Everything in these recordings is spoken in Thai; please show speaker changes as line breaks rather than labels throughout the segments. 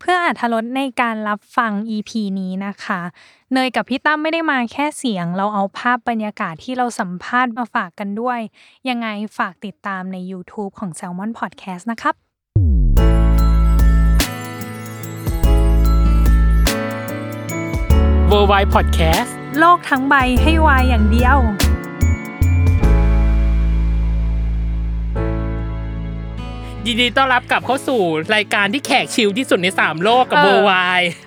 เพื่ออาธรสในการรับฟัง EP นี้นะคะ เนยกับพี่ตั้มไม่ได้มาแค่เสียง เราเอาภาพบรรยากาศที่เราสัมภาษณ์มาฝากกันด้วย ยังไงฝากติดตามใน YouTube ของ Salmon Podcast นะครับ
w o r l d w i d e Podcast
โลกทั้งใบให้วายอย่างเดียว
ยินดีต้อนรับกลับเข้าสู่รายการที่แขกชิลที่สุดใน 3 โลกกับ
เอ
เว
อ
อร์ไว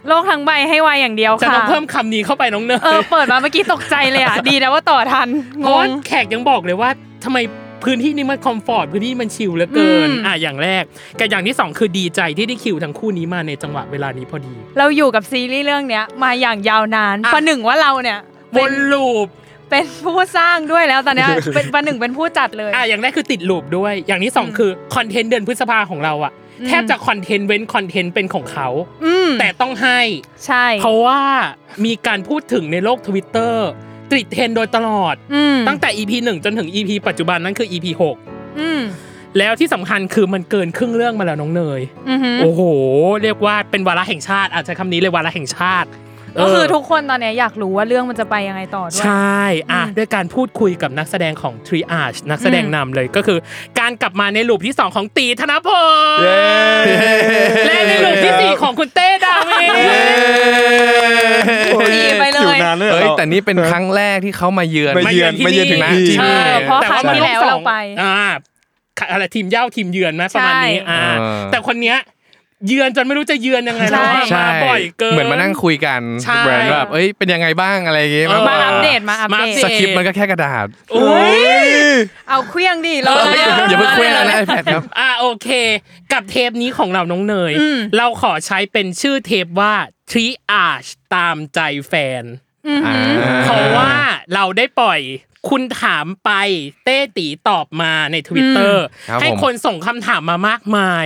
โลกทั้งใบให้วายอย่างเดียว
จะ
ค่ะ
ต้องเพิ่มคำนี้เข้าไปน้องเนย
เออเปิดมาเมื่อกี้ตกใจเลย อ่ะ ดีนะว่าต่อทัน
เ
ง
พราะว่าง แขกยังบอกเลยว่าทำไมพื้นที่นี้มันคอมฟอร์ตพื้นที่มันชิลเหลือเกิน
อืม
อ่ะอย่างแรกกับอย่างที่สองคือดีใจที่ได้คิวทั้งคู่นี้มาในจังหวะเวลานี้พอดี
เราอยู่กับซีรีส์เรื่องเนี้ยมาอย่างยาวนาน
อ่ะ
ประหนึ่งว่าเราเนี่ย
ว
เป็น
นลูป
เป็นผู้สร้างด้วยแล้วตอนเนี้ยเป็นประหนึ่งเป็นผู้จัดเลย
อ่ะอย่างแรกคือติดลูปด้วย อย่างที่สองคือคอนเทนต์เดือนพฤษภาของเราอะ
อืม
แทบจะคอนเทนต์เว้นคอนเทนต์เป็นของเขา
อืม
แต่ต้องให้
ใช่
เพราะว่ามีการพูดถึงในโลกทวิตเตอร์ติดเทรนด์โดยตลอด
อืม
ตั้งแต่ EP 1 จนถึง EP ปัจจุบันนั่นคือ EP
อืม
6 แล้วที่สำคัญคือมันเกินครึ่งเรื่องมาแล้วน้องเนย
อือหือ
โอ้โห เรียกว่าเป็นวาระแห่งชาติอาจจะคำนี้เลยวาระแห่งชาติ
ก็คือ
เ
ทุกคนตอนเนี้ยอยากรู้ว่าเรื่องมันจะไปยังไงต่อด้วย
ใช่อ่ะ
อืม
ด้วยการพูดคุยกับนักแสดงของ Triage นักแสดง
อืม
นำเลยก็คือ การกลับมาในลูปที่ 2 ของตีธนพลและในลูปที่สี่ของคุณเต้ดาวิน
ดีไปเล
อ
ย
ยู่นานเลยหรอ
เอ้ยแต่นี่เป็นครั้งแรกที่เขามาเยือน
ไม่เยือนไม่เยือนถึงที่
ใช่
เพราะ
แต่
ครั้งที่
มัน
แล้ว
อบส
เรา
อง
ไป
อ่าอะไรทีมเหย้าทีมเยือนไหมประมาณนี้
ใช่
อ่า
เออ
แต่คนเนี้ยเยือนจนไม่รู้จะเยือนยังไง
ใช่
แล้วอะ
ใช่
มาบ่อยเกิน
เหมือนมานั่งคุยกัน
ใช่
เหมือนแบบเอ้ยเป็นยังไงบ้างอะไรอย่างเงี้ย
เออ
มาอัปเดตมาอัป
มาอั
เด
ป
ต
เด
สคริปต์มันก็แค่กระดาษ
โอ้ย
เอาเครื่องดิเรา
เอ้ยอย่าเพิ่งเคว้งนะไอแพดครับ
อ่าโอเค กับเทปนี้ของเราน้องเนย เราขอใช้เป็นชื่อเทปว่า triage ตามใจแฟน เพราะว่าเราได้ปล่อยคุณถามไปเต้ตีตอบมาในทวิตเตอร์
ครับ
ให้
ผม
คนส่งคำถามมามากมาย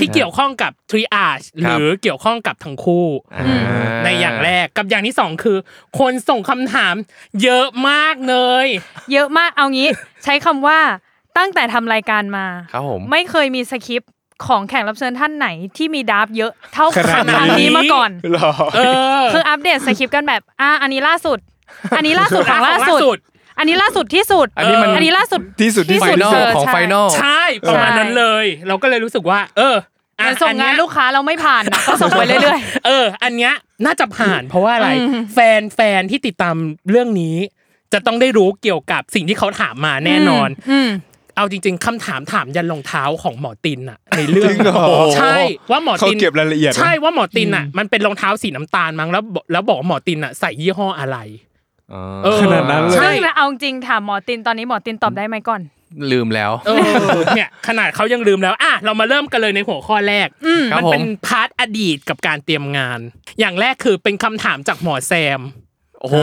ที่เกี่ยวข้องกับทริอาชห
ครับ
รือเกี่ยวข้องกับทั้งคู่
อ่า
ในอย่างแรกกับอย่างที่สองคือ คนส่งคำถามเยอะมากเลย
เยอะมากเอางี้ ใช้คำว่าตั้งแต่ทำรายการมา
ครับผม
ไม่เคยมีสคริปต์ของแขกรับเชิญท่านไหนที่มีดับเยอะเท่าขนาดนี้มาก่อน
หรอ
เออ
คืออัปเดตสคริปต์กันแบบอ่ะอันนี้ล่าสุด อันนี้ล่าสุดหลัง
อ่ะ
ล่า
ของ
สุด อันนี้ล่าสุดที่สุด
อันนี้มัน
อันนี้ล่าสุด
ที่สุดที่
ไฟ
สุด
นอล
เจอ
ของ
ใช่
ไฟนอล
ใช่ประมาณนั้นเลย เราก็เลยรู้สึกว่า เออ
เห
อ่ะ
มือนส่งงาน
อัเย
ลูกค้าเราไม่ผ่านนะก็ส่งไปเรื่อย
เออ อันเนี้ยน่าจะผ่านเพราะว่าอะไร แฟนแฟนที่ติดตามเรื่องนี้ จะต้องได้รู้เกี่ยวกับสิ่งที่เขาถามมาแน่นอน
ๆ อืม
เอาจริง ๆคำถามถามยันรองเท้าของหมอตินอะในเรื่อง
จริงเหรอ
ใช่ว่าหมอติน
เขาเก็บรายละเอียดนะ
ใช่ว่าหมอตินอะมันเป็นรองเท้าสีน้ำตาลมั้งแล้วบอกแล้วบอกว่าหมอตินอะใส่ยี่ห้ออะไร เออ
ขนาดนั้นเลย
ซึ่งนะเอาจริงถามหมอตินตอนนี้หมอตินตอบได้ไหมก่อน
ลืมแล้ว
เออเนี่ยขนาดเขายังลืมแล้วอ่ะเรามาเริ่มกันเลยในหัวข้อแรก
ครับ
มันเป็น
ผม
พาร์ทอดีตกับการเตรียมงาน อย่างแรกคือเป็นคำถามจากหมอแซม
โอ้โห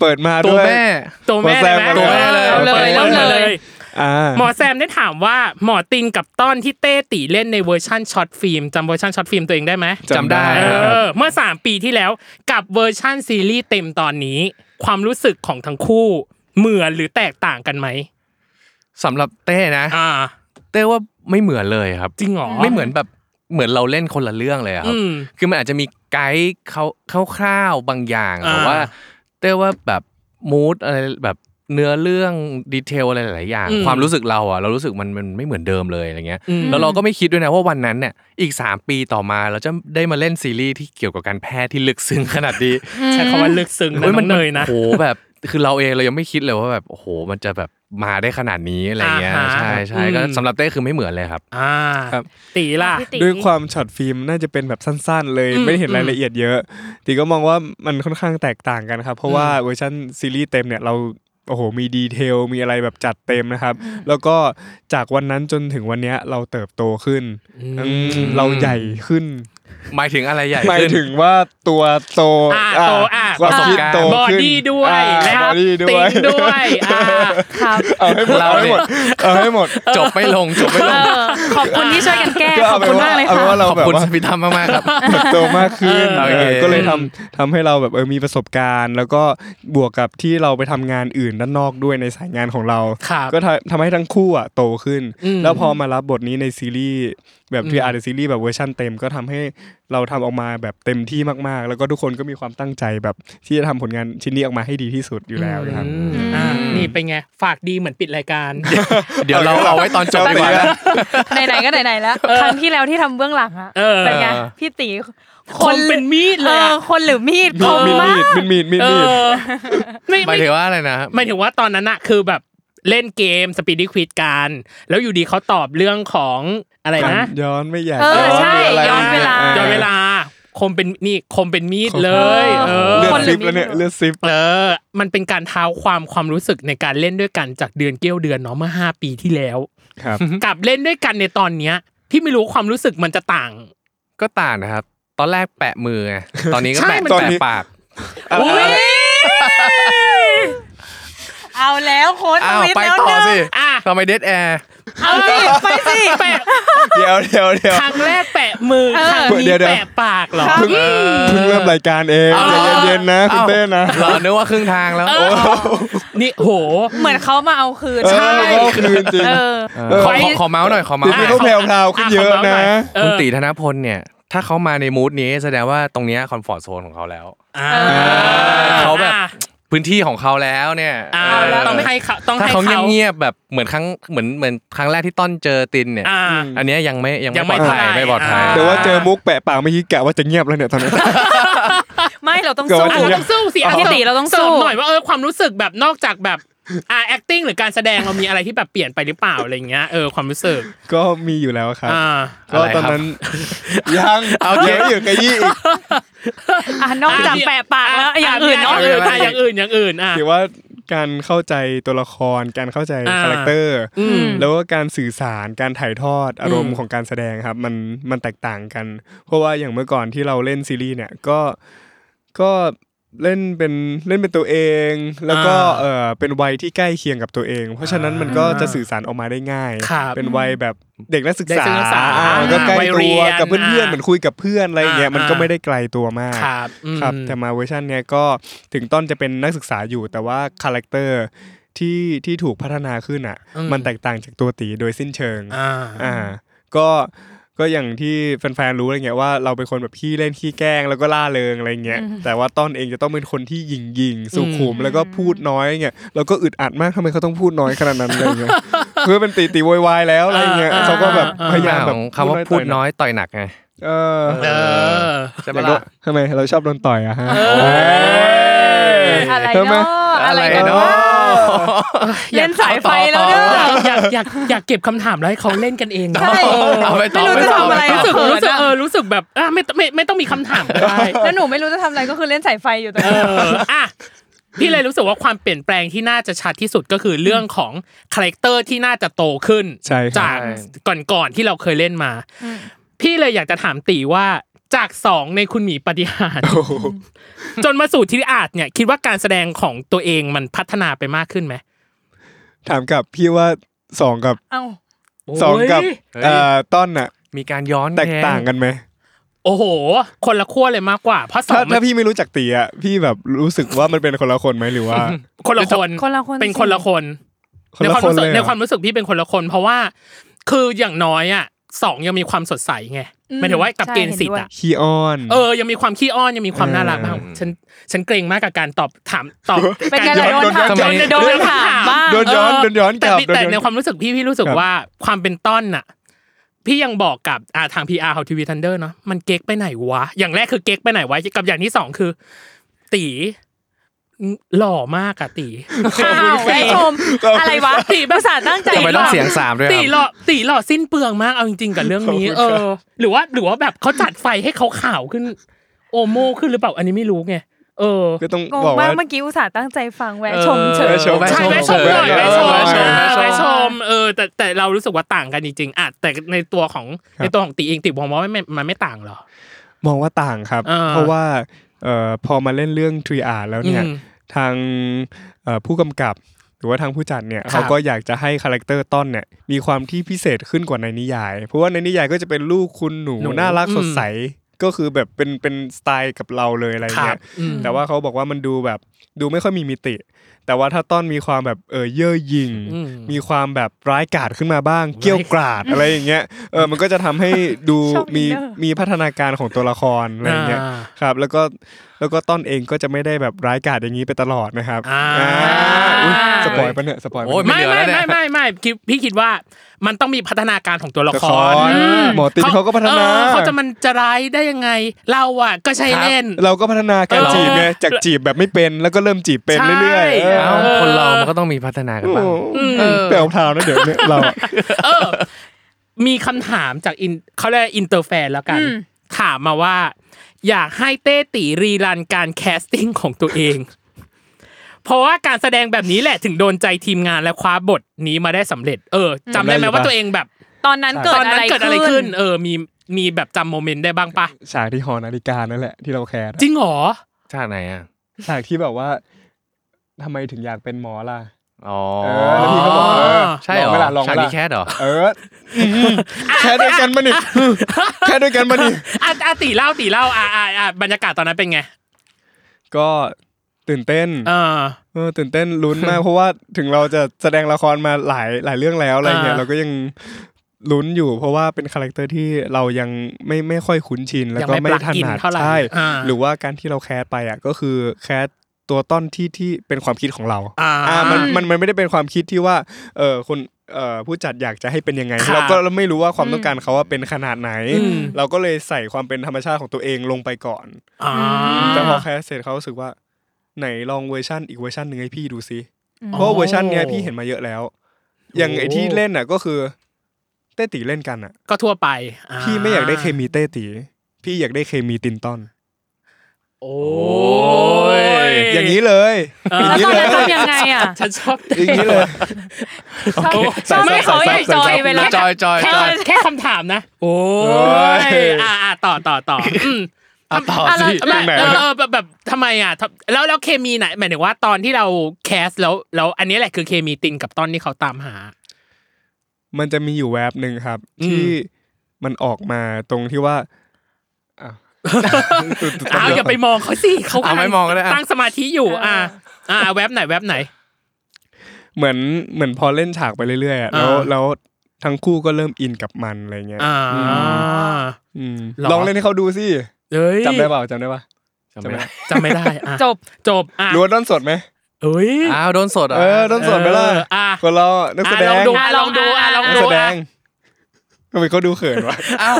เปิดมา
ตัว
ด้วย
แม่
ตัวแม่เลยไหม
ตัวแม่เลย
ตัวแม่
เอาเลยเอา
เล
เลย ย
อ่า
หมอแซมได้ถามว่าหมอตินกับต้อนที่เต้ตีเล่นในเวอร์ชั่นช็อตฟิล์มจำเวอร์ชันช็อตฟิล์มตัวเองได้ไหม
จำได้
เอ
ครับ
อเมื่อ 3 ปีที่แล้วกับเวอร์ชั่นซีรีส์เต็มตอนนี้ ความรู้สึกของทั้งคู่เหมือนหรือแตกต่างกันไหม
สำหรับเต้นะ
อ่า
เต้ว่าไม่เหมือนเลยครับ
จริงเหรอ
ไม่เหมือนแบบเหมือนเราเล่นคนละเรื่องเลยอะครับ
อืม
คือมันอาจจะมีไกด์เขาคร่าวๆบางอย่าง
อ่า
แต่ว่าเต้ว่าแบบมูดอะไรแบบ
เนื้อเรื่องดีเทลอะไรหลายๆอย่าง
อืม
ความรู้สึกเราอ่ะเรารู้สึกมันมันไม่เหมือนเดิมเลยอะไรเงี้ย
อืม
แล้วเราก็ไม่คิดด้วยนะว่าวันนั้นเนี่ยอีก 3 ปีต่อมาเราจะได้มาเล่นซีรีส์ที่เกี่ยวกับการแพทย์ที่ลึกซึ้งขนาดนี้
ใช้คำว่าลึกซึ้งนะ
ฮ้
น้องเนยนะ
โอ้โหแบบคือเราเองเรายังไม่คิดเลยว่าแบบโอ้โหมันจะแบบมาได้ขนาดนี้อะไรเงี้ย
อ่าฮะ
ใช่ใช่ก็
อืม
สำหรับเต้คือไม่เหมือนเลยครับ
อ่า
ครับ
ตีล่ะ
พี่ตี
ด้วยความช็อตฟิล์มน่าจะเป็นแบบสั้น ๆ เลย
อืม
ไม่ได้เห็น
อืม
รายละเอียดเยอะตีก็มองว่ามันค่อนข้างแตกต่างกันครับ เพราะว่าเวอร์ชันซีรีส์เต็มเนี่ยเราโอ้โหมีดีเทลมีอะไรแบบจัดเต็มนะครับ แล้วก็จากวันนั้นจนถึงวันเนี้ยเราเติบโตขึ้นอืมเราใหญ่ขึ้น
หมายถึงอะไรใหญ่
หมาย
ขึ้น
ถึงว่าตัวโต
อ่าโตอ่ะ
ความคิดโต
บอ
ขึ้น
ดี้ด้วย
อ่า
แล้ว
บอดี้ด้
ติ
ว
ง
ย
ด้วยอ่า
ครับ
เอาให้หมด
เรา
เอาให้
เนี่
หม
ย
ดเอาให้หมด
จบไม่ลงจบไม่ลง
เออขอบคุณที่ช่วยกันแก้
ก็
ขอ
เอา
บ
เป็น
คุ
ว่าม
ณากเลย
เอาเป็น
ค่ะ
ว่าเรา
ขอบ
แบบ
คุณ
ว่า
พี่ตั้มมากๆครับ
เติบโตมากขึ้น
เออ
เออ
โอเค
ก็เลยทำทำให้เราแบบเออมีประสบการณ์ แล้วก็บวกกับที่เราไปทำงานอื่นด้านนอกด้วยในสายงานของเรา
ครับ
ก็ทำทำให้ทั้งคู่อ่ะโตขึ้น
อืม
แล้วพอมารับบทนี้ในซีรีส์แบบที่อาร์ตซีรีส์แบบเวอร์ชั่นเต็มก็ทำให้เราทำออกมาแบบเต็มที่มากๆ แล้วก็ทุกคนก็มีความตั้งใจแบบที่จะทำผลงานชิ้นนี้ออกมาให้ดีที่สุดอยู่แล้วครับ
อืมอ่านี่เป็นไง ฝากดีเหมือนปิดรายการ
เดี๋ยวเราเอาไว้ตอนจบดีกว่านะ
ไหนๆก็ไหนๆแล้ว ครั้งที่แล้วที่ทำเบื้องหลังอะ
เออ
เป็นไงพี่ตี
คมเป็นมีด
เอ
เลย
อ
อะ
คนหรือมีดคม
มี
มาก
ดมีดมีดมีด
เอ
มีด
อไม่
หมา
ไม่
ยถึงว่าอะไรนะ
หมายถึงว่าตอนนั้นอะคือแบบเล่นเกมสปีดดี้ควิดกัน แล้วอยู่ดีเขาตอบเรื่องของอะไรนะ
ย้อนไม่อยาก
เออใช่
ะไร
ย้อนเวลา
ะ
ย้อนเวลาคมเป็นนี่คมเป็นมีดเลย เออ
เลือ
ค
ด
นหรื
ซิ
อ
ป
มีด
แล้วเนี่ยเลือดซิป
เออ มันเป็นการเท้าความความรู้สึกในการเล่นด้วยกันจากเดือนเกี้ยวเดือนเนาะเมื่อห้าปีที่แล้ว
ครับ
กับเล่นด้วยกันในตอนเนี้ยพี่ไม่รู้ความรู้สึกมันจะต่าง
ก็ต่างนะครับ ตอนแรกแปะมือไงตอนนี้ก็
ใช่
แปะ
มัน
แปะปาก
อุ้ย
เอาแล้วโค้ด
อ้าว
วิทย์
ไป
แล้ว
ต่อ
นะ
สิ
อ่ะ
ทำไมเด a แอร์
เอาสิไปสิ
แปะ
เดี๋ยวเดี๋ยวเดี๋ยว
ครั้งแรกแปะมือ
เออ
ครั้งนี้
เดี๋ยวเดี๋ยว
แปะปากเหรอ
เพิ่งเพิ่งเริ่มรายการเองใจเย็นๆนะคุณเต้นะ
เรานึกว่าครึ่งทางแล้ว
นี่โห
เหมือนเขามาเอาคืน
เออมาเอาคืนจริง
เออ
ขอขอขอเมาส์หน่อยขอเมา
เดี๋ย
ส์หน่อย
วนี้เขาแพรวพราวขึ้นเยอะนะ
เออ
คุณตีธนพลเนี่ย ถ้าเขามาในมูดนี้แสดงว่าตรงเนี้ยคอนฟอร์ทโซนของเขาแล้ว
อ่า
เขาแบบ พื้นที่ของเขาแล้วเนี่ย
อ่า
เออ
ต้องให้เขาต้อง
ถ้า
ให้
เขา
เขา
เงียบๆแบบเหมือนครั้งเหมือนเหมือนครั้งแรกที่ต้นเจอตินเนี่ย
อ่า
อันเนี้ยยังไม่ยัง
ยังไม่
ไม่ปลอดภัย
เท่าไหร่
ไม่ปลอดภัย
อ่า
แต่ว่าเจอมุกแปะปากเมื่อกี้กะว่าจะเงียบแล้วเนี่ยตอนนี้
ไม่เราต้อง
เกิด
สู้
ว่า
อ่ะเราต้องสู้สิะ
ปกติเราต้องสู้
สมหน่อยว่าเออความรู้สึกแบบนอกจากแบบอ่า acting หรือการแสดงเรามีอะไรที่แบบเปลี่ยนไปหรือเปล่าอะไรเงี้ยเออความรู้สึก
ก็มีอยู่แล้วครับ
อ่า
ก็ตอนนั้น ยังเอาเดี๋ยวอยู่กะยี่อีก
อ่ะนอกจากแปะปากแล้วอย่างอื่นเนาะ
ย่างอื่นอ่ะอย่างอื่นอย่างอื่นอ่ะ
ถือว่าการเข้าใจตัวละคร การเข้าใจ
อ่า
คาแรคเตอร์
อืม
แล้วก็การสื่อสารการถ่ายทอดอารม
อื
ณ์
ม
ของการแสดงครับ มันมันแตกต่างกัน เพราะว่าอย่างเมื่อก่อนที่เราเล่นซีรีส์เนี่ยก็ก็เล่นเป็นเล่นเป็นตัวเอง แล้วก็
อ่า
เออเป็นวัยที่ใกล้เคียงกับตัวเอง เพราะฉะนั้นมันก็จะสื่อสารออกมาได้ง่าย
ครับ
เป็นวัยแบบเด็กนักศึก
เด็
ษาก
นักศึกษา
อ่าก็ใกล้
วัยเรี
ตัวย
น
กับเพื่อนๆ
อ่า
เหมือนคุยกับเพื่อนอะไรอย่างเงี้ย
อ่ามั
มันก็ไม่ได้ไกลตัวมาก
ครับอืม
ครับแต่มาเวอร์ชันเนี้ยก็ถึงต้นจะเป็นนักศึกษาอยู่แต่ว่าคาแรคเตอร์ ที่ที่ถูกพัฒนาขึ้นอ่ะ
อืม
มันแตกต่างจากตัวตีโดยสิ้นเชิง
อ่า
อ่า ก็ก็อย่างที่แฟนๆรู้อะไรเงี้ยว่าเราเป็นคนแบบขี้เล่นขี้แกล้งแล้วก็ล่าเริงอะไรเงี้ยแต่ว่าต้นเองจะต้องเป็นคนที่ยิงยิงๆสุขุมแล้วก็พูดน้อยเงี้ยแล้วก็อึดอัดมากทำไมเขาต้องพูดน้อยขนาดนั้นอะไรเงี้ย เพื่อเป็นตีตีๆโวยวายแล้วอะไรเงี้ย
อ่า
เขาก็แบบพ
อย
ยาามแบบ
คำว่าพูดน้อยต่อยหนักไง
เออ
เออ
ใช่ไหม
แล้วก็
ล่ะ
ทำไมเราชอบโดนต่อยอะฮะ
อะไร
เออไหม
เนาะอะไร
อะไรเน
เนาะ
อะ
เล่นสายไฟแล้ว
อ
เนาะ
ยากอยากอยากอยากเก็บคำถามแล้วให้เขาเล่นกันเองเนอะ
ใช่
เอาไปต่อ
ไม่รู้
ป
จะ
ต่
ทำอะไร
ปต่
อะ
รู้
เขินอะ
สึกรู้สึกเออรู้สึกแบบอ่ะไม่ไม่ไม่ต้องมีคำถามก็ได้
แล้วหนูไม่รู้จะทำอะไรก็คือเล่นสายไฟอยู่ตรง
เอ
นี้น
ออ่ะพี่เลยรู้สึกว่าความเปลี่ยนแปลงที่น่าจะชัดที่สุดก็คือเรื่องของคาแรคเตอร์ที่น่าจะโตขึ้น
ใช่ครับ
จาก
ใช่
ก่อนๆที่เราเคยเล่นมา พี่เลยอยากจะถามตีว่าจากสองในคุณหมีปฏิหารย์จนมาสู่ทีริอาจเนี่ย คิดว่าการแสดงของตัวเองมันพัฒนาไปมากขึ้นไหม
ถามกลับพี่ว่าสองกับ
เอ้า
สองกับ
โย
เอ่อต้นอะ
มีการย้อน
แตก
ย้
ต่างกันไหม
โอ้โห คนละขั้วเลยมากกว่า เพราะสอ
ถ้าง
มั
ถ้าน พี่ไม่รู้จักตีอ่ะพี่แบบรู้สึกว่ามันเป็นคนละคนไหมหรือว่า
คนละคน
คนละคน
เป็นคนละ
สิ
คน
คน
ใน
ละ
ความ
คน
รู้สึ
เล
ก
ย
ใน
อะ
ความรู้สึกพี่เป็นคนละคน เพราะว่า คืออย่างน้อยอ่ะ สองยังมีความสดใสไงหมายถึงว่ากับ
ใช่
เกณฑ์สิท
เห็นด้วย
ธิ์อะ
ขี้อ้อน
เออยังมีความขี้อ้อนยังมีความน่ารักบ้างฉันฉันเกรงมากกับการตอบถามตอบ
เป็นไงล่ะโดนถาม
ทำไม
โดนถามบ้าง
โดนย้อน
เ
โดนย้อน
แต่
กลับ
พี่
โดนย้อน
แต่ในความรู้สึกพี่พี่รู้สึก
ครับ
ว่าความเป็นต้นน่ะ พี่ยังบอกกับอ่าทางพีอาร์ของทีวีทันเดอร์เนาะมันเก๊กไปไหนวะ อย่างแรกคือเก๊กไปไหนวะกับอย่างที่สองคือ ตีหล่อมากอะตี
ข้าวแม่ชม อะไรวะ
ตีแบบ
ภาษาตั้งใจ
ทำไมต้องเสียงสามด้วยค
ตี
รับ
หล่อตีหล่อสิ้นเปลืองมากเอาจริงๆกับเรื่องนี้ เออ หรือว่าหรือว่าแบบเขาจัดไฟให้เขาขาวขึ้น โอโมขึ้นหรือเปล่าอันนี้ไม่รู้ไงเออ
ก็ต้อง
งง
บอก
มาก
ว่า
เมื่อกี้อุตส่าห์ตั้งใจฟังแวะชมเฉ
เออแวะ
ย
ชม
ใช่แวะชมหน่อยแวะชม
แวะชม
เออ
แวะชม
แวะชมเออแต่แต่เรารู้สึกว่าต่างกันจริงๆอ่ะแต่ในตัวของในตัวของตีเองติมองว่ามันมันไม่ต่างหรอ
มองว่าต่างครับ
เออ
เพราะว่าเอ่อพอมาเล่นเรื่องทรีอาร์แล้วเนี่ย
อืม
ทางเอ่อผู้กำกับหรือว่าทางผู้จัดเนี่ย
ครั
เขา
บ
ก็อยากจะให้คาแรคเตอร์ต้นเนี่ยมีความที่พิเศษขึ้นกว่าในนิยาย เพราะว่าในนิยายก็จะเป็นลูกคุณหนู
หนู
น่ารัก
อืม
สดใสก็คือแบบเป็นเป็นสไตล์กับเราเลยอะไร
ครั
เงี้
บ
ย
อืม
แต่ว่าเขาบอกว่ามันดูแบบดูไม่ค่อยมีมิติ แต่ว่าถ้าต้นมีความแบบเออเย่อหยิ่ง มีความแบบร้ายกาจขึ้นมาบ้าง เกี้ยวกราดอะไรอย่างเงี้ยเออมันก็จะทำให้ดู
ชอบ
มี
อินเนอร์
มีพัฒนาการของตัวละครอะไรอย่างเงี้ย
อ่า
ครับแล้วก็แล้วก็ต้นเองก็จะไม่ได้แบบร้ายกาจอย่างนี้ไปตลอดนะครับ
อ่า
อ่าอุ๊ยสปอยล์ปะเนี่ยสปอยล์ปะ
โอ้ย
เนี่ย
ไม่ไม่
ไม่เหลือแล้วเนี่ย
ไม่ไม่ไม่คิดพี่คิดว่ามันต้องมีพัฒนาการของตัวละคร
ละคร
เ
หมอติ๊กเขาก็พัฒนา
เออเขาจะมันจะร้ายได้ยังไง เราอ่ะก็ใช้เล่น
เราก็พัฒนาการ
เออ
จีบไงจากจีบแบบไม่เป็นแล้วก็เริ่มจีบเป็นเรื่อยๆเออ
เอ้าคนเรามันก็ต้องมีพัฒนากันบ้าง
แปลวเท้านะเดี๋ยวเนี่ยเราอะ
เออ มีคำถามจากอินเขาเรียกอินเตอร์แฟนแล้วกัน ถามมาว่า อยากให้เต้ตีรีรันการแคสติ้งของตัวเอง เพราะว่าการแสดงแบบนี้แหละถึงโดนใจทีมงานและคว้าบทนี้มาได้สำเร็จ เออจำได้ไหมว่าตัวเองแบบ
ตอนนั้นเกิ
ต
ด
อน
อะ
นั้น
ไร
เกิดอะไรขึ้น เออ มีมีแบบจำโมเมนต์ได้บ้างปะ
ฉากที่หอนาฬิกานั่นแหละที่เราแคร์
จริงเหรอ
ชาติไหนอ่ะ
ฉากที่แบบว่าทำไมถึงอยากเป็นหมอล่ะ
อ๋อ
เออแล้วพี่ก็บอกเออ
ใช่
ลองไห
เหรอ
มล่ะลองไหม
ฉาก
ล่ะ
นี้แคสเหรอ
เอออืมแค่ด้วยกันมานี่อืมแค่ด้วยกันมานี่
อ่ะอ่ะตีเล่าตีเล่าอ่ะอ่ะอ่ะบรรยากาศตอนนั้นเป็นไง
ก็ตื่นเต้น
เออ
เออตื่นเต้นลุ้น มาก เพราะว่าถึงเราจะแสดงละครมาหลายหลายเรื่องแล้วอะไรเงี้ย
อ่า
เราก็ยังลุ้นอยู่ เพราะว่าเป็นคาแรคเตอร์ที่เรายังไม่ไม่ค่อยคุ้นชิน แล้วก็
ยังไม่
ไม่
plug
ถ
in
นัด
เท่าไหร่
ใช่
อ่า
หรือว่าการที่เราแคสไปอ่ะก็คือแคสตัวต้นที่ที่เป็นความคิดของเรา
อ่า
อ่ามันมันมันไม่ได้เป็นความคิดที่ว่าเออคนเอ่อผู้จัดอยากจะให้เป็นยังไง
ครับ
เราก็เราไม่รู้ว่าความต้องการเขาว่าเป็นขนาดไหน
อืม
เราก็เลยใส่ความเป็นธรรมชาติของตัวเองลงไปก่อน
อ่า
แต่พอแคสเสร็จเขารู้สึกว่า ไหนลองเวอร์ชันอีกเวอร์ชันหนึ่งให้พี่ดูซิเพราะว่าเวอร์ชันเนี้ยพี่เห็นมาเยอะแล้ว อย่างไอที่เล่นน่ะก็คือเต้ตีเล่นกันอ่ะ
ก็ทั่วไป
พี่ไม่อยากได้เคมีเต้ตี พี่อยากได้เคมีตินตอน
โอ้ย
อย่างนี้ เลย
แล้วตอนนั้นทำยังไงอ่ะ
ฉันชอบ
อย่างนี้เลย
ชอบ
ใส่
ไม่
ใส่
เขาอยาก
ใส่
จอ
ใส่
ยเวลา
จอยจอย
แค่
จอย
แค่คำถามนะ โอ้ยอ่าอ่าต่อต่อต่ออืม
อ่ะต่อสิ
แบบเออแบบแบบทำไมอ่ะทำแล้วแล้วเคมีไหนหมายถึงว่าตอนที่เราแคสแล้วแล้วอันนี้แหละคือเคมีตินกับต้นที่เขาตามหา
มันจะมีอยู่แวบหนึ่งครับ
อืม
ที่มันออกมาตรงที่ว่าอ้าว
เอาอย่าไปมองเขาสิเขา
เอาไม่มองก็ได้อ่ะ
ตั้งสมาธิอยู่ อ่าอ่าแว็บไหนแว็บไหน
เหมือนเหมือนพอเล่นฉากไปเรื่อยๆอะ
อ่า
แล้วแล้วทั้งคู่ก็เริ่มอินกับมันอะไรเงี้ย
อ่า
อืม
หรอ
ลองเล่นให้เขาดูสิ
เอ้ย
จำได้เปล่าจำได้ปะ
จำไม่ได้
จำไม่ได้อ่ะ
จบ
จบอ่ะ
รู้ว่าด้นสดไหม
เอ้ย
อ้าวโดนสดเหรอ
เออด้นสดไหมล่ะ
เอออ่ะ
คนเรานักแสด
อ่ะลอง งดู
น
อ่ะลองดูอ่ะลอง
ั
ดู
กแสด
อ่ะ
งทำไมเขาดูเขินวะ
อ้าว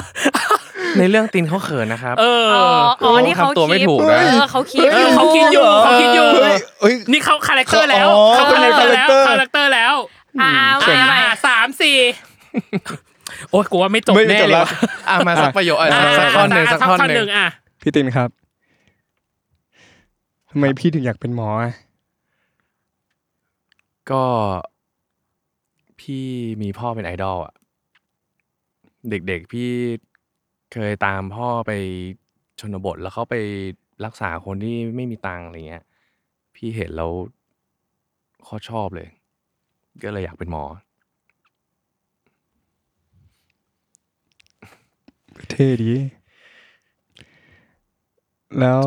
ในเรื่องตินเขาเขินนะครับ
เออ
อ๋ออ๋อนี่เขา
ทำตัวไม่
คิด
ถูก
เอ
นะ
อเขาคิด
เออเขาคิดอยู่เขาคิดอยู่
เฮ้ยเอ้ย
นี่เขาคาแรคเตอร์แล้ว
อ๋อ
เขาคาแรคเตอร์แล้ว
เป็น
คา
คา
แร
แร
ค
ค
เต
เต
อ
อร์
ร์แล้ว
อ่า
อ
ไม่ไม่
่าสามสี่โอ้ยกูว่าไม่จบ
ไม่
แน่
จบ
เลย
ละ
ว่ะ
อ่ะมาสักประโยคอ่ะ
อ่ะ
สักท่อนหนึ่งสักท่อนหนึ่ง
อ่ะ
พี่ตินครับทำไมพี่ถึงอยากเป็นหมออะ
ก็ พี่มีพ่อเป็นไอดอลอ่ะ เด็กๆพี่เคยตามพ่อไปชนบทแล้วเขาไปรักษาคนที่ไม่มีตังค์อะไรเงี้ย พี่เห็นแล้วเขาชอบเลย ก็เลยอยากเป็นหมอ
เท่ดี แล้ว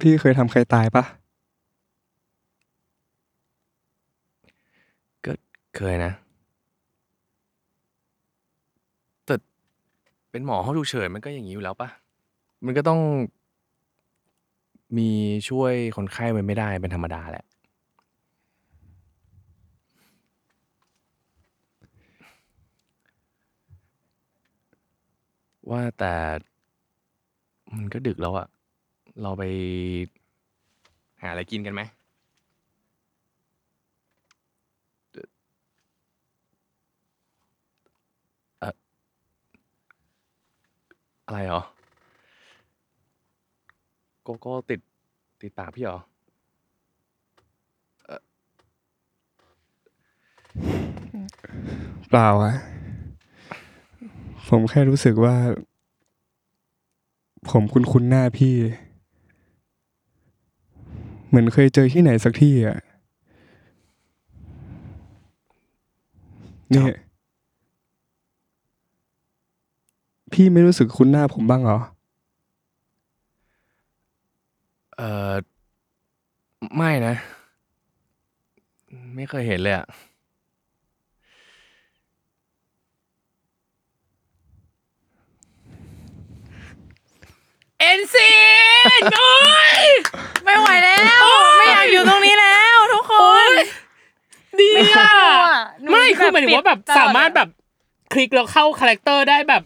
พี่เคยทำใครตายปะ
ก็เคยนะ เป็นหมอห้องฉุกเฉินมันก็อย่างนี้อยู่แล้วปะมันก็ต้อง มีช่วยคนไข้มันไม่ได้เป็นธรรมดาแหละ ว่าแต่มันก็ดึกแล้วอะเราไป หาอะไรกินกันไหมเอ่ออะไรเหรอ โกโก้ติดติดปากพี่เหรอ
เปล่าอะผมแค่รู้สึกว่า ผมคุ้นคุ้นๆหน้าพี่ เหมือนเคยเจอที่ไหนสักที่อะนี่พี่ไม่รู้สึกคุ้นหน้าผมบ้างเหรอ
เออไม่นะ ไม่เคยเห็นเลยอะ
เอ็นซีโอ้ย
ไม่ไหวแล้ว
โอ๊ย
ไม่อยากอยู่ตรงนี้แล้วทุกคน
ดีอ่ะ
หนู
ไม่
แบบ
คือหมายถึงว่าแบบ
ปิดตลอด
สามารถแบบคลิกแล้วเข้าคาแรคเตอร์ได้แบบ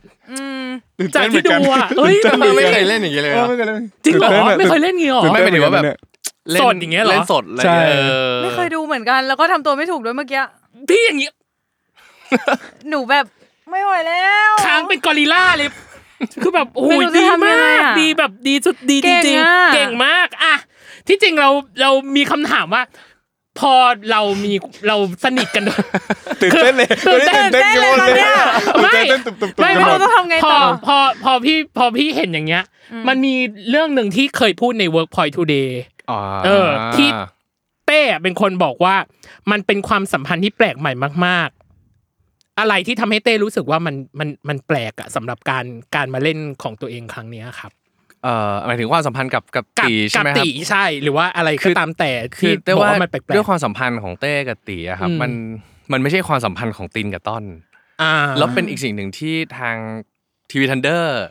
จากที่ดูอ่ะเอ้ย
เออไม่เคยเล่นอย่างนี้เลยเหรอ
จริงเหรอไม่เคยเล่นงี้หรอ
ไม่หมายถึงว่าแบบ
สดอย่างเงี้ยเหรอ
เล่นสดอะไร
ใช่
เงี้ยเออ
ไม่เคยดูเหมือนกัน แล้วก็ทำตัวไม่ถูกด้วยเมื่อกี้
พี่อย่างงี้
หนูแบบไม่ไหวแล้ว
ค้างเป็นกอริลล่าเลย คือแบบโอ้
ไม่
ย
รู้จะ
ดี
ทำยังไง
มาก
อะ
ดีแบบดีสุดดีจ
เก่ง
ริง
อะ
ๆเก่งมากอ่ะที่จริงเราเรามีคำถามว่า พอเรามีเราสนิทกัน
ตื่นเต้นเลย
ตื่นเต้น
ตื่นเต้นกันหมดเลยตื่น
ไม่
เต้นตุบตุบตุบ
ไม่
กันหม
เรา
ด
ต้อง ทำไง
พ
ต่
อ
อ
พอพอพี่พอพี่เห็นอย่างเงี้ย มันมีเรื่องหนึ่งที่เคยพูดใน Workpoint Today
อ๋อ
เออที่ เต้เป็นคนบอกว่ามันเป็นความสัมพันธ์ที่แปลกใหม่มาก ๆ อะไรที่ทำให้เต้รู้สึกว่ามันมันมันแปลกอะสำหรับการการมาเล่นของตัวเองครั้งเนี้ยครับ
เออหมายถึงความสัมพันธ์กับกับ
กั
ตี
กั
ใช่ไหมครับ
ตีใช่หรือว่าอะไร
คื
ก็
อ
ตามแต่
คื
ที่
อแต่
บอก
ว่า
ว่ามันแปลก
ด้วยความสัมพันธ์ของเต้กับตีอะครับ มันมันไม่ใช่ความสัมพันธ์ของตินกับต้อน
ๆอ่า
แล้วเป็นอีกสิ่งหนึ่งที่ทางทีวีทันเดอร์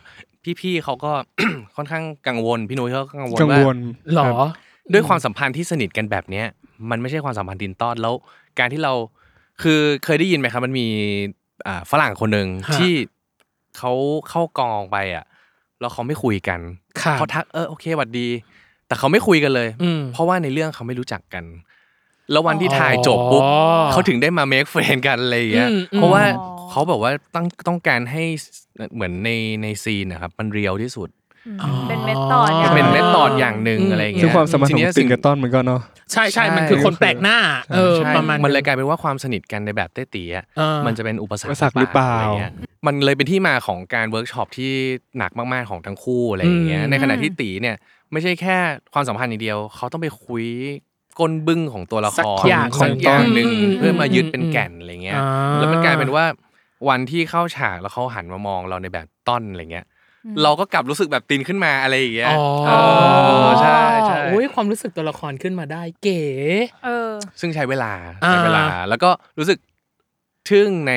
พี่ๆเขาก็ ค่อนข้างกังวล พี่นุ้ยเขาก็กังวล
กัง
ว่าว
ล
หรอ
ด้วยความสัมพันธ์ที่สนิทกันแบบเนี้ย มันไม่ใช่ความสัมพันธ์ตินต้อนแล้ว การที่เราคือเคยได้ยินไหมครับ มันมีอ่าฝรั่งคนหนึ่ง
ฮะ
ที่เขาเข้ากองไปอ่ะแล้วเขาไม่คุยกัน
ครับ
เขาทักเออโอเคหวัดดี แต่เขาไม่คุยกันเลย
อืม
เพราะว่าในเรื่องเขาไม่รู้จักกัน แล้ววันที่ถ่ายจบปุ๊บ
อ๋อ
เขาถึงได้มาเมคเฟรนกันอะไรอย่างเงี้ย
อืมอืม
เพราะว่าเขาแบบว่าต้องต้องการให้เหมือนในในซีนนะครับ มันเรียวที่สุด
เป็นเม็ดต่อ
มัน
ย
เป็นเมธอดอย่างหนึ่งอะไรอย่างเงี้ย
ซึ่งความสัมพันธ์ข
ที
อง
เย
ติน
สิ่
กับต้อนมันก็เนาะ
ใช่ใช่
ใช่
มันคือคนแปลกหน้า เออ
ใช่
ประมาณ
มันเลยกลายเป็นว่าความสนิทกันในแบบเต้เตี๋ย
เออ
มันจะเป็นอุปสรร
อุ
ค
ปสรรคหรือเปล่า
ะไงี้ยมันเลยเป็นที่มาของการเวิร์กช็อปที่หนักมากๆของทั้งคู่อะไรอย่างเงี้ย ในขณะที่ตีเนี่ยไม่ใช่แค่ความสัมพันธ์อย่างเดียว เขาต้องไปคุยก้นบึ้งของตัวละค
สัก
ร
อย่าง
ของ
สักอย่
อา
ย่างง
หนึ่ง
อืม
เพื่อมายึดเป็น
อืม
แก่นอะไรเงี้ย
อ่า
แล้วมันกลายเป็นว่าวันที่เข้าฉากแล้วเขาหันมามองเราในแบบต้นอะไรเงี้ย เราก็กลับรู้สึกแบบตีนขึ้นมาอะไรอย่างเงี้ย
อ๋อ
เออใช่ใช่
โอ้ยความรู้สึกตัวละครขึ้นมาได้เก๋
เออ
ซึ่งใช้เวลา
อ่า
ใช้เวลา แล้วก็รู้สึกทึ่งใน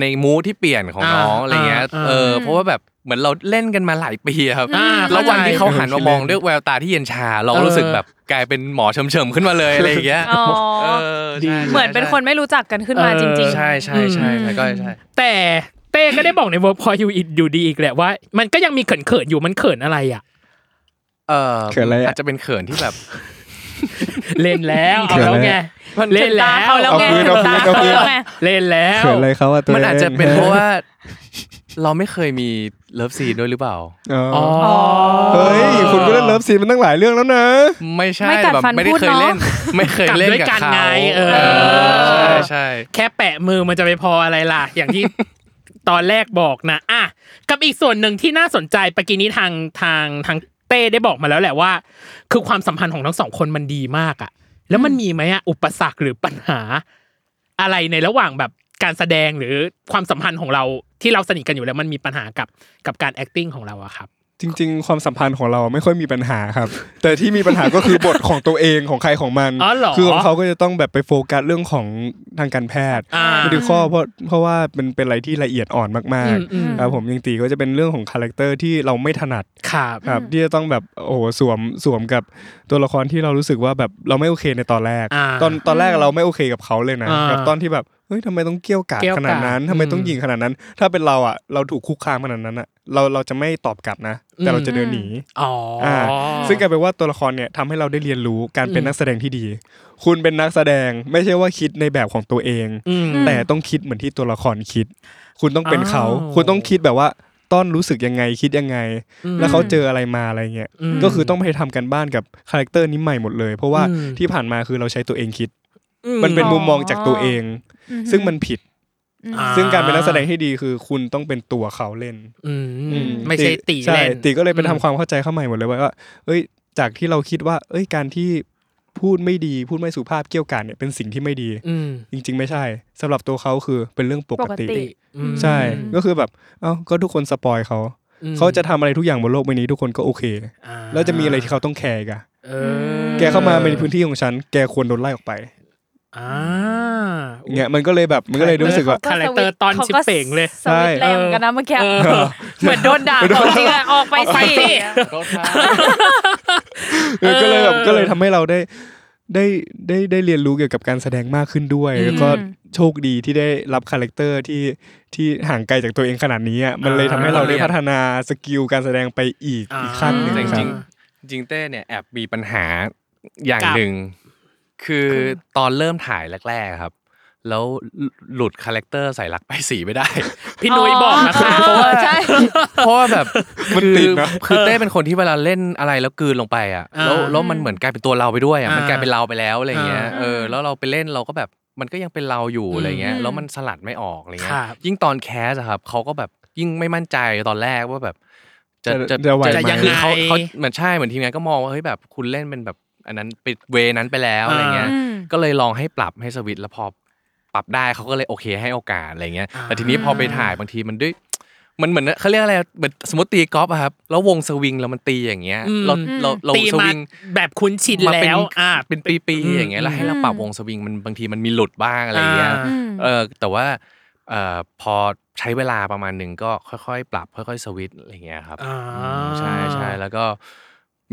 ในมูที่เปลี่ยนของ
อ่า
น้องอะไรเงี้ย
อ่า
เอออเพราะว่าแบบเหมือนเราเล่นกันมาหลายปีอะครับ
อ่า
แล้ววัน
เข้าใจ
ที่เขาหันมามองด้วยแววตาที่เย็นชา เราก็รู้สึก
เออ
แบบกลายเป็นหมอเฉมๆขึ้นมาเลยอะไรเงี้ย
อ๋อ
เออใช่
เหมือนเป็นคนไม่รู้จักกันขึ้นมาจริง
ใช่ใช่ใช่ใช่ก็ใช่
แต่เต้ก็ได้บอกในเวิร์กพออยู่อีกอยู่ดีอีกแหละว่า มันก็ยังมีเขินเขินๆอยู่มันเขินอะไรอ่ะ
เออ
เขินอะไรอะ
อาจจะเป็นเขินที่แบบ
เล่นแล้วเอาแล้วไงเล่นแล้ว
เอาแล้วไง
เอาคืนเอาคืนเอาคืน
เอาไง
เล่นแล้ว
เขินอะไรเขาอะตัว
มันอาจจะเป็น
ง
เพราะว่า เราไม่เคยมีเลิฟซีนด้วยหรือเปล่า
อ๋ออ
อ๋อ
เฮ้ยคุณก็เล่นเลิฟซีนมันตั้งหลายเรื่องแล้วนะ
ไม่ใช่
ไม่กัด
แบบ
ฟัน
ไม่ได้
พูด
เคยเล่น
เนอะ
ไม่เคย
กลับ
เล่น
ด้วย
กับ
กัน
เขา
ไงเออ
ใช่ใช่
แค่แปะมือมันจะไปพออะไรล่ะ อย่างที่ ตอนแรกบอกนะอ่ะกับอีกส่วนหนึ่งที่น่าสนใจปกี้นี้ทางทางทางเต้ได้บอกมาแล้วแหละว่า คือความสัมพันธ์ของทั้งสองคนมันดีมากอะแล้วมันมีไหมอะอุปสรรคหรือปัญหา อะไรในระหว่างแบบการแสดงหรือความสัมพันธ์ของเราที่เราสนิทกันอยู่แล้วมันมีปัญหากับกับการ acting ของเราอะครับ
จริง ๆ ความสัมพันธ์ของเราไม่ค่อยมีปัญหาครับ แต่ที่มีปัญหาก็คือบทของตัวเองของใครของมัน
อ๋อเหรอ
คือของเขาก็จะต้องแบบไปโฟกัสเรื่องของทางการแพทย์
อ่า
ไม่ไดูข้อเพราะเพราะว่ามันเป็นอะไรที่ละเอียดอ่อนมาก
อืมอืม
ๆครับผมยังตีก็จะเป็นเรื่องของคาแรคเตอร์ที่เราไม่ถนัด
ครับ
ครับที่จะต้องแบบโอ้โหสวมสวมกับตัวละครที่เรารู้สึกว่าแบบเราไม่โอเคในตอนแรก
า
ตอนตอนแรกเราไม่โอเคกับเขาเลยนะ
อ่า
กับตอนที่แบบเฮ้ยทำไมต้องเกี้ยวกาด
เกี้ยว
ข
กาด
นาดนั้นทำไมต้อง
อืม
ยิงขนาดนั้น ถ้าเป็นเราอ่ะเราถูกคุกคามขนาดนั้นอ่ะเราเราจะไม่ตอบกลับนะ แต่เรา
อืม
จะเดินหนี
อ๋ออ
อ่าซึ่งกลายเป็นว่าตัวละครเนี่ยทำให้เราได้เรียนรู้การเป็น
อืม
นักแสดงที่ดี คุณเป็นนักแสดงไม่ใช่ว่าคิดในแบบของตัวเอง
อืม
แต่ต้องคิดเหมือนที่ตัวละครคิด คุณต้องเป็นเขา
อ้าว
คุณต้องคิดแบบว่าต้อนรู้สึกยังไงคิดยังไง
อืม
แล้วเขาเจออะไรมาอะไรเงี้ย
อืม
ก็คือต้องไปทำกันบ้านกับคาแรคเตอร์นี้ใหม่หมดเลย เพราะว่า
อืม
ที่ผ่านมาคือเราใช้ตัวเองคิด
อื
มันเป็นมุมมองจากตัวเอง
อืม
ซึ่งมันผิด
อ่
ซึ่งการเป็นนักแสดงที่ดีคือคุณต้องเป็นตัวเขาเล่น
อืม
อื
ไม่ใช่ตี
ใช่
เล่น
ตีก็เลยไป
อืม
ทำความเข้าใจเข้าใหม่หมดเลยว่าว่าเอ้ย จากที่เราคิดว่า เอ้ย การที่พูดไม่ดีพูดไม่สุภาพเกี่ยวกาดเนี่ยเป็นสิ่งที่ไม่ดี
อืม
จริง ๆ ไม่ใช่สำหรับตัวเขาคือเป็นเรื่องป
ป
ก
ก
ติ
ติ
ใช่ ก็คือแบบ เอ้า ก็ทุกคนสปอยเขา
อืม
เขาจะทำอะไรทุกอย่างบนโลกใบนี้ทุกคนก็โอเค
อ่า
แล้วจะมีอะไรที่เขาต้องแคร์อีกอะ
เออ
แกเข้ามาในพื้นที่ของฉัน แกควรโดนไล่ออกไป
อ่า
เงี้ย มันก็เลยแบบ มันก็เลยรู้สึกว่า
คาแรคเตอร์ตอนชิปเป่งเลย
สวิตช์แรงเหมือนกันนะเมื่อกี้
เออ
เหมือนโดนด่าของจริงอะออกไป
ออกไป
สิ
สิ
เออก็เลยแบบ
เออ
ก็เลยทำให้เราได้ได้ได้ได้เรียนรู้เกี่ยวกับการแสดงมากขึ้นด้วย แล้วก็โชคดีที่ได้รับคาแรคเตอร์ที่ที่ห่างไกลจากตัวเองขนาดนี้อ่ะมันเลยทำให้เราได้พัฒนาสกิลการแสดงไปอีก
อ่า
อีกขั้นหนึ่ง
แต่จ
ครั
ริ
บ
งๆจริงเต้เนี่ยแอบมีปัญหาอย่าง
กับ
หนึ่งคือตอนเริ่มถ่ายแรกๆครับ แล้วหลุดคาแรคเตอร์ใส่หลักไปสีไม่ได้
พี่นุ้ยบอกนะคะ
เออใช่
เพราะว่าแบบ
มัน
คือ
ติดนะ
คือเต้เป็นคนที่เวลาเล่นอะไรแล้วกลืนลงไปอ่ะ
อ่า
แล้วแล้วมันเหมือนกลายเป็นตัวเราไปด้วยอ่ะมัน
อ่าก
ลายเป็นเราไปแล้วอะไรเงี้ย
อ่า
เออแล้วเราไปเล่นเราก็แบบมันก็ยังเป็นเราอยู่อะไรเงี้ยแล้วมันสลัดไม่ออกอะไรเงี้
ครั
ย
บ
ยิ่งตอนแคสอะครับเขาก็แบบยิ่งไม่มั่นใจตอนแรกว่าแบบ จะจะ
จะไหว
จะ
ไหม
ยัง
คือ
ไง
เขาเขาเหมือนใช่เหมือนทีมงานก็มองว่าเฮ้ยแบบคุณเล่นเป็นแบบอันนั้นไปเวนั้นไปแล้วอะไรเงี้ย
อืม
ก็เลยลองให้ปรับให้สวิตช์แล้วพอปรับได้เขาก็เลยโอเคให้โอกาสอะไรเงี้ย
อ่า
แต่ทีนี้พอไปถ่ายบางทีมันด้วย มันเหมือนเขาเรียกอะไรเหมือนสมมติตีกอล์ฟอะครับแล้ววงสวิงเรามันตีอย่างเงี้ยเราเราเรา
ตี
ส
มา
วิง
แบบคุ้นชิน
มาเป็น
แล้วอ่า
เป็นปี
อืม
ๆอย่างเงี้ยแล้วให้เราปรับวงสวิงมันบางทีมันมีหลุดบ้างอะไรเงี้ย
อ่า
เออแต่ว่าเอ่อพอใช้เวลาประมาณหนึ่งก็ค่อยๆ ปรับค่อยๆสวิตช์อะไรเงี้ยครับ
อ่า
ใช่ใช่แล้วก็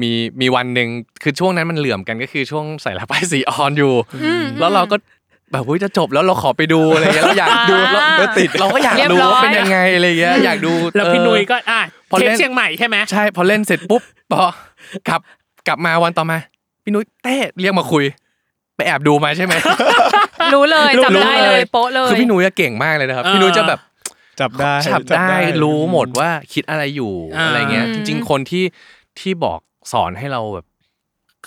มีมีวันหนึ่งคือช่วงนั้นมันเหลื่อมกันก็คือช่วงใส่ละป้ายสีออนอยู่ แล้วเราก็แบบว่าจะจบแล้วเราขอไปดูอะไรเงี้ยเราอยากดูเรา
อ่า
ติดเราก็อยาก
เรียบ
ดู
ร้อย
ว่าเป็นยังไงอะไรเงี้ยอยากดู
แล้วพี่
เออ
นุ้ยก็อ่ะ
พอ
เทป
เล่น
เชียงใหม่ใช่ไหม
ใช่พอเล่นเสร็จปุ๊บพอกลับกลับมาวันต่อมา พี่นุ้ยเต้เรียกมาคุย ไปแอบดูมาใช่ไหม
รู้เลยจำได้เลยโป๊ะเลย
คือพี่นุ้ยอะเก่งมากเลยนะครับ
เออ
พี่นุ้ยจะแบบ
จับได้
ฉับได้รู้หมดว่าคิดอะไรอยู่
อ่า
อะไรเงี้ย
อืม
จริง ๆ คนที่ที่บอกสอนให้เราแบบ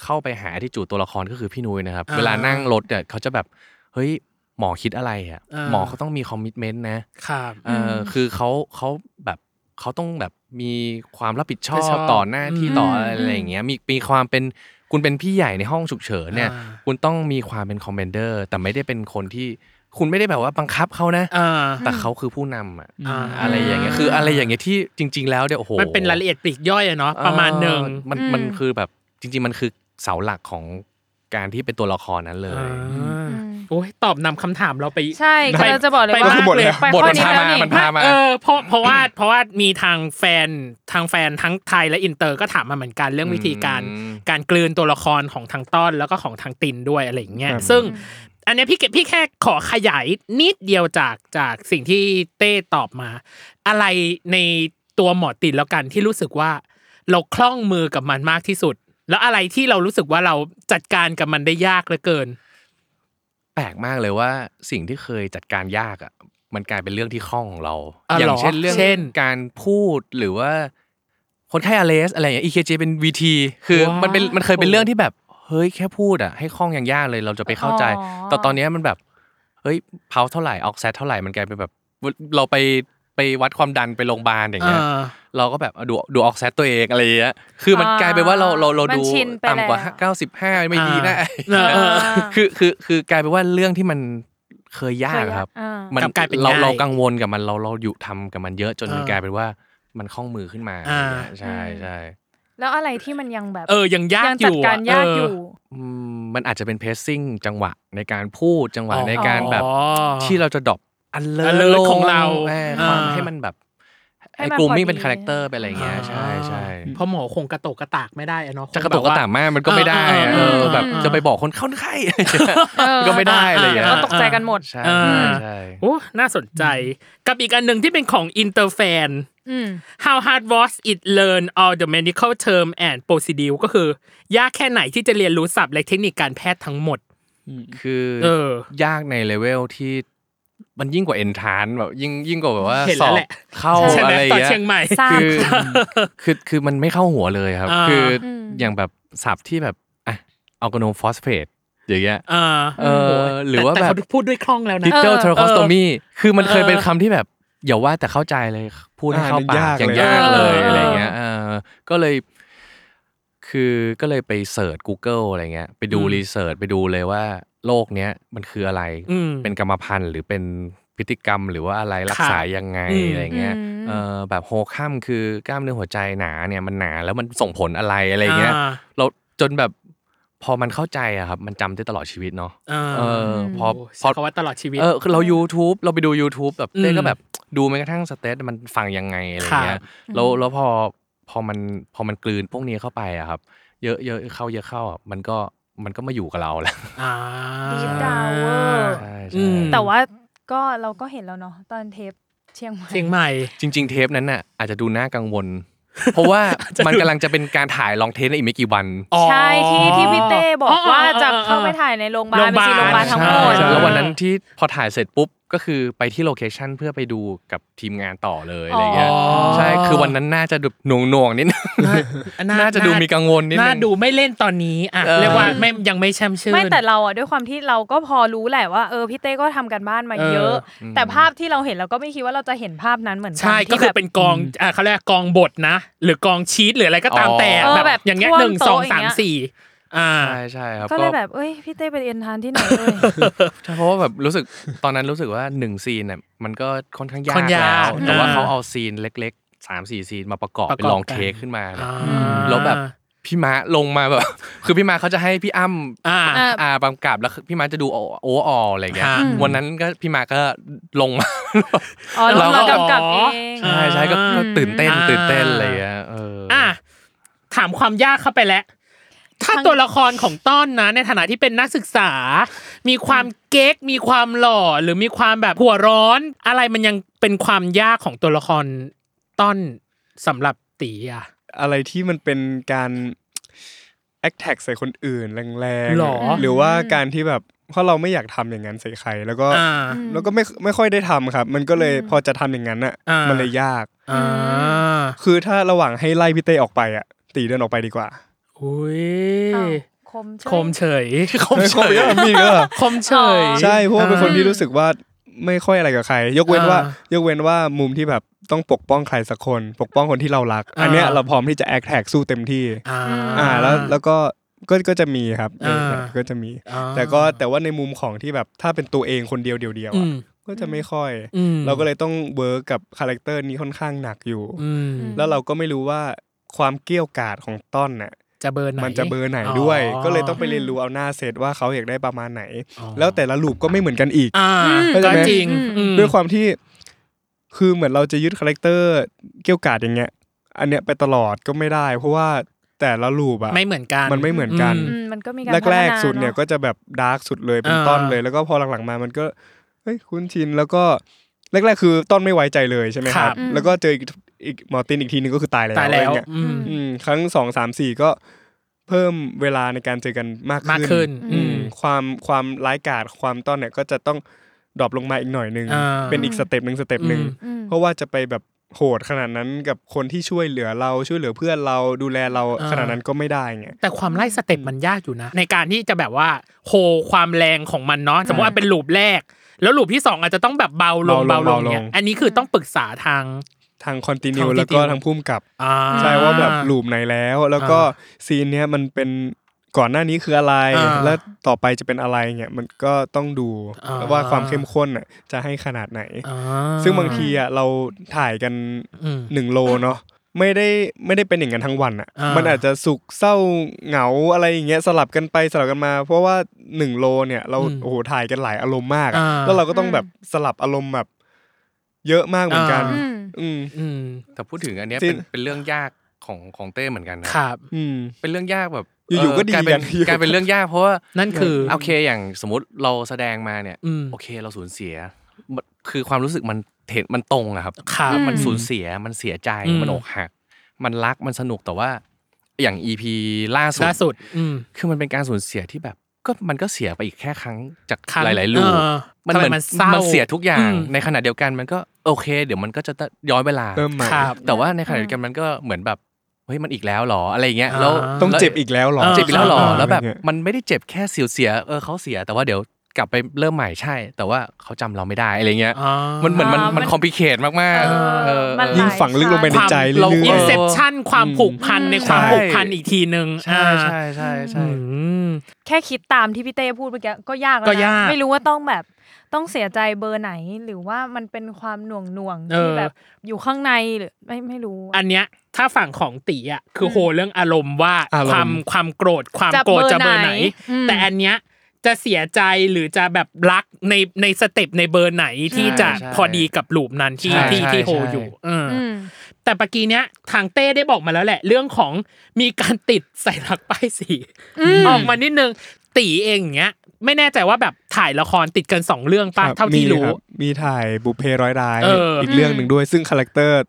เข้าไปหาที่จูดตัวละครก็คือพี่นุ้ยนะครับ
อ่า
เวลานั่งรถเนี่ยเขาจะแบบเฮ้ยหมอคิดอะไรอ่ะ
อ่า
หมอเขาต้องมีคอมมิชเมนต์นะครับ เอออคือเขาเขาแบบเขาต้องแบบมีความรับผิดชอ
รับผิดช
บ
อบ
ต่อหน้าที่
อืม
ต่ออะไรอย่างเงี้ยมีมีความเป็นคุณเป็นพี่ใหญ่ในห้องฉุกเฉินเนี่ย
อ่า
คุณต้องมีความเป็นคอมเมนเดอร์แต่ไม่ได้เป็นคนที่คุณไม่ได้แบบว่าบังคับเขานะ
อ่า
แต่เขาคือผู้นำอ่ะ
า
อะไรอย่างเงี้ยคืออะไรอย่างเงี้ยที่จริง ๆ แล้วเนี่ยโอ้โห
มันเป็นรายละเอียดปลีกย่อยอะเนาะประมาณหนึ่ง
เออมันมันคือแบบจริง ๆ มันคือเสาหลักของการที่เป็นตัวละครนั้นเลย
โอ้ยตอบนำคำถามเราไป
ใช่
ไป
ก็เราจะบอกเลย
ไป
ว่า
ก็คือหมดแล้ว
ไป
บท
ข้อ
มัน
นี้
พา
แล้ว
มา
นี่
มันพามา
เออเพราะเพราะว่าเพราะว่ามีทางแฟนทางแฟนทั้งไทยและอินเตอร์ก็ถามมาเหมือนกันเรื่องวิธีการ
อืม
การกลืนตัวละครของทางต้อนแล้วก็ของทางตินด้วยอะไรอย่างเงี้ยซึ่งอันเนี้ยพี่เกพี่แค่ขอขยายนิดเดียวจากจากสิ่งที่เต้ตอบมา อะไรในตัวหมอตินแล้วกันที่รู้สึกว่า เราคล่องมือกับมันมากที่สุด แล้วอะไรที่เรารู้สึกว่าเราจัดการกับมันได้ยากเหลือเกิน
แปลกมากเลยว่าสิ่งที่เคยจัดการยากอ่ะมันกลายเป็นเรื่องที่คล่องของเรา
อ่ะ
อย่า
เหรง อ
เช่นเรื่อง
เช่น
การพูดหรือว่า คนไข้อเลสอะไรอย่างเงี้ย EKG เป็น VT คือ
ว้าว
มันเป็นมันเคยเป็นเรื่องที่แบบ เฮ้ยแค่พูดอ่ะให้คล่องอย่างยากเลยเราจะไปเข้าใจ
อ๋อ
แต่ตอนเนี้ยมันแบบเฮ้ยเพาเท่าไหร่ออกแซดเท่าไหร่มันกลายเป็นแบบ เราไปไปวัดความดันไปโรงพยาบาลอย่าง
เอ
เงี้ย
อ
เราก็แบบเอาดูดูออกแซตตัวเองอะไรอย่างเงี้ย คือมันกลายเป็นว่าเราเราเรา
มัน
ดู
ชินไป
ต่ำกว่า
แล้ว
เก้าสิบห้าไม่ดีนะ
อ่าเออ
คือคือคือกลายเป็นว่าเรื่องที่มันเคยยากครับ
อ่า
มัน
กลับกลายเป็น
เรา
ง่าย
เรากังวลกับมันเราเราอยู่ทำกับมันเยอะจนมัน
อ่าก
ลายเป็นว่า มันคล่องมือขึ้นมา
อ่า
ใช่ใช่
แล้วอะไรที่มันยังแบบ
เออยังยาก
ยัง
อ
จัด
ยู่อะ
การยากอยู่
เ
อืมมันอาจจะเป็นเพสซิ่งจังหวะในการพูดจังหวะในการแบบ
อ๋อ
ที่เราจะดรอปอันเลิศ
alert ของเรา
ความ
อ่า
ให้มันแบบ
ให้
ไอ้
มัน
กลุ่ม
พอ
นี่เป็น
ดี
คาแรคเตอร์ไปอะไรอย่างเงี้ยใช่ใช่
เพราะหมอคงกระโตกกระตากไม่ได้อเนาะคง
จะกระตุกก
แบ
ระ
บว่
ตากมากมันก็ไม่ได้อะ
เอ
เอ
อ
อแบบ
เออ
จะไปบอกคน เข้าไข้ ก็ไม่ได้อะไรอย่าง
เดี๋ยว
เงี้
ก็
ย
ตกใจกันหมด
ใช่
เออ
ใช่
โอ้น่าสนใจ กับอีกอันหนึ่งที่เป็นของอินเตอร์แฟน
อืม
How hard was it learn all the medical term and procedure ก็คือยากแค่ไหนที่จะเรียนรู้ศัพท์และเทคนิคการแพทย์ทั้งหมด
คือ
เออ
ยากในเลเวลที่มันยิ่งกว่าเอนทานแบบยิ่งยิ่งกว่าแบบว่า
เห็น
ส
แล้
อ
ว
บ
แหละ
เข้า
ใช่ไหม
อะไรอย่า
ตอง น
เงี้ย
เชียงใหม่
ทราบ
คือคือคือมันไม่เข้าหัวเลยครับ
อ่า
คืออ
ม
อย่างแบบสับที่แบบอ่ะอัลกโนฟอสเฟตอย่างเงี้ย
อ่า
เออหรือว่า
แต่
แบ
เขา
บ
พูดด้วยคล่องแล้วนะ
ดิจิตอลเทอร์คอสโตมีคือมัน
เออ
เคยเป็นคำที่แบบอย่าว่าแต่เข้าใจเลยพูดให้
อ่า
เข้าปาก
มั
ยั
นยาย
งาก ก
เล
เล
เออ
ย ย
อ
อะไรเงี้ยเออก็เลย คือก็เลยไปเสิร์ช Google อะไรเงี้ย ไปดู
อืม
รีเสิร์ชไปดูเลยว่าโรคเนี้ยมันคืออะไร
อืม
เป็นกรรมพันธุ์หรือเป็นพฤติกรรมหรือว่าอะไรรักษา
ค่ะ
ยังไง
อืม
อะไรเงี้ย เออแบบโฮคัมคือกล้ามเนื้อหัวใจหนาเนี่ยมันหนาแล้วมันส่งผลอะไรอะไรเงี้ย
อ่า
เราจนแบบพอมันเข้าใจอะครับ มันจำได้ตลอดชีวิตเนาะ
อ่า
เอออพอพอ
โใช้คำว่าตลอดชีวิต
เออคือเรา YouTube เราไปดู YouTube แบบ
อืม
เต้ก็แบบดูแม้กระทั่งสเตตมันฟังยังไงอะไรเงี้
ค่ะ
ยแล้วแล้วพอพอมันพอมันกลืนพวกนี้เข้าไปอะครับ เยอะเยอะเข้าเยอะเข้าอะมันก็มันก็มาอยู่กับเราแหละ
อ่า
Deep down เวอร์
ใช่
อื
ใช่
ม
แต่ว่าก็เราก็เห็นแล้วเนาะตอนเทปเชียงใหม่
เชียงใหม่
จริง ๆ เทปนั้นน่ะอาจจะดูน่ากังวล เพราะว่ามันกำลังจะเป็นการถ่ายลองเทสในอีกไม่กี่วัน
ใช่ที่ที่พี่เต้บอกว่าจะเข้าไปถ่ายในโรงพยาบาล
โรงพยา
เป็
บาล
นสีโรงพยาบาลทั้งหมด
ใช่แล้ววันนั้นที่พอถ่ายเสร็จปุ๊บก็คือไปที่โลเคชันเพื่อไปดูกับทีมงานต่อเลยอะไรเงี้ย
อ๋อ
ใช่คือวันนั้นน่าจะดูหน่วงหน่วงๆนิดนึง น่าจะดูมีกังวลนิดนึง
น่าดูไม่เล่นตอนนี้อ่ะ
เออ
เรียกว่าไม่ยังไม่แช่มชื่น
ไม่แต่เราอ่ะด้วยความที่เราก็พอรู้แหละว่าเออพี่เต้ก็ทำกันบ้านมาเยอะ
เอ
แต่ภาพที่เราเห็นเราก็ไม่คิดว่าเราจะเห็นภาพนั้นเหมือนกั
ใช่ก็
ที่
คื
แบ
อบ เป็นกองอ่ะเขาเรียกกองบทนะ หรือกองชีตหรืออะไรก็ตามแต่
อ๋อ
แบ
เอ
บ
อแบบ
อย่างเงี้ย
ท่วม
หนึ่งสอง
โต๊ะ
สาม
อย่างเงี้ย
สี่อ่า
ใช่ใช่ครับ
ก็เลยแบบเอ้ยพี่เต้ไปเอ็นทานที่ไหนเอ้ย
ใช่เพราะว่าแบบรู้สึกตอนนั้นรู้สึกว่าหนึ่งซีนเนี่ยมันก็ค่อนข้างยาก
ค่อน
แล้
ยาก
วแต่ว่า
อ่า
เขาเอาซีนเล็กๆสามสี่ซีนมาประกอบ
ประกอบ
เป็นลอง
กัน
เทคขึ้นมาเนี่ย
อ่า
แล้วแบบพี่ม้าลงมาแบบ คือพี่ม้าเขาจะให้พี่อ้ำ
อ่า
อ่ะ
อ่าบางกราบแล้วพี่มาร์คจะดูโอโอเวอร์ออลอะไรอย่างเงี้ย
ค่ะ
วันนั้นก็พี่มาร์คก็ลงมา
อ๋อ
เรา
เรา
ก็
ก็กำกับเอง
อ่า
ใช่ใช่ก็ก็ตื่นเต้นตื่นเต้นอะไรอย่างเงี้ยเอออ
อ่ะถามความยากเข้าไปแล้วถ้าตัวละครของต้อนนะในฐานะที่เป็นนักศึกษา มีความเก๊กมีความหล่อหรือมีความแบบหัวร้อน อะไรมันยังเป็นความยากของตัวละครต้อนสำหรับตีอ่ะ
อะไรที่มันเป็นการแอคแท็กใส่คนอื่นแรง
หรอ
หรือว่าการที่แบบเพราะเราไม่อยากทำอย่างนั้นใส่ใครแล้วก็
อ่า
แล้วก็ไม่ไม่ค่อยได้ทำครับ มันก็เลยพอจะทำอย่างนั้นอ่ะ
อ่ามั
มันเลยยาก
อ่า
คือถ้าระหว่างให้ไล่พี่เต้ออกไปอ่ะ ตีเดินออกไปดี กว่า
อุ้
อ้าวย คม
ค
ช่วย
มเฉย
คมเฉยมีก็
คมเฉย
ใช่เพราะว่าเป็นคนที่รู้สึกว่าไม่ค่อยอะไรกับใคร ยกเว้นว่า
อ่
ยกเว้นว่ามุมที่แบบต้องปกป้องใครสักคน ปกป้องคนที่เรารัก
อ่า
อันเนี้ยเราพร้อมที่จะแอคแท็กสู้เต็มที่
อ่า
อ่าแล้วแล้วก็ก็ก็จะมีครับ
อ่า
เออก็จะมี
อ่า
แต่ก็แต่ว่าในมุมของที่แบบถ้าเป็นตัวเองคนเดียวเดียวๆ
อื
อะ
ม
ก็จะไม่ค่อย
อืม
เราก็เลยต้องเวิร์กกับคาแรคเตอร์นี้ค่อนข้างหนักอยู่
อืม
แล้วเราก็ไม่รู้ว่าความเกรี้ยวกราดของต้นน่ะ
จะเบอร์ไหน
มันจะเบอร์ไหนด้วย ก็เลยต้องไป
อืม
เรียนรู้เอาหน้าเซตว่าเขาอยากได้ประมาณไหน
อ๋อ
แล้วแต่ละลูปก็ไม่เหมือนกันอีก
อ่า
เข้าใจ
ก็
ไหม
จริง
อืม
อืม
ด้วยความที่คือเหมือนเราจะยึดคาแรคเตอร์เกรี้ยวกราดอย่างเงี้ย อันเนี้ยไปตลอดก็ไม่ได้ เพราะว่าแต่ละลูปอะ
ไม่เหมือนกัน
มันไม่เหมือนกัน
อื
ม
มมันก็มีการ
แรกๆสุดเนี่ยก็จะแบบดาร์กสุดเลยเป็น
อ่า
ต้นเลย แล้วก็พอหลังๆมามันก็เฮ้ยคุ้นชินแล้วก็แรก ๆ คือต้นไม่ไว้ใจเลยใช่ไหมครับ แล้วก็เจออีกอีกหมอตินอีกทีนึงก็คือตายแล้ว
ตาย
อะไร
แล้ว
เงี้ย
อืม
อืมครั้งสองสามสี่ก็เพิ่มเวลาในการเจอกันมาก
มากขึ้น
อื
อื
ม
ม
ความความร้ายกาจความต้นเนี่ยก็จะต้องดรอปลงมาอีกหน่อยหนึง
อ่า
เป็นอีกสเต็ปหนึ่งสเต็ปหนึ่ง
อืม
เพราะว่าจะไปแบบโหดขนาดนั้นกับคนที่ช่วยเหลือเราช่วยเหลือเพื่อนเราดูแลเราขนาดนั้นก็ไม่ได้ไง
แต่ความไล่สเต็ปมันยากอยู่นะ ในการที่จะแบบว่าโฮความแรงของมันเนาะสมมติว่าเป็นลูปแรก แล้วลูปที่สองอาจจะต้องแบบเบาลง
เบาลง
เบาลง
เบาลง
เนี่ยอันนี้คือต้องปรึกษาทาง
ทางคอนติเนีย
ทาง
แล้วก็
continue
ทางพุ่มกับ
อ่า
ใช่ว่าแบบลูปไหนแล้ว แล้วก็ซีนเนี้ยมันเป็น ก่อนหน้านี้คืออะไร
อ่า
แล้วต่อไปจะเป็นอะไรเงี้ยมันก็ต้องดู
อ่า
ว่าความเข้มข้นอ่ะจะให้ขนาดไหน
อ่า
ซึ่งบางทีอ่ะเราถ่ายกัน
อืม
หนึ่งโลเนาะไม่ได้ไม่ได้เป็นอย่างนั้นทั้งวันอ่ะ
อ่ามั
มันอาจจะสุขเศร้าเหงาอะไรอย่างเงี้ยสลับกันไปสลับกันมา เพราะว่าหนึ่งโลเนี่ยเรา
อืม
โอ้โหถ่ายกันหลายอารมณ์มากอะ
อ่า
แล้วเราก็ต้องแบบสลับอารมณ์แบบเยอะมากเหมือนกัน
อืม
อืม
อืม
แต่พูดถึงอันเนี้ยเป็น
จริง
เป็นเรื่องยากของของเต้เหมือนกันนะ
ครับ
อืม
เป็นเรื่องยากแบบ
อยู่ๆก็ดี
เเป็น
กันอยู่ๆ
กลายเป็นเรื่องยากเพราะว่า
นั่นคือ
โอเคอย่างสมมติเราแสดงมาเนี่ย
อืม
โอเคเราสูญเสียมันคือความรู้สึกมันเห็นมันตรงอะครับ
ครับ
มันสูญเสียมันเสียใจ
อืม
มันอกหัก มันรักมันสนุกแต่ว่า อย่างอีพีล่าสุด
ล่าสุด อืม
คือมันเป็นการสูญเสียที่แบบก็มันก็เสียไปอีกแค่ครั้งจาก
ครั้ง
หลาย ๆ ลูก
เออ
มัน
ทำ
เห
ไม
มื
มั
อน
นเศร้า
เสียทุกอย่าง
อืม
ในขณะเดียวกันมันก็โอเค เดี๋ยวมันก็จะย้อนเวลา
เริ่มใหม่
ครับ
แต่ว่าในขณะเดียวกันมันก็เหมือนแบบเฮ้ยมันอีกแล้วเหรออะไรอย่างเงี้ยแล้ว
อ่า
ต้อง
แล้ว
เจ็บอีกแล้วเหรอ
เ
เจ็บอีกแล้วเหรอ
อ่า
แล้วแบบ
อะไรเงี้ย
มันไม่ได้เจ็บแค่เสียวเสีย เออเขาเสีย แต่ว่าเดี๋ยวกลับไปเริ่มใหม่ใช่ แต่ว่าเขาจำเราไม่ได้อะไรเงี้ย
อ่า
มันเหมือนมัน
อ่ามั
มัน
น
คอมพลิเคทมากๆเออ
มันหลาย
ยิ่งฝังลึกลงไปใน
ชั้น
ใจเรื่
เรา
อยๆ
อินเซปชันความผูกพันในความ
ใช่
ผูกพันอีกทีหนึ่ง
ใช่
อ่า
ใช่ใช่ใช่
อืม
แค่คิดตามที่พี่เต้พูดเมื่อกี้ก็ยากแล้วนะ
ก็ยาก
ไม่รู้ว่าต้องแบบต้องเสียใจเบอร์ไหน หรือว่ามันเป็นความหน่วงหน่วงๆ
เออ
ที่แบบอยู่ข้างในหรือไม่ไม่รู้อะ
อันเนี้ยถ้าฝั่งของตีอ่ะคือโหเรื่องอารมณ์ว่า
อารมณ์
ความความโกรธความ
จะ
โกรธ
เบอร์
จะเบอร์ไหน
ไหนอืม
แต่อันเนี้ยจะเสียใจหรือจะแบบรักในในสเต็ปในเบอร์ไหนที่จะ
ใช่
พอดีกับลูปนั้นที่
ใช่
ที่
ใช่
ที่โฮ
ใช่
อยู่เอออแต่ปกี้เนี้ยทางเต้ได้บอกมาแล้วแหละ เรื่องของมีการติดใส่ลักป้ายสีออกมานิดนึงตีเองอย่างเงี้ย ไม่แน่ใจว่าแบบถ่ายละครติดกันสองเรื่องป่ะ
ครับ
เท่าที่รู้
มีคบมีถ่ายบุพเพร้อยร้าย
เอออี
อีกเรื่องหนึ่งด้วยซึ่งคาแรคเตอร์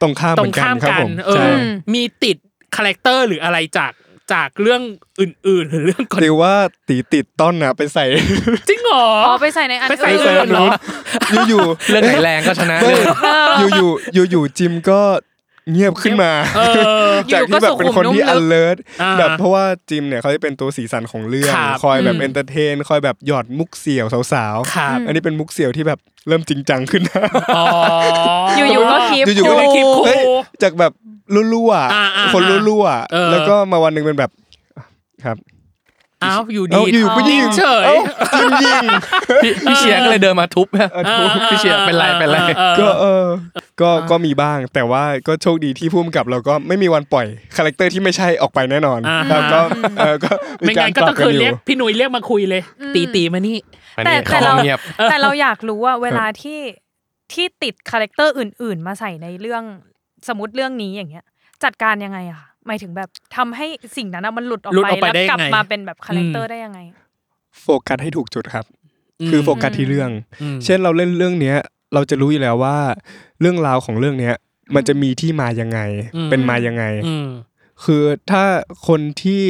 ตรงข้ามเห
ตร
มือ
ง
นกัน
ข้าม
ครับผ
กัน
ม
เอ
ใช่
อมีติดคาแรคเตอร์หรืออะไรจากจากเรื่องอื่นๆ หรือเรื่องก่อน
หรือว่าตีติดต้นอ่ะไปใส่
จริงเหรอ
อ๋อไปใส่ในอัน
ไปใส่
อื่น
ใส่
เอื่
อั
น
น
เหร
นู้
อน
อยู่ๆ
เรื่องไหนแรงก็ชนะ
เอ
เรื่อง
ออยู่ๆอยู่ๆอยู่ๆจิมก็เงียบขึ้นมา
เออ
จากที่แบบเป็นคนที่
อยู่ก็สุขุมนุ่มลึก
alert
อ่า
แบบเพราะว่าจิมเนี่ยเขาจะเป็นตัวสีสันของเรื่อง
ครับ
คอยแบบ
อืม
เอนเตอร์เทนคอยแบบหยอดมุกเสี่ยวสาว
ครับ
ๆอันนี้เป็นมุกเสี่ยวที่แบบเริ่มจริงจังขึ้นนะ
อ๋ออ
อยู่ๆก็คลิป
อยู่ๆก็ได้คลิป
โอ้โห
เฮ้ยจากแบบรั่วๆ
อ่าๆๆ
คนรั่วๆ
เออ
แล้วก็มาวันหนึ่งเป็นแบบครับ
อ้าวอยู่ดี
เอาอยู่ก็ยิง
เฉย
เอ้ายิงยิง
พี่พี่เชียร์ก็เลยเดินมาทุบนะพี่เชียร์เป็นไรเป็นไร
ก็เออ ก็ก็มีบ้าง แต่ว่าก็โชคดีที่พุ่มกับเราก็ไม่มีวันปล่อยคาแรคเตอร์ที่ไม่ใช่ออกไปแน่นอน
อ่า
แล้วก็เออก็มี
ไม่
กา
งั้
ร
นก็
ปรับ
ต้อง
กัน
คืน
อ
เรีย
ยู่
กพี่หนุ่ยเรียกมาคุยเลย ตีตีๆมานี่
อัน
แต่
นี้
แต่
เขา
เรา
เงียบ
แต่เราอยากรู้ว่าเวลาที่ที่ติดคาแรคเตอร์อื่น ๆ มาใส่ในเรื่องสมมติเรื่องนี้อย่างเงี้ย จัดการยังไงอะคะหมายถึงแบบทำให้สิ่งนั้นอะมันหลุดออก
หลุด
ไป
ออกไป
แล้ว
ได้ยังไง
กลับมาเป็นแบบคาแรคเตอ
อื
ร์
ม
ได้ยังไง
โฟกัสให้ถูกจุดครับ คือโฟกัสที่เรื่อง
อืม
เช่นเราเล่นเรื่องเนี้ย เราจะรู้อยู่แล้วว่า เรื่องราวของเรื่องเนี้ย มันจะมีที่มายังไง
อืม
เป็นมายังไง
อืม
คือถ้าคนที่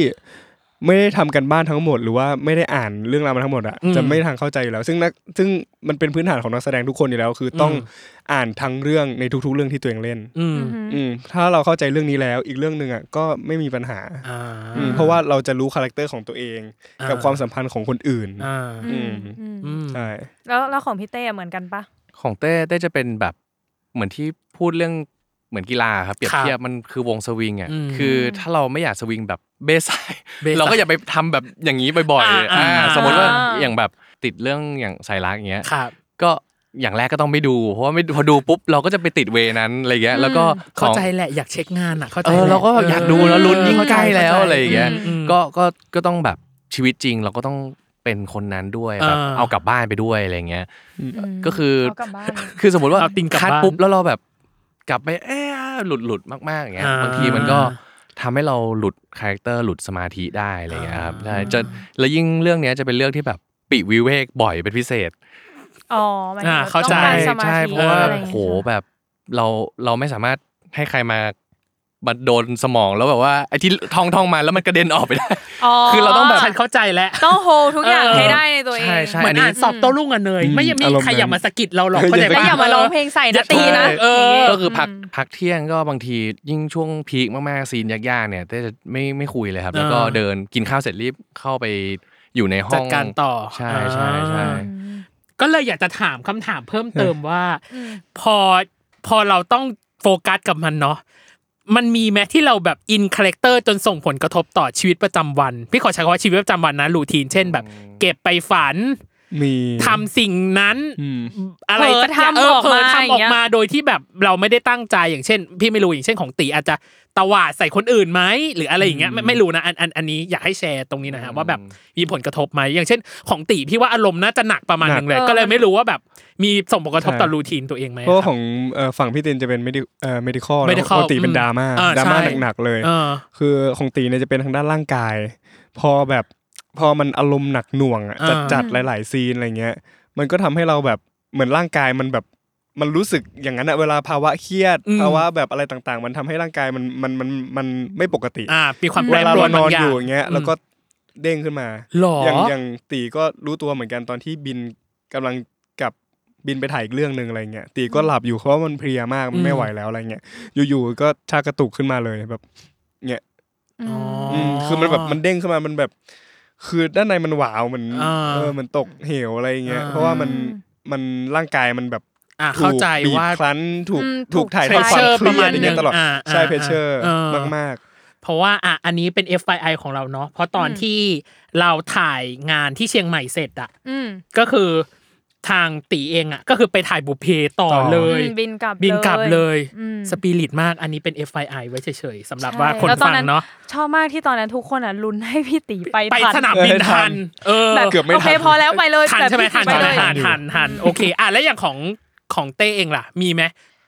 ไม่ได้ทำกันบ้านทั้งหมด หรือว่าไม่ได้อ่านเรื่องราวมาทั้งหมดอะ
อืม
จะไม่ทางเข้าใจอยู่แล้ว ซึ่งนักซึ่งมันเป็นพื้นฐานของนักแสดงทุกคนอยู่แล้ว คือต้อง
อืม
อ่านทั้งเรื่องในทุก ๆ เรื่องที่ตัวเองเล่น
อืม
อืมถ้าเราเข้าใจเรื่องนี้แล้ว อีกเรื่องหนึ่งอ่ะก็ไม่มีปัญหา
อ่า
อืมเพราะว่าเราจะรู้คาแรคเตอร์ของตัวเอง
อ่
กับความสัมพันธ์ของคนอื่น
อ่า
อืม
อืม
ใช่
แล้วแล้วของพี่เต้อะเหมือนกันปะ
ของเต้เต้จะเป็นแบบเหมือนที่พูดเรื่องเหมือนกีฬาครับเปรียบ
ครับ
เทียบมันคือวงสวิงอ่ะ
อืม
คือถ้าเราไม่อยากสวิงแบบเบสไซด์
เบสไซด์
เราก็อย่าไปทำแบบอย่างนี้บ่อย
อ่า
ๆอ่า
อ่า
สมมติว่า
อ่า
อย่างแบบติดเรื่องอย่างสายลักอย่างเงี้ย
ครับ
ก็อย่างแรกก็ต้องไม่ดู เพราะว่าไม่พอดูปุ๊บ เราก็จะไปติดเวนั้นอะไรเงี้ยแล้วก็
เข้า
ของ
ใจแหละอยากเช็คงานอ่ะเข้าใจ
เออ
แหละ
เราก็แบบอยากดูแล้วลุ้นยิ่งใกล้แล้ว
ข้าใจ
อะไรอย่างเงี้ย
อืม
ก็ก็ก็ต้องแบบชีวิตจริงเราก็ต้องเป็นคนนั้นด้วยแบบ
อ่า
เอากลับบ้านไปด้วยอะไรอย่างเงี้ยก็คือ
เอากลับบ้าน
คือสมมติว่า
เอาติงกลับ
คัด
บ้าน
ปุ๊บแล้วเราแบบกลับไปเอ๊ะหลุดหลุดมากๆอย่างเงี้ย
อ่า
บางทีมันก็ทำให้เราหลุดคาแรคเตอร์หลุดสมาธิได้อะไรอย่างเงี้ยครับ
อ่า
ใช่จะแล้วยิ่งเรื่องเนี้ยจะเป็นเรื่องที่แบบปิวิเวกบ่อยเป็นพิเศษ
อ๋อหมายถึง
อ่า
ว่า
เข้า
ต้อง
ใจ
การสมา
ใช่
ธิ
เพราะว่า
อไอย่ง
โห
เงี้ยใช่ปะ
แบบเราเราไม่สามารถให้ใครมามาโดนสมองแล้วแบบว่าไอ้ที่ท่องท่องมาแล้วมันกระเด็นออกไปได้
อ๋อ
คือเราต้องแบบ
ฉันเข้าใจแล้ว
ต้องโฮลทุกอย่าง
เออ
ให้ได้ในตัวเอง
ใช่ใช่
เหมือ
อัน
น
นี้
อ่านสอบโต้รุ่งอะเนยไม่ยังมี
อารมณ์
ใคร
นั้น
อยากมาสะกิดเราหรอกเข้าใจ
ไม่
ปะ
อย่ามาร้องเพลงใส่
อย่า
นะตีนะ
เออ
ย่างงี้
ก็คือพักพักเที่ยงก็บางทียิ่งช่วงพีคมากๆซีนยากๆเนี่ยเต้จะไม่ไม่คุยเลยครับ แล้วก็
อ่า
เดินกินข้าวเสร็จรีบเข้าไปอยู่ในห้
จั
อ
ด
ง
การต่อ
ใช่ใช่ใช่
อ่าก็เลยอยากจะถามคำถามเพิ่มเติมว่า พอพอเราต้องโฟกัสกับมันเนาะ มันมีแม้ที่เราแบบอินคาแรคเตอร์จนส่งผลกระทบต่อชีวิตประจำวัน พี่ขอใช้คำว่าชีวิตประจำวันนะรูทีนเช่นแบบ เก็บไปฝัน
มี
ทำสิ่งนั้น
อืม
อะไรสักย่าง
เผลอทำออกมาอ
เเผลทำอย่าง
เงี้ย
อกมาโดยที่แบบเราไม่ได้ตั้งใจอย่างเช่น พี่ไม่รู้อย่างเช่นของตีอาจจะตวาดใส่คนอื่นไหมหรืออะไรอย่างเงี้ยไม่ไม่รู้นะอันอันอันนี้อยากให้แชร์ตรงนี้นะฮะว่าแบบมีผลกระทบไหมอย่างเช่น ของตีพี่ว่าอารมณ์น่าจะหนักประมาณหนึงเลย
หนัก
ก็เลยไม่รู้ว่าแบบมีส่งผลกระทบต่อ
ใช่
รูทีนตัวเองไหม
เพราะว่าข
ครับ
องเอ่อฝั่งพี่ตินจะเป็นไม่ได้เอ่อ medical นะ
medical
ปกติเป็น
อืม
ดราม่า
อ่า
ดราม่า
ใช่
หนักๆเลย
เออ
คือของตีเนี่ยจะเป็นทางด้านร่างกาย พอแบบพอมันอารมณ์หนักหน่วงอ่ะ
อ่า
จัดจัดๆหลาย ๆ ซีนอะไรเงี้ย มันก็ทำให้เราแบบเหมือนร่างกายมันแบบมันรู้สึกอย่างนั้นอะเวลาภาวะเครียดภาวะแบบอะไรต่างๆ มันทำให้ร่างกายมันมันมันมันไม่ปกติ
อ่ามีความแปร
เวลา
ปรว
เราน
นบา
อง นอย่
อา
ยู่
ง
อย่างเงี้ยแล้วก็เด้งขึ้นมา
หรออ
ย่างอย่างตีก็รู้ตัวเหมือนกันตอนที่บินกำลังกลับบินไปถ่ายอีกเรื่องหนึ่งอะไรเงี้ยตีก็หลับอยู่เพราะว่ามันเพลียมากมันไม่ไหวแล้วอะไรเงี้ยอยู่ๆก็ชักกระตุกขึ้นมาเลยแบบ
อ๋ออ
อืมคือมันแบบมันเด้งขึ้นมามันแบบ คือด้านในมันหวาวเหมือน
อ่า
เออเหมันตกเหวอะไรเงี้ย
อ่า
เพราะว่ามันมันร่างกายมันแบบ
อ่าเข้าใจ
บีบ
ว่า
คลั้นถูก
อืม
ถูกถ่าย
ถู
ทอด
ก
ความเครียดอ
ใช้
ย่างเงี้ยตลอด
อ่า
ใช่
อ่า
เพชเชอร์
อ่า
มาก
เพราะว่าอ่ะอันนี้เป็น FYI ของเราเนาะเพราะตอนที่เราถ่ายงานที่เชียงใหม่เสร็จอะ
อืม
ก็คือทางตีเองอ่ะ ก็คือไปถ่ายบุพเพต่อเลย
อืมบินกลับ
บินกลับเลย
อืม
สปิริตมากอันนี้เป็น FII ไว้เฉยๆสำหรับ
ใช่
ว่าคน
แล้วตอ
ฟั
น
ง
นั้น
เนาะ
ชอบมากที่ตอนนั้นทุกคนอ่ะลุ้นให้พี่ตีไป
ไป
ทัน
สนามบินทัน เออ
แบบ
ๆเกือบไม่
โอ
ทั
เคน พอแล้วไปเลย
ทัน
แบบ
ใช่ไหมทัน
ไป
ใช่ไหม
เลย
ทันทันทันโอเคอ่ะแล้วอย่างของของเต้เองล่ะ มีไหม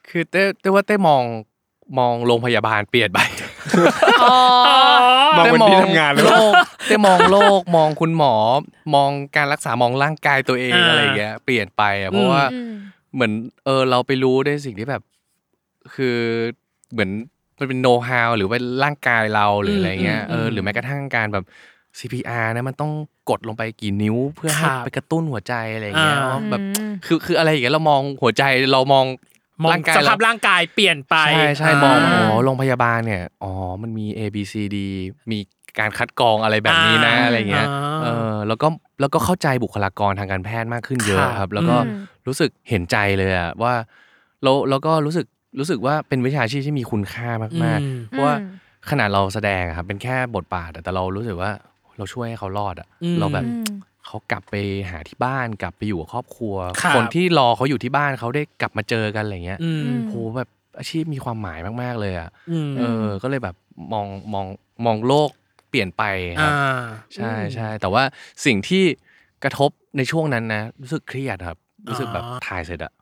คือเต้เต้ว่าเต้มองมองโรงพยาบาลเปลี่ยนไป
อ๋อ
มองเหมือนที่
เต้
ทำงานเลย
โล
ว่ะ
กเต้มองโลก มองคุณหมอ มองการรักษามองร่างกายตัวเอง
อ่า
อะไรอย่างเงี้ยเปลี่ยนไปอ่ะเพราะว่า
อืม
เหมือนเออเราไปรู้ได้สิ่งที่แบบ คือเหมือนมันเป็นโน้ตฮาวหรือว่าร่างกายเราหรืออะไรเงี้ย
อืม
เออ
ม
อหรือแม้กระทั่งการแบบ CPR นะมันต้องกดลงไปกี่นิ้วเพื่อ
ครั
ให้
บ
ไปกระตุ้นหัวใจอะไรอย่างเงี้ย
อ่า
อ๋อแบบคือคืออะไรอย่างเงี้ยเรามองหัวใจเรามอง
มอง
ร่างกาย
ส
เร
ภาพร่างกายเปลี่ยนไป
ใช่ใช่
า
มองว่าอ๋อโรงพยาบาลเนี่ยอ๋อมันมี A B C D มีการคัดกรองอะไรแบบนี้นะ
อ่า
อะไรเงี้ย
อ่า
เออแล้วก็แล้วก็เข้าใจบุคลากรทางการแพทย์มากขึ้นเย
ครับ
อะครับ แล้วก็
อืม
รู้สึกเห็นใจเลยอะว่าแล้วแล้วก็รู้สึกรู้สึกว่าเป็นวิชาชีพที่มีคุณค่ามาก
อืม
ๆเพราะว่าขนาดเราแสดงอะครับเป็นแค่บทบาทอะแต่เรารู้สึกว่าเราช่วยให้เขารอดอะเราแบบ
อืม
เขากลับไปหาที่บ้านกลับไปอยู่กับครอบครัว
ครับ
นที่รอเขาอยู่ที่บ้านเขาได้กลับมาเจอกันอะไรเงี้ย
อืม
โหแบบอาชีพมีความหมายมาก ๆ เลยอ่ะ
อืม
เออ ก็เลยแบบมองมองมองโลกเปลี่ยนไปค
อ่า
รับใช่ใช่แต่ว่าสิ่งที่กระทบในช่วงนั้นนะ รู้สึกเครียดครับ รู้สึกแบบ
อ่า
ถ่ายเสร็จอะ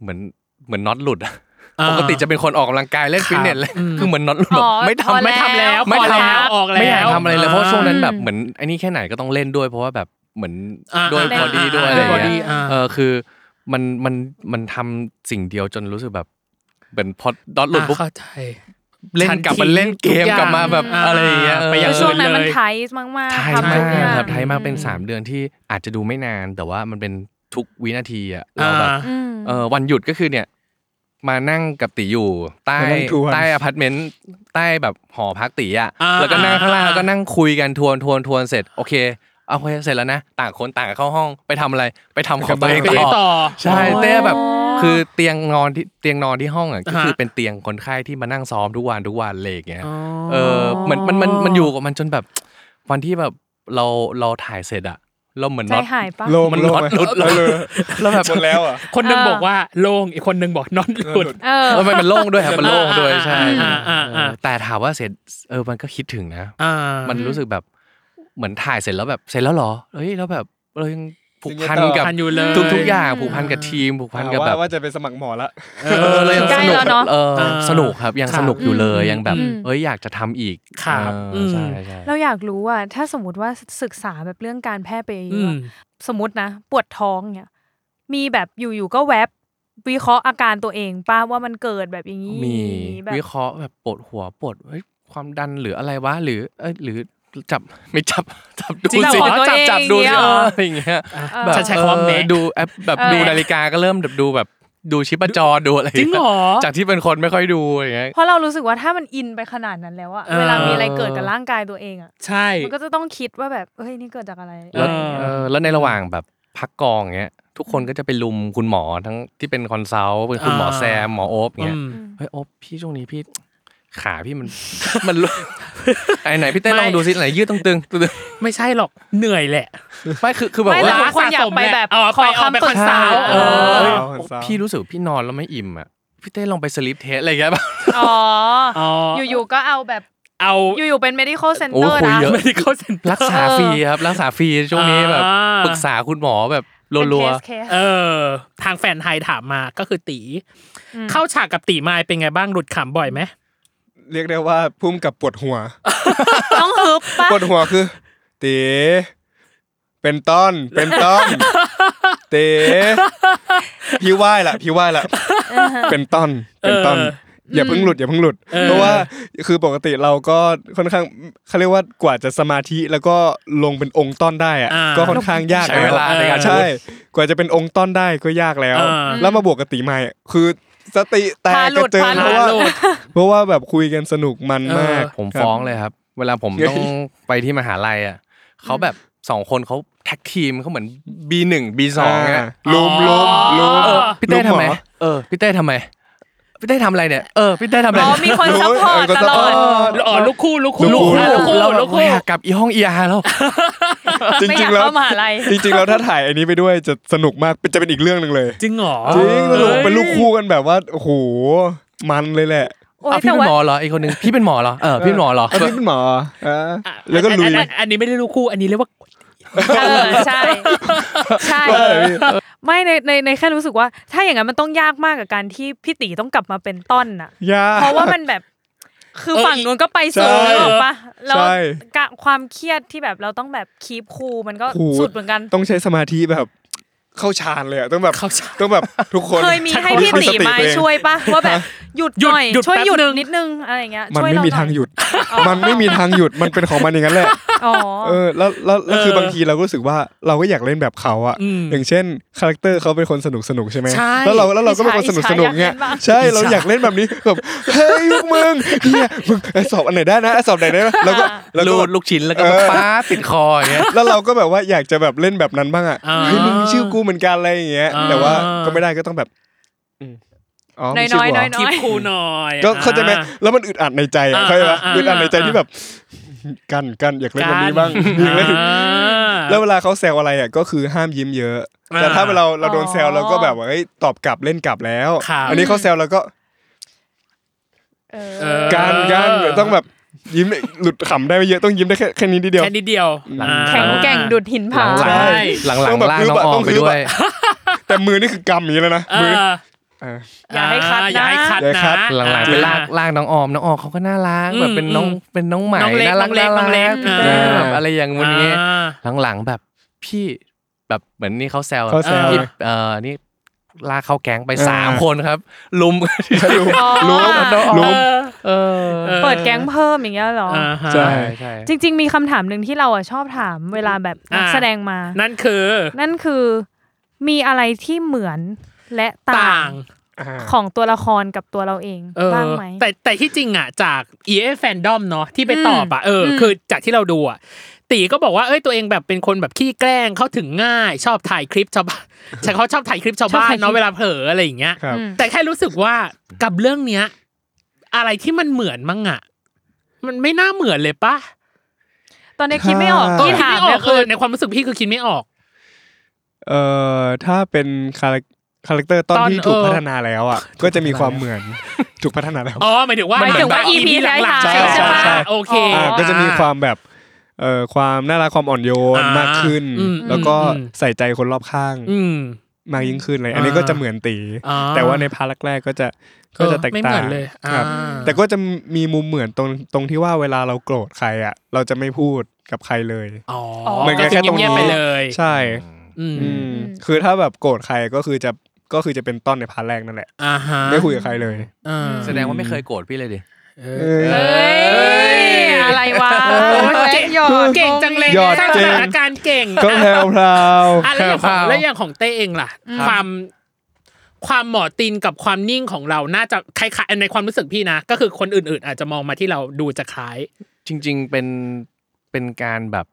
เหมือนเหมือนน็อตหลุดอะ
อ่า
ปกติจะเป็นคนออกกำลังกายเล่นฟิตเนสเลย
อืม
คือเหมือนน็อตหลุดแบบ
อ๋อ
ไม่
พอ
ทำไม่ทำ
แล้
แล้ว
ว
ไม่
พอ
ทำ
แล้
แล้ว
วออกแล้ว
ไม่อยากทำอะไรเลยเพราะช่วงนั้นแบบ
อืม
เหมือนไอ้นี่แค่ไหนก็ต้องเล่นด้วยเพราะว่าแบบเหมือน
อ่า
ด้วย
อ่า
พอดี
อ่า
ด้วยอะไรอย่างเงี้ย
อ่า
เออคือมันมันมันทำสิ่งเดียวจนรู้สึกแบบเหมือนพอดอทหลุดปุ๊บ
อ่ะเข้าใจ
เล่นกลับมาเล่นเก
ฉั
ม
นทิ้งทุกอย่าง
กลับมาแบบ
อ่า
อะไรอย่างเงี้ยเออ
ไป
คือช่วงนั้นมัน
เลย
ไทส์มากๆ
ไทย
ทำ
มา
ทุ
ก
กอย่าง
ครับไทยมากเป็น
อืม
สามเดือนที่อาจจะดูไม่นาน แต่ว่ามันเป็นทุกวินาทีอ่ะ
อ่า
เราแบบ
อืม
เออวันหยุดก็คือเนี่ย มานั่งกับตีอยู่ ใต้
มานั่งทวน
ใต้อพาร์ตเมนต์ใต้แบบหอพักตีอ่ะ
อ่า
แล้วก็นั่งข้างล่าง
อ่า
แล้วก็นั่งคุยกันทวนทวนทวนเสร็จโอเคเอาโอเคเสร็จแล้วนะต่างคนต่างเข้าห้องไปทำอะไรไปทำของตัวเอง
ไป
ต่อ
ต่อ
ใช่เต้แบบ
อ๋อ
คือเตียงนอนที่เตียงนอนที่ห้องอ่ะก็คือ
ฮะ
เป็นเตียงคนไข้ที่มานั่งซ้อมทุกวันทุกวันเลยอย่างเงี้ย
อ๋อ
เออเหมือนมันมันมันอยู่กับมันจนแบบ วันที่แบบเราเราถ่ายเสร็จอ่ะเราเหมือน
ใจ
น็อต
หายปะ
โลง
มัน
โลง
น็อตหลุด
เออ
แล้วแบบ
หมดแล้วอ่ะ
คนหนึง
เออ
บอกว่าโล่งอีกคนหนึงบอกนอนหลุด
เออ
เออมันมันโล่งด้วยครับมันโล่งด้วยใช่
อ่าอ่าอ่า
เออแต่ถามว่าเสร็จเออมันก็คิดถึงนะ
อ่า
มันรู้สึกแบบเหมือนถ่ายเสร็จแล้วแบบเสร็จแล้วเหรอเอ้ยแล้วแบบเรายังผูกพัน
ยังไงต่อ
กับ
พันอยู่เลย
ทุกทุกๆอย่างผูกพันกับทีมผูกพันกับ
ว่า
แบบ
ว่าจะไปสมัครหมอละ
เออเลย
ใกล้แล้วเนอะ
เออ
เออ
สนุกครับยัง
ครับ
สนุกอยู่เลยยังแบบ
อืม
เอ้ยอยากจะทำอีก
ครับ
เอ
ม
ออใช่ใช่
เราอยากรู้ว่าถ้าสมมติว่าศึกษาแบบเรื่องการแพทย์ไปเย
อื
อะ
ม
ๆสมมตินะ ปวดท้องเนี่ยมีแบบอยู่ๆก็แวบวิเคราะห์อาการตัวเองป้าว่ามันเกิดแบบอย่างนี้
มี
แบบ
วิเคราะห์แบบปวดหัวปวดเอ้ยความดันหรืออะไรวะหรือเอ้ยหรือจับ ไม่จับจับดู
จริงเหรอ
สิ
ของตัว
จับ
เอง
จับดู
อย่างเงี้ยเหรอ
สิเอออะไรอย่างเงี้ยแบบ
ฉันใช้คำว่าแหม
เออดูแอปแบบ
เออ
ดูนาฬิกาก็เริ่มแบบดูแบบดูชิปจรดูอะไร
จริงเหรอ
จากที่เป็นคนไม่ค่อยดูอย่างเงี้ย
เพราะเรารู้สึกว่าถ้ามันอินไปขนาดนั้นแล้วอะ
เออ
เวลามีอะไรเกิดกับร่างกายตัวเองอะ
ใช่
มันก็จะต้องคิดว่าแบบเฮ้ยนี่เกิดจากอะไร
แล้
แล้ว ว
อะไรอย่างเงี้ย
เออแล้วในระหว่างแบบพักกองเงี้ย ทุกคนก็จะไปลุมคุณหมอทั้งที่เป็นคอนซัลท์เป็นคุณหมอแซมหมอโอ๊บเงี้ย
อืม
เฮ้ยโอ๊บพี่ช่วงนี้พี่ ขาพี่มัน มันลุไอไหนพี่เต้
ไม่
ลองดูสิไหนยืดตรงตึงตึง
ไม่ใช่หรอกเหนื่อยแหละ
ไม่คือคือแบบ
ไม่
ว่า
แต่ทุกคนอยากไปแบบ
อ๋อ
ข
ไป
อ
เอาไป
คำปรึกษา
คอนซัลท์
เออ
เออ
พี่รู้สึกพี่นอนแล้วไม่อิ่มอ่ะพี่เต้ลองไปสลิปเทสอะไรอย่างเงี้ยป่ะ
อ๋ออ
อ๋อ
อยู่ๆก็เอาแบบ
เอา
อยู่ๆเป็น medical
โอ้
center
คุย
นะ
เยอะ
ไม่ได้เข้าเซ็นเตอ
รัก
ร์
ษาฟรีครับ รักษาฟรีช่วงนี้แบบ
อ่า
ปรึกษาคุณหมอแบบรัว
เป็น
ๆ
case case
เออ ทางแฟนไทยถามมาก็คือตี เข้าฉากกับตีมายเป็นไงบ้างหลุดขำบ่อยไหม
เรียกได้ว่าพุ่มกับปวดหัว
ต้องฮึบปะ
ปวดหัวคือเต๋เป็นต้อนเป็นต้อนเต๋พี่ไหว้ละพี่ไหว้ละเป็นต้อนเป็นต้อน
เออ
อย่าเพิ่งหลุดอย่าเพิ่งหลุด
เออ
เพราะว่าคือปกติเราก็ค่อนข้างเขาเรียกว่ากว่าจะสมาธิแล้วก็ลงเป็นองค์ต้อนได้อะก็ค่อนข้างยาก
ใช้เวลาในการ
ใช่ กว่าจะเป็นองค์ต้อนได้ก็ยากแล้ว
เออ
แล้วมาบวกกับตีใหม่คือสติแตกกระเจิงเพราะว่า
หลุด
เพราะว่าแบบคุยกันสนุกมันมาก
เออ
ผมฟ้องเลยครับ เวลาผม
เฮ้ย
ต้องไปที่มหาลัยอ่ะเขาแบบสองคนเขาแท็กทีมเขาเหมือน B1 B2 เนี่ย
ลุมลุมลุม
เออพี่เต้
ลุงหมอ
ทำไมเออพี่เต้ทำไมพี่เต้ทำอะไรเนี่ยเออพี่เต้ทำอะไร
อ๋อมีคนซัพพอร์ตตลอด
อ๋อลูกคู่ลูกคู่
ลูกคู่
อ่ะลูกคู่
เรา
ลู
เรา
ก
อ
คู่
ยากกลับอีห้องเอียแล้ว
จ
ไม่อ
ริง
ยาก
ๆแล้ว
เข้ามหาลัย
จริงๆแล้วถ้าถ่ายอันนี้ไปด้วยจะสนุกมากเป็นจะเป็นอีกเรื่องหนึ่งเลย
จริงเหรอ
จริงสนุกเป็นลูกคู่กันแบบว่าโอ้โหมันเลยแหละ
โอ้ย
เอาพี่
แต่
เป็น
ว่า
หมอเหรอไอีกคนนึงพี่เป็นหมอเหรอเออพี่เป็นหมอเหรอ
อันนี้เป็นหมออ่ะแล้วก็ลุย
อันอันอันนี้ไม่ได้ลูกคู่ อันนี้เรียกว่า
เออใช่ใช่ ไม่ในในในแค่รู้สึกว่า ถ้าอย่างนั้นมันต้องยากมากกับการที่พี่ตีต้องกลับมาเป็นต้นน่ะ
ยาก
เพราะว่ามันแบบคือ
เออ
ฝั่งนู้นก็ไปสูง
ใช่
หรอกปะแล้ว
ใช่
กะความเครียดที่แบบเราต้องแบบคีบคูลมันก็
โโ
สุดเหมือนกัน
ต้องใช้สมาธิแบบเข้าฌานเลยอะต้องแบบ
เข้าฌาน
ต้องแบบทุกคน
เคยมีให้พี่
คุ
ตี
ส
มา
ตัเอง
ช่วยปะว่าแบบหยุด
หยุ
ห
ด
น่อย
หยุด
ช่วย
แป๊บ
หยุด
นึง
นิดนึงอะไรอย่างเงี้ย
มัน
ช่วย
ไม่
เร
มี
น่อ
ทางหยุด มันไม่มีทางหยุดมันเป็นของมันอย่างนั้นแหละ
อ๋อ
เออแล้วแล้วแล้วคื
เออบ
อางทีเราก็รู้สึกว่าเราก็อยากเล่นแบบเขาอะ
อืม
อย่างเช่นคาแรคเตอร์เขาเป็นคนสนุกสนุกๆใช่ไหม
ใช่
แล้วเราแล้วเราก็เป็นคน
อิ
ส
จ
นุก
ฉา
สนุก
อิจฉา
เงี้ย
อยากเล่นบ้าง
ใช่เราอยากเล่นแบบนี้แบบเฮ้ยพวกมึงเนี่ยมึงไอ้สอบอันไหนได้นะไอ้สอบไหนได้นะแล้วก็แล้วก็
ลูดลูกชิ้นแล้วก็ป้าปิดคออย่างเงี้ย
แล้วเราก็แบบว่าอยากจะแบบเล่นแบบนั้นบ้างอะ
อ่า
เฮ้ยมึงมีชื่อกูเหมือนกันอะไรอย่างเงี้ย
อ่า
แต่ว่าก็ไม่ได้ก็ต้องแบบอืมอ๋อมีชื่กูเหร
น้อยๆน้อย
คลิปคู่หน่อย
ก็เข้าใจไหม
อ่
แล้วมันอึดอัดในใจอะเข้าใจไหม
อ่าอ่าอ่า
อึดอัดในใจที่แบบ กันกันอยากเล่นแบบนี้บ้างอยากเล่น
อ่า
แล้วเวลาเขาแซวอะไรอ่ะก็คือห้ามยิ้มเยอะ
อ่า
แต่ถ้าเราเราโดนแซว
อ๋อ
เราก็แบบว่าเฮ้ยตอบกลับเล่นกลับแล้ว
ครับ
อันนี้เขาแซวเราก็
เออ
การการต้องแบบยิ้มหลุดขำได้ไม่เยอะต้องยิ้มได้แค่แค่นี้นิดเดียว
แค่นิดเดียวอ่า
แข็งแกร่งดุดหินผา
หลัง
ใช่
หลังหลัง
ต้องแบบ
ลากน้องอ
ต้
อมไป
องฮึบอะ
ด้วย
แต่มือนี่คือกำอย่างนี้แล้วนะ
เอ
มือ
อ
เออ
อย่าให้คัดนะ
อย่าให้คัด
อย่าให้
นะ
คัด
หลังหลัง
อ่
ไปลากลากน้องออมน้องออมเขาก็น่ารักแบบเป็นน้องเป็นน้องใหม่
น้องเล็ก
น่ารัก
น้องเล็ก
น่า
น้องเล็
รั
ก
ก
อ่า
เออแบบอะไรอย่างวันนี้
อ่า
หลังๆแบบพี่แบบเหมือนนี่เขาแซว
เขาแซว
พี่เอ่อนี่ลากเข้าแก๊งไป
อ่า
สามคนครับ ลุม
ลุมลุมลุม
เออ
เปิดแก๊งเพิ่มอย่างเงี้ยเหรอ
อ่าฮะ
ใช่
ใช่ใช่
จริง ๆ มีคำถามหนึ่งที่เราอ่ะชอบถามเวลาแบบนัก
อ่า
แสดงมา
นั่นคือ
นั่นคือมีอะไรที่เหมือนและต่า
ต่าง ง
ของตัวละครกับตัวเราเอง
เออ
บ้างไหม
แต่แต่ที่จริงอ่ะจาก EA Fandom เนาะที่ไปตอบอ่ะเอออ
ม
คือจากที่เราดูอ่ะตีก็บอกว่าเอ้ยตัวเองแบบเป็นคนแบบขี้แกล้งเข้าถึงง่าย ชอบถ่ายคลิปชาวบ้าน ใช่เขาชอบถ่ายคลิปชาวบ้า
ชอบ
น
ถ่ายคลิป
เนาะเวลาเผลออะไรอย่างเงี้ย
ครับ
อืม
แต่แค่รู้สึกว่ากับเรื่องเนี้ย อะไรที่มันเหมือนมั้งอ่ะ มันไม่น่าเหมือนเลยปะ
ตอนนี้คิดไม่ออก
ใช่
ที่
คิด
ถาม
ไม่ออ
เนี่ย
กเอ
คือ
อในความรู้สึกพี่คือคิดไม่ออก
เอ่อถ้าเป็นคาแรคคาแรคเตอร์ตอน
ตอน
ที่ถูก
เออ
พัฒนาแล้วอ่ะก็จะมีความเหมือนถูกพัฒนาแล้ว
อ๋อหมายถึงว่า
หมายถึงว่า EP
หลังๆ
ใช่
ใช่
ใช่
ไหม
ใช่
โอเค
อ่าก็จะมีความแบบเอ่อความน่ารักความอ่อนโยน
อ่าม
มากขึ้น
อืม
แล้วก็
อืม
ใส่ใจคนรอบข้าง
อืม
มากยิ่งขึ้นเลย อันนี้
อ่า
ก็จะเหมือนตี
อ่า
แต่ว่าในพาร์ทแรกๆก็จะก็จะแตก
ไม่เห
ต่า
มื
ง
อนเลย
ครับ
อ่า
แต่ก็จะมีมุมเหมือนตรงตรงที่ว่าเวลาเราโกรธใครอ่ะ เราจะไม่พูดกับใครเลย
อ๋อ
เหมือนกัน
ก็
แค่ตรง
เงีย
นี้
บๆไปเลย
ใช่
อืม
อืมคือถ้าแบบโกรธใครก็คือจะก็คือจะเป็นต้นในพาร์ทแรกนั่นแหละ
อ่าฮะ
ไม่คุยกับใครเลย
อ่า
แสดงว่าไม่เคยโกรธพี่เลยดิ
เอ้ยอะไรวะ
เก่ง
หยอด
เก่งจังเลย
ยอด
สร้างส
เก่ง
ถานการณ์เก่ง
ก็แพรวพราว
อ่ะแล้วอย่างข
ครั
อง
บ
แล้วอย่างของเต้เองล่ะ ความ ความหมอตีนกับความนิ่งของเราน่าจะคล้ายๆในความรู้สึกพี่นะ ก็คือคนอื่น ๆ อาจจะมองมาที่เราดูจะคล้าย
จริง ๆเป็นเป็นการแบบ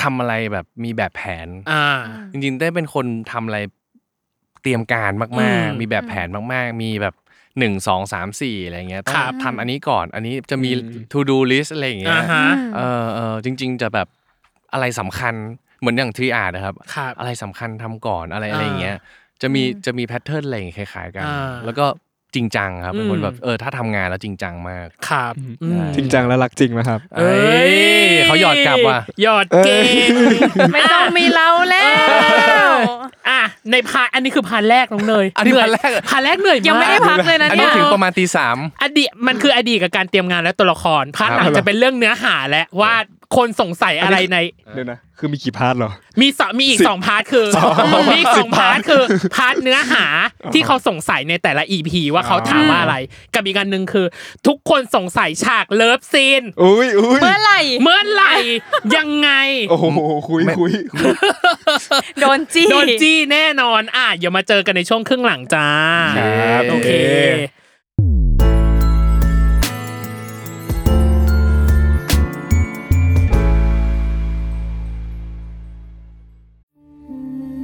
ทำอะไรแบบมีแบบแผน
อ่า
จริงๆได้เป็นคนทำอะไรเตรียมการมาก
อืม
ๆ มีแบบแผนมากๆ มีแบบ หนึ่งสองสามสี่อะไรเงี้ยต้อ
ครั
ง
บ
ทำอันนี้ก่อนอันนี้จะมี to do list อะไรอย่างเงี้
อ่าย ฮะ
เออเออจริง ๆ จะแบบอะไรสำคัญเหมือนอย่างทรีอาร์นะครับ
ครับ
อะไรสำคัญทำก่อนอะไรอะไรอย่างเงี้ยจะมีจะมีแพทเทิร์นอะไรอย่างเงี้ยคล้ายๆกัน
อ่า
แล้วก็จริงจังครับเป็นคน
อืม
แบบเออถ้าทำงานแล้วจริงจังมาก
ครับอืม
จริงจังและรักจริงไหมครับ
เอ้ยเขาหยอดกลับว่ะ
หยอดเก่ง
ไม่ต้องมีเราแล้ว
อ่ะในพาร์ทอันนี้คือพาร์ทแรกน้องเนย
อันนี้
เหย
พาร์ทแรกเหรอ
พาร์ทแรกเหนื่อยาก
ยังไม่ได้พักเลยนะ
อัน
เนี่
นี้
ย
ถึงประมาณตีสาม
อดีตมันคืออดีตกับการเตรียมงานและตัวละครพาร์ทหลั
ครั
ง
บ
จะเป็นเรื่องเนื้อหาและว่าคนสงสัยอะไรใน
เดี๋ยวนะ คือมีกี่พาร์ทเหรอ
มีสองมีอีกสองพาร์ทคือมีอีกสองพาร์ทคือพาร์ทเนื้อหาที่เขาสงสัยในแต่ละ EP ว่าเขาถามว่าอะไร กับอีกอันหนึ่งคือ ทุกคนสงสัยฉากเลิฟซีน
อุ้ยอุ้ย
เมื่อไหร่
เมื่อไหร่ยังไง
โอ้โหคุยคุยคุย
โดนจี้
โดนจี้แน่นอน อ่ะอย่ามาเจอกันในช่วงครึ่งหลังจ้า
ครับ
โอเค
โอเค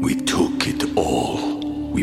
We took it all. We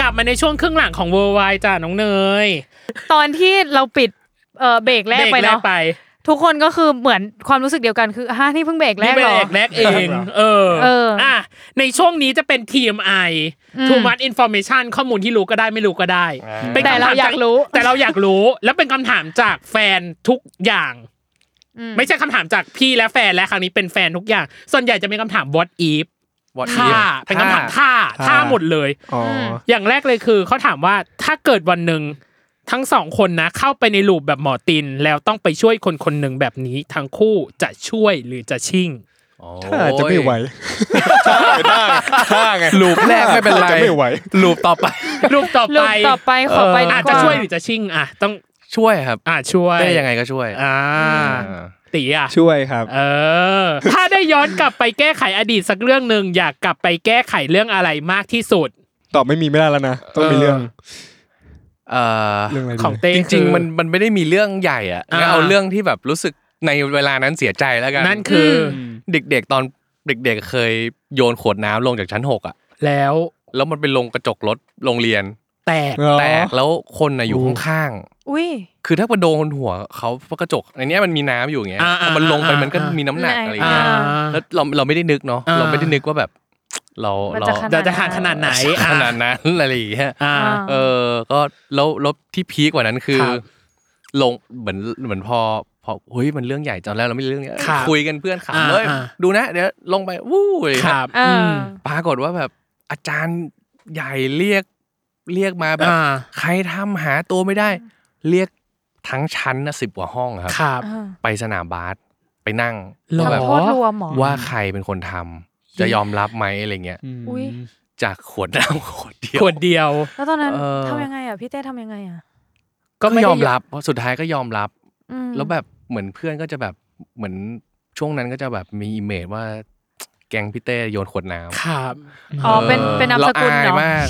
กลับมาในช่วงครึ่งหลังของเวอร์ไวจ้าน้องเนย
ตอนที่เราปิดเอ่อเบรกแรกไป
เบรแรก
เนาะ
ไป
ทุกคนก็คือเหมือนความรู้สึกเดียวกันคือฮ่านี่เพิ่งเบรกแร
นี่
ก
เป็น
เหรอ
เบรกแรกเองเออ
เอออ่
อ่ะในช่วงนี้จะเป็น TMI Too much information ข้อมูลที่รู้ก็ได้ไม่รู้ก็ได้ป็น
แต่
คำถม
เราอยากรู้
จแต่เราอยากรู้แล้วเป็นคำถามจากแฟนทุกอย่าง ไม่ใช่คำถามจากพี่และแฟนและครั้งนี้เป็นแฟนทุกอย่าง ส่วนใหญ่จะเป็นคำถาม what if
วัด
ท่าเป็นคำถามท่า
ท่า
ท่าหมดเลย
อ๋อ
อย่างแรกเลยคือเขาถามว่าถ้าเกิดวันหนึ่งทั้งสองคนนะ เข้าไปในลูปแบบหมอติน แล้วต้องไปช่วยคนคนหนึ่งแบบนี้ทั้งคู่จะช่วยหรือจะชิ่ง
ถ้า อาจจะไม่ไหว
ท่าไงลูปแรกไม่เป็นไร
จะไม่ไหว
ลูปต่อไป
รูปต่อ
ลู
ไป
กต่อไปขอไปดีกว่า
อาจจะช่วยหรือจะชิ่งอ่ะต้อง
ช่วยครับ
อ่ะช่วย
ได้ยังไงก็ช่วย
อ่า
อ่า
ตีอ่ะ
ช่วยครับ
เออ ถ้าได้ย้อนกลับไปแก้ไขอดีตสักเรื่องหนึ่งอยากกลับไปแก้ไขเรื่องอะไรมากที่สุด
ตอบไม่มีไม่ได้แล้วนะ ต้องมีเรื่อง
เอ่อ
เรื่องอะไรดี
ของเต้
จริง
คือ
ๆมันมันไม่ได้มีเรื่องใหญ่อะ
อ่า
งั้นเอาเรื่องที่แบบรู้สึกในเวลานั้นเสียใจแล้วกัน
นั่นคืออ
เด็กๆตอนเด็กๆเคยโยนขวดน้ำลงจากชั้นหกอะ
แล้ว
แล้วมันไปลงกระจกรถโรงเรียน
แตก
อ๋อ
แตกแล้วคนน่ะอยู่ข้าง
อุ้ย
ๆคือถ้าไปโดนหัวเขากระจกอันเนี้ยมันมีน้ำอยู่อย่างเงี้ย
อ่าๆๆ
พอมันลงไป
อ่าๆ
มันก็มีน้ำหนัก
อ่า
อะไร
อ่า
เงี้ยแล้วเราเราไม่ได้นึกเนาะ
อ่า
เราไม่ได้นึกว่าแบบ เรา
มัน
เรา
จะขนาด
เราจะหาขนาดไหนอ่ะ
ขนาดนั้นอะไรอย่างเงี้ย
อ่า
เออ ก็แล้วแล้วที่พีกกว่านั้นคือ
ครับ
ลงเหมือนเหมือนพอพอเฮ้ยมันเรื่องใหญ่ตอนแรกเราไม่รู้เรื่องเนี้ย
ครับ
คุยกันเพื่อน
อ่า
ขำเลย
อ่า
ดูนะ เดี๋ยวลงไปวู้อะไรอย่าง
ค
เงี้ย
รับ
เออ
ปรากฏว่าแบบอาจารย์ใหญ่เรียกเรียกมาแบบ
อ่า
ใครทำหาตัวไม่ได้ เรียกทั้งชั้นนะสิบกว่าห้องครับ
ครับ
ไปสนามบาสไปนั่ง
หรอ
แบ
ทำ
บ
โทษรวมเหมอ
ว่าใครเป็นคนทำจะยอมรับไหมอะไรเงี้ย
อุ๊ย
จากขวดน้ำขวดเดียว
ขวดเดียว
แล้วตอนนั้น
เออ
ทำยังไงอ่ะพี่เต้ทำยังไงอ่ะ
ก็
ไม่
ไม่
ได้
ยอมรับเพราะสุดท้ายก็ยอมรับ
อืม
แล้วแบบเหมือนเพื่อนก็จะแบบเหมือนช่วงนั้นก็จะแบบมีอิมเมจว่า แกงพี่เต้โยนขวดน้ำ
ครับ
อ๋อเป็นเป็นนามสกุล
เราอา
เนาะ
ยมาก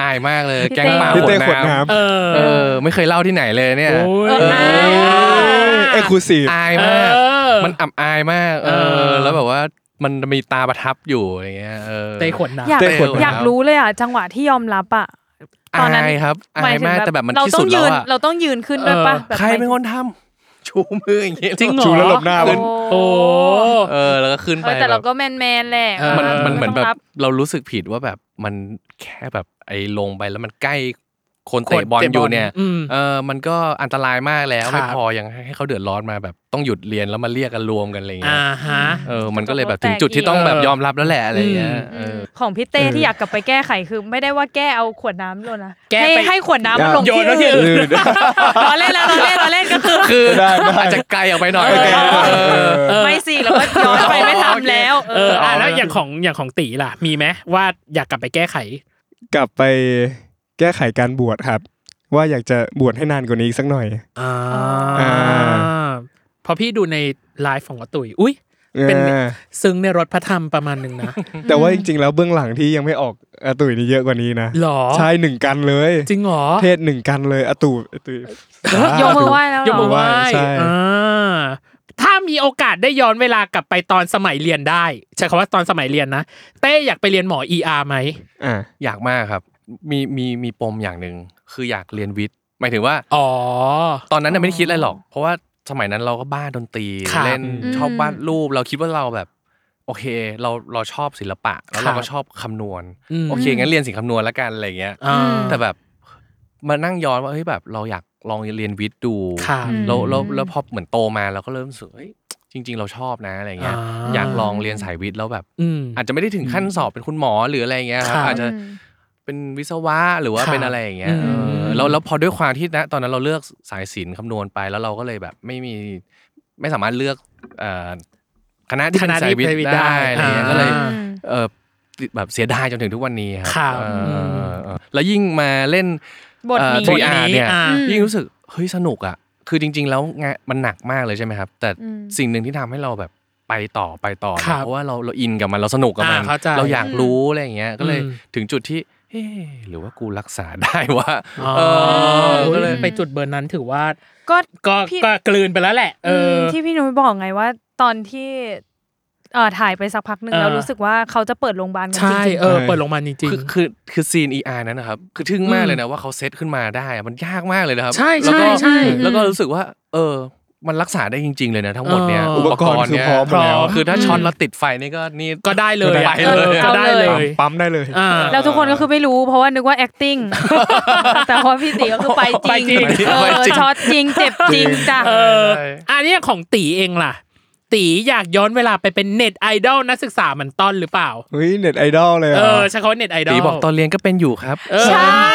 อายมากเลย
พี่
แก
เต้
งปลา
พี่เต้
ข
ข
ว
ว
ด
ด
น้
น้
เออ
ำเออ ไม่เคยเล่าที่ไหนเลยเนี่ย
โอ้ย
เออ
ำเอ็กซ์คลูซีฟ
อายมาก
เออ
มันอับอายมาก เอ
เอ
อ
อ
แล้วแบบว่ามันมีตาประทับอยู่อะไรเงี้ยเออ
เต้ขวดน้ำ
อยาก
เต้ขวด
อยาก
น้ำ
รู้เลยอ่ะจังหวะที่ยอมรับอ่ะตอนนั้น
อายครับ
ห
อาย
ถึง
มากแต่แบบมัน
เรา
ที่
ต้อ
สุ
ง
ด
ยื
แล้ว
น
อะ
เราต้องยืนขึ้นด้วยปะแบบ
ใครเป็นคนทำชูมืออย่างเงี้ย
จริงเหรอ
ชูแล้วหลบหน้า
โอ้
เว้ย
โอ้
เออแล้วก็ขึ้นไป
เออแต่
แบ
เรา
บ
ก็แมนแมนๆแหละ
เออ
มันมันเหมือน
ต้
แบ
ง
บ
รับ
เรารู้สึกผิดว่าแบบมันแค่แบบไอ้ลงไปแล้วมันใกล้ คน
คน
เตะบอล
เตะบอล
อยู่เนี่ย
อืม
เออมันก็อันตรายมากแล้ว
ครั
ไม่
บ
พอยังให้เขาเดือดร้อนมาแบบต้องหยุดเรียนแล้วมาเรียกกันรวมกันอะไรเงี้
อ่าย ฮะ
เออมันก็เลยแบบถึงจุดที่ต้องแบบยอมรับแล้วแหละอะไรเงี้ยเออ
ของพี่เต้ที่อยากกลับไปแก้ไขคือไม่ได้ว่าแก้เอาขวดน้ำลงนะ
แก้
ให้
ไป
ให้ขวดน้ำมันลง
โย
ที่
นแล้วที่
อื่น
อื่น
ล้อเล่นแล้วล้อเล่นล้อเล่นก็คือ
คืออาจจะไกลออกไปหน่อยเออ
ไม่สิเราก็ย้อนไปไม่ทำแล้วเอ
เอ
อ
ออ่ะแล้วอย่างของอย่างของตีล่ะ มีไหมว่าอยากกลับไปแก้ไข
กลับไปแก้ไขการบวชครับ ว่าอยากจะบวชให้นานกว่านี้อีกสักหน่อย
อ่า
อ่า
พอพี่ดูในไลฟ์ของอาตุ๋ยอุ้ย เป็น
อ่า
ซึ้งในรถพระธรรมประมาณหนึ่ง นะ
แต่ว่าจริงๆแล้วเบื้องหลังที่ยังไม่ออกอาตุ๋ยนี่เยอะกว่านี้นะ
หรอ
ใช่หนึ่งกันเลย
จริงเหรอ
เทศหนึ่งกันเลยอาตุ๋ยอาตุ๋ย
ยกมือไหว้แล้วเหรอ
ยกมือไหว้
ใช่
อ่าถ้ามีโอกาสได้ย้อนเวลากลับไปตอนสมัยเรียนได้ใช้คำว่าตอนสมัยเรียนนะเต้อยากไปเรียนหมอ ER ไหม
อ่า
อยากมากครับ มีมีมีปมอย่างหนึ่งคืออยากเรียนวิทย์หมายถึงว่า
อ๋อ
ตอนนั้นน่ะไม่ได้คิดอะไรหรอก เพราะว่าสมัยนั้นเราก็บ้าดนตรี
ครับ
เล่น
อืม
ชอบวาดรูปเราคิดว่าเราแบบ โอเค เราเราชอบศิลปะ แล้ว
ค
เรา
รั
ก็
บ
ชอบคำนวณ
อืม
โอเคงั้นเรียนสิ่งคำนวณละกันอะไรเงี้ย
อ่า
แต่แบบมานั่งย้อนว่าเฮ้ยแบบเราอยากลองเรียนวิทย์ดู
ครับ
แล้วแล้วแล้วพอเหมือนโตมาเราก็เริ่มรู้สึกเฮ้ยจริง ๆ เราชอบนะอะไรเงี้ย
อ่า
อยากลองเรียนสายวิทย์แล้วแบบ
อืม
อาจจะไม่ได้ถึงขั้นสอบเป็นคุณหมอหรืออะไรเงี้ยค
ค
รั
รับ บ
อาจจะเป็นวิศวะหรือ
ค
ว่า
รับ
เป็นอะไรอย่างเงี้ย
อืม
เออแล้วแล้วพอด้วยความที่นะตอนนั้นเราเลือกสายศิลป์คำนวณไปแล้วเราก็เลยแบบไม่มีไม่สามารถเลือกเอ่อคณะที่
ค
เป็น
ณะ
สายวิทย์ได้อะไรเงี้ย
อ่า
ก็เลยเออติดแบบเสียดายจนถึงทุกวันนี้ครั
ครับ
เออเออแล้วยิ่งมาเล่น
บทนี้
ทรีอา
บทนี้
เนี่ย
อ่า
ยิ่งรู้สึกเฮ้ยสนุกอ่ะคือจริง ๆ แล้วงานมันหนักมากเลยใช่ไหมครับ แต่
อืม
สิ่งหนึ่งที่ทำให้เราแบบไปต่อไปต่อ
ครั
เนี่ย
บ
เพราะว่าเราเราอินกับมันเราสนุกกับมัน
อ่าเข้าใจ
เราอยากรู้อะไรอย่างเงี้ยก็เลย
อืม
ถึงจุดที่เอ๊ะหรือว่ากูรักษาได้วะ
อ๋อ
เออ
ก็
ก็
เล
เลย ย
ไปจุดเบอร์นั้นถือว่า
ก็
ก็
พี่
ก็กลืนไปแล้วแหละ เออ
มที่พี่นุ้ยบอกไงว่า ตอนที่เอ่อถ่ายไปสักพักหนึ่ง
เออ
แล้วรู้สึกว่าเขาจะเปิดโรงพยาบาลกันจ
ใช่
ริง
เออ
ใช่
เปิดลงมาจริง
คือคือคือซีน ER นั้นนะครับ คือทึ่งมา
อื
ก
ม
เลยนะว่าเขาเซตขึ้นมาได้อะมันยากมากเลยนะครับ
ใช่
แล้วก็
ใช่ใช่
แล้วก็รู้สึกว่า เออ มันรักษาได้จริง ๆ เลยนะทั้งหมดเนี่ย
เอออุ
อุปกรณ์เนี่ย
อุปกรณ์คือพร้อมแล้ว
คือถ้าช็อตแล้วติดไฟนี่ก็นี่
ๆ ก็ได้เลยอะ
ก็ได้เลย
ออก็ได้เล
ปั๊ม
ย
ปั๊มได้เลย
อ่า
ๆแล้วทุกคนก็คือไม่รู้เพราะว่านึกว่า acting แต่พอพี่ตีก็คือไปจ
ไปจริ
ริ
ง
งเอ
ไป
อ
จริง
ช็อตจริงเจ็บจริงจ้ะ
เอออันนี้ของตีเองล่ะ ตีอยากย้อนเวลาไปเป็นเน็ตไอดอลนักศึกษาเหมือนต้นหรือเปล่า
เฮ้ยเน็ตไอดอลเลย
เอ
อ่ะ
อใช้คำว่าเน็ตไอดอล
ตีบอกตอนเรียนก็เป็นอยู่ครับ
เออ
ใช่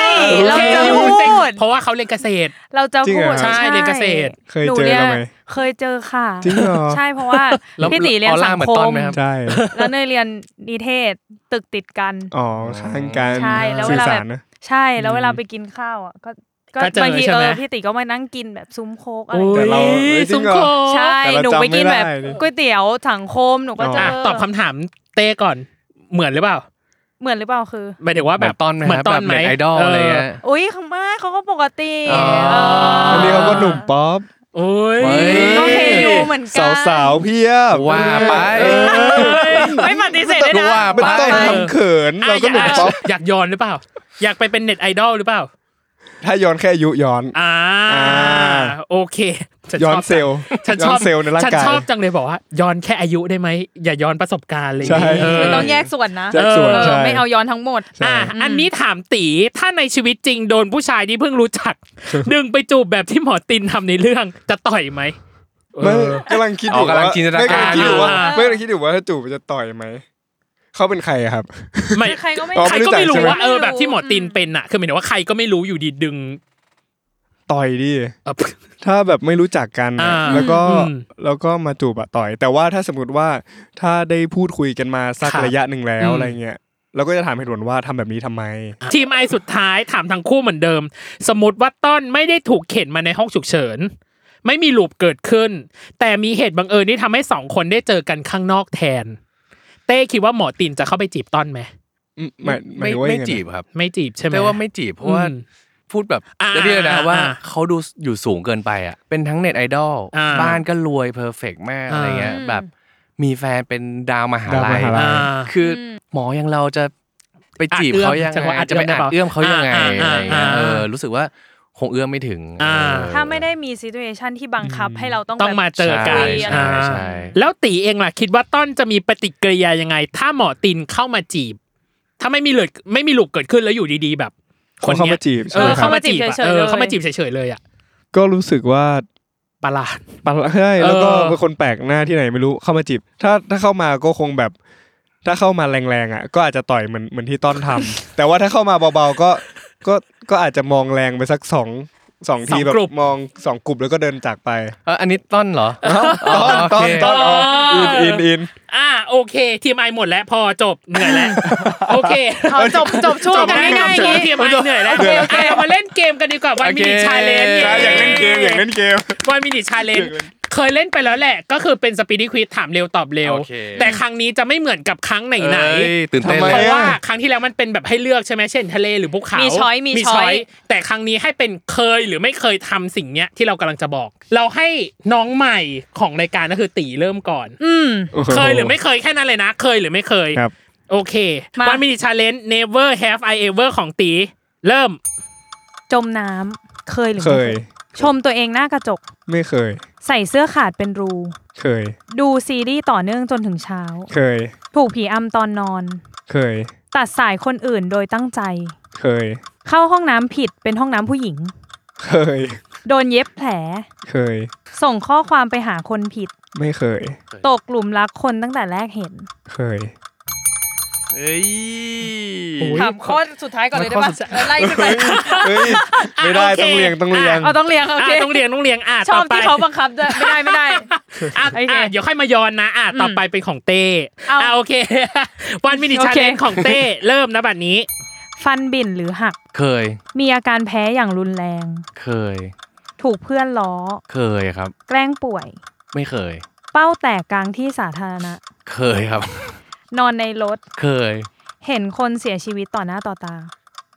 เราจะพูด
เพราะว่าเขาเรียนเกษตร
เราจะพูด
จริงเหรอ
ใช่เรียนเกษตร
เคย
หนู
เจอ
นี่
เราไหม
เคยเจอค่ะ
จริงเหรอ
ใช่เพราะว่า
แล้ว
พี่ตีเรียน
ออร่า
สัง
เหมือน
ค
ต้น
ม
ไหมครับ
ใช่
แล้วเนยเรียนนิเทศตึกติดกัน
อ๋อข้างกัน
ใช่แล้วเว
สื่อ
ลา
สา
แบ
ร
บ
นะ
ใช่แล้วเวลาไปกินข้าวอ่ะก็ก็
ก็เจอบ
างที
ใช่
เอ
ไหม
อพี่ติก็มานั่งกินแบบซุ้มโคกอะไร
โอ้
แต่
ย
เราเอ้ยจริ
สุ
ง
ม
เหรอ
โคง
ใช่
แต่เรา
หนูไปกินแบบ
จำไม่ได้
ก๋วยเตี๋ยวถังโคมหนูก็เจ
อ่ะ
อ
ตอบคำถามเต้ก่อนเหมือนหรือเปล่า
เหมือนหรือเปล่าคือ
หมายถึงว่า
เห
แบ
มือบนต้นไหม
เหมื
ค
อ
รั
นต้
บ
น
แบบ
ไหม
เน็ตไอดอลอะไรเงี้ย
อุ้ยเขาไม่เขาก็ปกติ
อ๋อ
เอออั
นนี้เขาก็หนุ่มป๊อป
โอ้ย
เฮ้ย
ก็เทอยู่เหมือนกั
สาน วสาวๆเพียบ
ว่าไป
ไม่ปฏิเสธด้วยนะ
ว่า
ไม่
ไป
ต้องทำเขินเราก็หนุ่มป๊อป
อยากย้อนหรือเปล่า อยากไปเป็นเน็ตไอดอลหรือเปล่า
ถ้าย้อนแค่อายุย้อน
อ่า
อ่า
โอเคฉั
ย้อน
ชบ
เซลล์
ฉัน
ย้
ช
อ
อน บ
เซลล์ในร่าง
ฉัน
กาย
ชอบจังเลยบอกว่าย้อนแค่อายุได้ไหมอย่าย้อนประสบการณ์เลย
ใช่
เออ
ไม่ต้องแยกส่วนนะ
แยกส่วน
เออ
ใช่
ไม่เอาย้อนทั้งหมด
อ่ะอันนี้ถามตีถ้าในชีวิตจริงโดนผู้ชายที่เพิ่งรู้จัก ดึงไปจูบแบบที่หมอตินทำในเรื่องจะต่อยไหม
ไม่กำลังคิดอ
อ๋
ยู่
อกำลังจินตนาการ
ไม่กำลังคิดอยู่ว่า
อ่า
ไม่กำลังคิดอยู่ว่าถ้าจูบมันจะต่อยไหมเขาเป็นใครอะครับ
ไม่
ใครก็ไม่
อ๋อ
ใครก็ไม่รู้
ไม่รู้จักใช่ไหม
ว่าเออแบบที่หมอตินเป็นอ่ะคือหมายถึงว่าใครก็ไม่รู้อยู่ดีดึง
ต่อยดิ
เออ
ถ้าแบบไม่รู้จักกันนะ
อ่า
แล้วก็
อืม
แล้วก็มาจูบอะต่อย แต่ว่าถ้าสมมติว่าถ้าได้พูดคุยกันมาสัก
ครับ
ระยะหนึ่งแล้ว
อืม
อะไรเงี้ยเราก็จะถามเหตุผลว่าทำแบบนี้ทำไม
ทีมไอสุดท้ายถามทั้งคู่เหมือนเดิม สมมติว่าต้นไม่ได้ถูกเข็นมาในห้องฉุกเฉิน ไม่มีลูปเกิดขึ้น แต่มีเหตุบังเอิญที่ทำให้สองคนได้เจอกันข้างนอกแทน เต้คิดว่าหมอตินจะเข้าไปจีบต้นไหม
ไม่ไม่
ไม่
ว่า
ไม่
ยังงนะ
จีบครับ
ไม่จีบใช่ไหม
แต่ว่าไม่จีบเพราะว่า
อืม
พูดแบบ
อ่า
เดี๋ยวนี้เลยนะ
อ่า
ว่า
อ่า
เขาดูอยู่สูงเกินไปอ่ะเป็นทั้งเน็ตไอดอล
อ่า
บ้านก็รวยเพอร์เฟกมากอะไรเงี้ย
อ่า
แบบมีแฟนเป็นดาวมหา
ดาวม
ลัย
หาลัย
า
คือหมออย่างเราจะไปจีบเขายัง
อาจเอื้อมใช้คำ
ไง
ว่าอาจ
จะไปอาจเอื้อมเขายังไง
อ่า
อะ
อ่า
ไรเงี้ย
อ่า
เออรู้สึกว่าคงเอื้อมไม่ถึง
อ่า
เออ
ถ้าไม่ได้มีซี t u เ t ชันที่บังคับให้เราต้อง
ต้องมา
แบบ
เจอกัน
คุยอะไร
อ่า
ใช่ใช่
แล้วตีเองล่ะคิดว่าต้นจะมีปฏิกิริยายังไง ถ้าหมอตินเข้ามาจีบ ถ้าไม่มีเลิดไม่มีลูกเกิดขึ้นแล้วอยู่ดีๆแบบ
คนเข้ามาจีบ
เอ
ใช่ไห
อ
มครั
เขา
บ
มาจีบอะ
เฉยๆเล
เออย เขามาจีบเฉยๆเลยอ่ะ
ก็รู้สึกว่า
ประหลาด
ปันใช่แล้วก็
เออ
เป็นคนแปลกหน้าที่ไหนไม่รู้เข้ามาจีบ ถ้าถ้าเข้ามาก็คงแบบ ถ้าเข้ามาแรงๆอ่ะ ก็อาจจะต่อยเหมือนเหมือนที่ต้อนทำ แต่ว่าถ้าเข้ามาเบาๆก็ก็ก็อาจจะมองแรงไปสักสองสองที
สอง
แบบ
กลุ่ม
มองสองกลุ่มแล้วก็เดินจากไป
เอออันนี้ต้นเหรอ
ต้อน
โอ
ต้อ
เคน
ต้อนอ๋ออินอินอิน
อ่าโอเคทีมไอหมดแล้วพอจบเหนื่ อยแล้วโอเค
เอาจบจบช่วง
จบ
กัน
แล้ว
ง่ายๆอย่าง
จบ
งี้
เกมมาเหนื่อยแล้วอ่ะเรามาเล่นเกมกันดีกว่าวันมินิชาเลนจ์
ใช่อยากเล่นเกมอยากเล่นเกม
วันมินิชาเลนจ์เคยเล่นไปแล้วแหละ ก็คือเป็นสปีดควิสถามเร็วตอบเร็ว
โอเค
แต่ครั้งนี้จะไม่เหมือนกับครั้งไหนไหน
เอ้ยตื่นเต้น
ทำไม
เลย
เพราะว่า
อ่ะ
ครั้งที่แล้วมันเป็นแบบให้เลือกใช่ไหมเช่นทะเลหรือภูเขา
มี
มี
choice มี choice
แต่ครั้งนี้ให้เป็นเคยหรือไม่เคยทำสิ่งเนี้ยที่เรากำลังจะบอก เราให้น้องใหม่ของรายการก็คือตีเริ่มก่อน
อืม
เคยหรือไม่เคยแค่นั้นเลยนะ เคยหรือไม่เคย
ครับ
โอเค
มา
วันมินิชาเลนจ์ never have I ever ของตี เริ่ม
จมน้ำเคยหรือ
เค
ไม่
ย
ชมตัวเองหน้ากระจก
ไม่เคย
ใส่เสื้อขาดเป็นรู
เคย
ดูซีรีส์ต่อเนื่องจนถึงเช้า
เคย
ถูกผีอำตอนนอน
เคย
ตัดสายคนอื่นโดยตั้งใจ
เคย
เข้าห้องน้ำผิดเป็นห้องน้ำผู้หญิง
เคย
โดนเย็บแผล
เคย
ส่งข้อความไปหาคนผิด
ไม่เคย
ตกหลุมรักคนตั้งแต่แรกเห็น
เคย
เอ้ย
ถามข้อสุดท้ายก่อนเลยได้ปะไล่ขึ้นไป
เฮ้ยไม่ได้
อ่ะโอเค
ต้องเรียงต้องเรียง
เอาต้องเรียงโอเค
อ่ะต้องเรียงต้องเรียงอ่ะ
ช
ต่
อ
อบ ไป
ที่เขาบังคับด้วยไม่ได้ไม่ได้
อ่ะ
โอเค
อ่ะเดี๋ยวค่อยมาย้อนนะอ่ะต่อไปเป็นของเต้
เอา
อ่ะโอเค วันมินิ
โอ
ชา
เค
เลนจ์ของเต้ เริ่มนะบัดนี้
ฟันบิ่นหรือหัก
เคย
มีอาการแพ้อย่างรุนแรง
เคย
ถูกเพื่อนล้อ
เคยครับ
แกล้งป่วย
ไม่เคย
เป้าแตกกลางที่สาธารณะ
เคยครับ
นอนในรถ
เคย
เห็นคนเสียชีวิตต่อหน้าต่อตา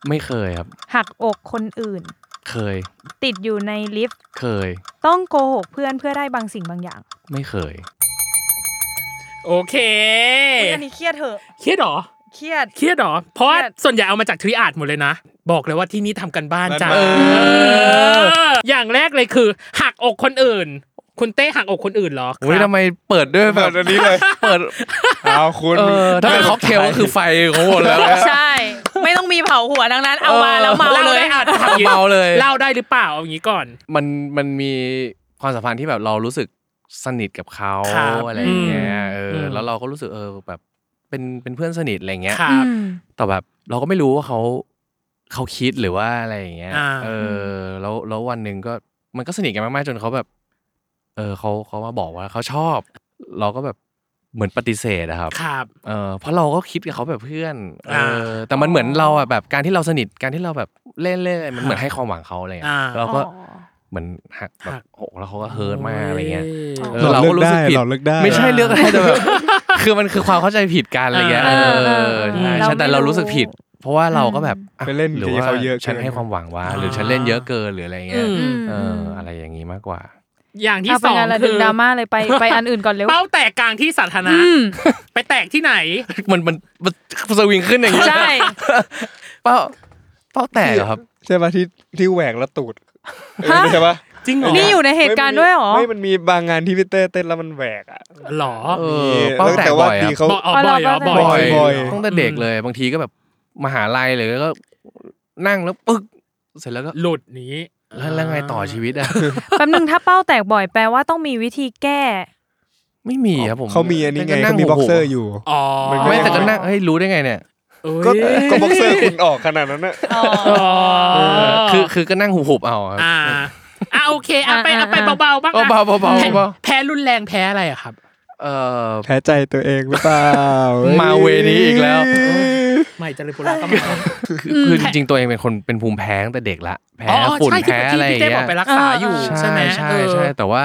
ไม่เคยครับ
หักอกคนอื่น
เคย
ติดอยู่ในลิฟต์
เคย
ต้องโกหกเพื่อนเพื่อได้บางสิ่งบางอย่าง
ไม่เคย
โอเค
อันนี้เครียดเถอะ
เครียดเหรอ
เครียด
เครียดเหรอเพราะว่า
เครียด
ส่วนใหญ่เอามาจากทริอาดหมดเลยนะ บอกเลยว่าที่นี่ทำกันบ้านจ้า
เอ
อย่างแรกเลยคือ หักอกคนอื่น คุณเต้หักอกคนอื่นเหรอครับ
อุ้ยทำไมเปิดด้วยแบบ
เปิดอันนี้เลย
เปิด
เอาคุณ
เออ ถ้าเป็นค็อกเทลก็คือไฟของหมดแล้ว
ใช่ ไม่ต้องมีเผาหัวดังนั้น เอามาแล้วเมา
เล่า
เล
ได้
ย
อ่ะถามงี้
เมาเลย
เล่าได้หรือเปล่าเอาอย่างนี้ก่อน
มันมันมีความสัมพันธ์ที่แบบเรารู้สึกสนิทกับเขา
ครับ
อะไรอย่างเงี้ยเอออ
ม
แล้วเราก็รู้สึกเออแบบเป็นเป็นเพื่อนสนิทอะไรอย่างเงี้ย
ครับ
แต่แบบเราก็ไม่รู้ว่าเขาเขาคิดหรือว่าอะไรอย่างเงี้ย
อ่า
เออ แล้วแล้ววันหนึ่งก็มันก็สนิทกันมากๆจนเขาแบบ เออเขาเขามาบอกว่าเขาชอบ เราก็แบบเหมือนปฏิเสธอะครับ
ครับ
เออเพราะเราก็คิดกับเขาแบบเพื่อนเอ
อ่า
อแต่มันเหมือนเราอ่ะแบบการที่เราสนิทการที่เราแบบเล่นเล่นมันเหมือนให้ความหวังเขาอะไรอย่างเงี้ย
อ่า
เราก็เหมือนหักแบ
หั
บ
ก
โอ้แล้วเขาก็เฮิร์ตมากอะไรเงี้ย
โ
เอ
หลอ
อ
ก
เรา
เลิก
ก็รู้สึก
ได้
ผิด
หลอกเลิกได้
ไม่ใช่เลือกได้แต่แบบคือมันคือความเข้าใจผิดกันอะไรเงี้ย
อ่า
เอ
เออ
อ
เออ
ใช่
เรา
ใช่แต่
ไม่
เรา
รู้
รู้สึกผิด เพราะว่าเราก็แบบะ
ไปเล่น
หรือว่า
กับเขาเยอะเกิน
ฉันให้ความหวังว่า หรือฉัน
อ่า
เล่นเยอะเกินหรืออะไร
อื
เงี้ย
ม
เอออะไรอย่างงี้มากกว่า
อย่างที่
เอา
ส
ไป
อง
งานระ
คื
ดึง
อ
ดราม่าเลยไปไปอันอื่นก่อนเร็ว
เป้าแตกกลางที่สาธารณะไปแตกที่ไหน
มันมันมันสวิงขึ้นอย่างงี้
ใช่
เป้าเป้าแตกเหรอครับ
ใช่ปะที่ที่แหวกแล้วตูดเออ
ฮะ
ใช่ปะ
จริงเหรอ
นี่อยู่ในเหตุการณ์ด้วยเหรอ
ไม่มันมีบางงานที่พี่เต้เต้นแล้วมันแหวกอ่ะ
หรอ
เออเป้าแตก
ว่า
บ่อยอะ
ตีเขา
บ่อยอ๋อบ่อยเหรอบ่
บ่
อ
อยย
ตั้งแต่เด็กเลยบางทีก็แบบมหาลัยเลยแล้วก็นั่งแล้วปึ๊กเสร็จแล้วก็
หลุดหนี้
แล้วแล้วไงต่อชีวิตอะ
แป๊บนึงถ้าเป้าแตกบ่อยแปลว่าต้องมีวิธีแก้
ไม่มีครับผม
เขามีอันนี้ไง
นั่
เขามีบ็อกเซอร์
โโห
อยู่
อ๋อ
ไม่แต่ก็นั่งเฮ้ยรู้ได้ไงเนี่ย
ก็ก็บ็อกเซอร์คุณออกขนาดนั้นน่ะ
อ๋อ
คือคือก็นั่งหุบๆเอาครับ
อ่าอ่ะโอเคเอาไปเอาไปเบาๆบ้างอะ
เบาๆเบาๆเบา
แพ้
ๆเบา
แพ้รุนแรงแพ้อะไรอะครับ
ๆเออ
แพ้ใจตัวเองหรือเปล่า
มาเวนี้อีกแล้ว
ไม่เจริญปุระก็ไม่เอา
คือคือจริงๆตัวเองเป็นคนเป็นภูมิแพ้ตั้งแต่เด็กละแพ้
อ๋ออ๋อ
ฝุ่น
ใช่ที่
แพ้
ที่
อะไรอ
พี่
ย่าง
เต้
เงี้
บอก
ย
ไปรักษาอยู่ใช่ไหม
ใช่
เออ
ใช่แต่ว่า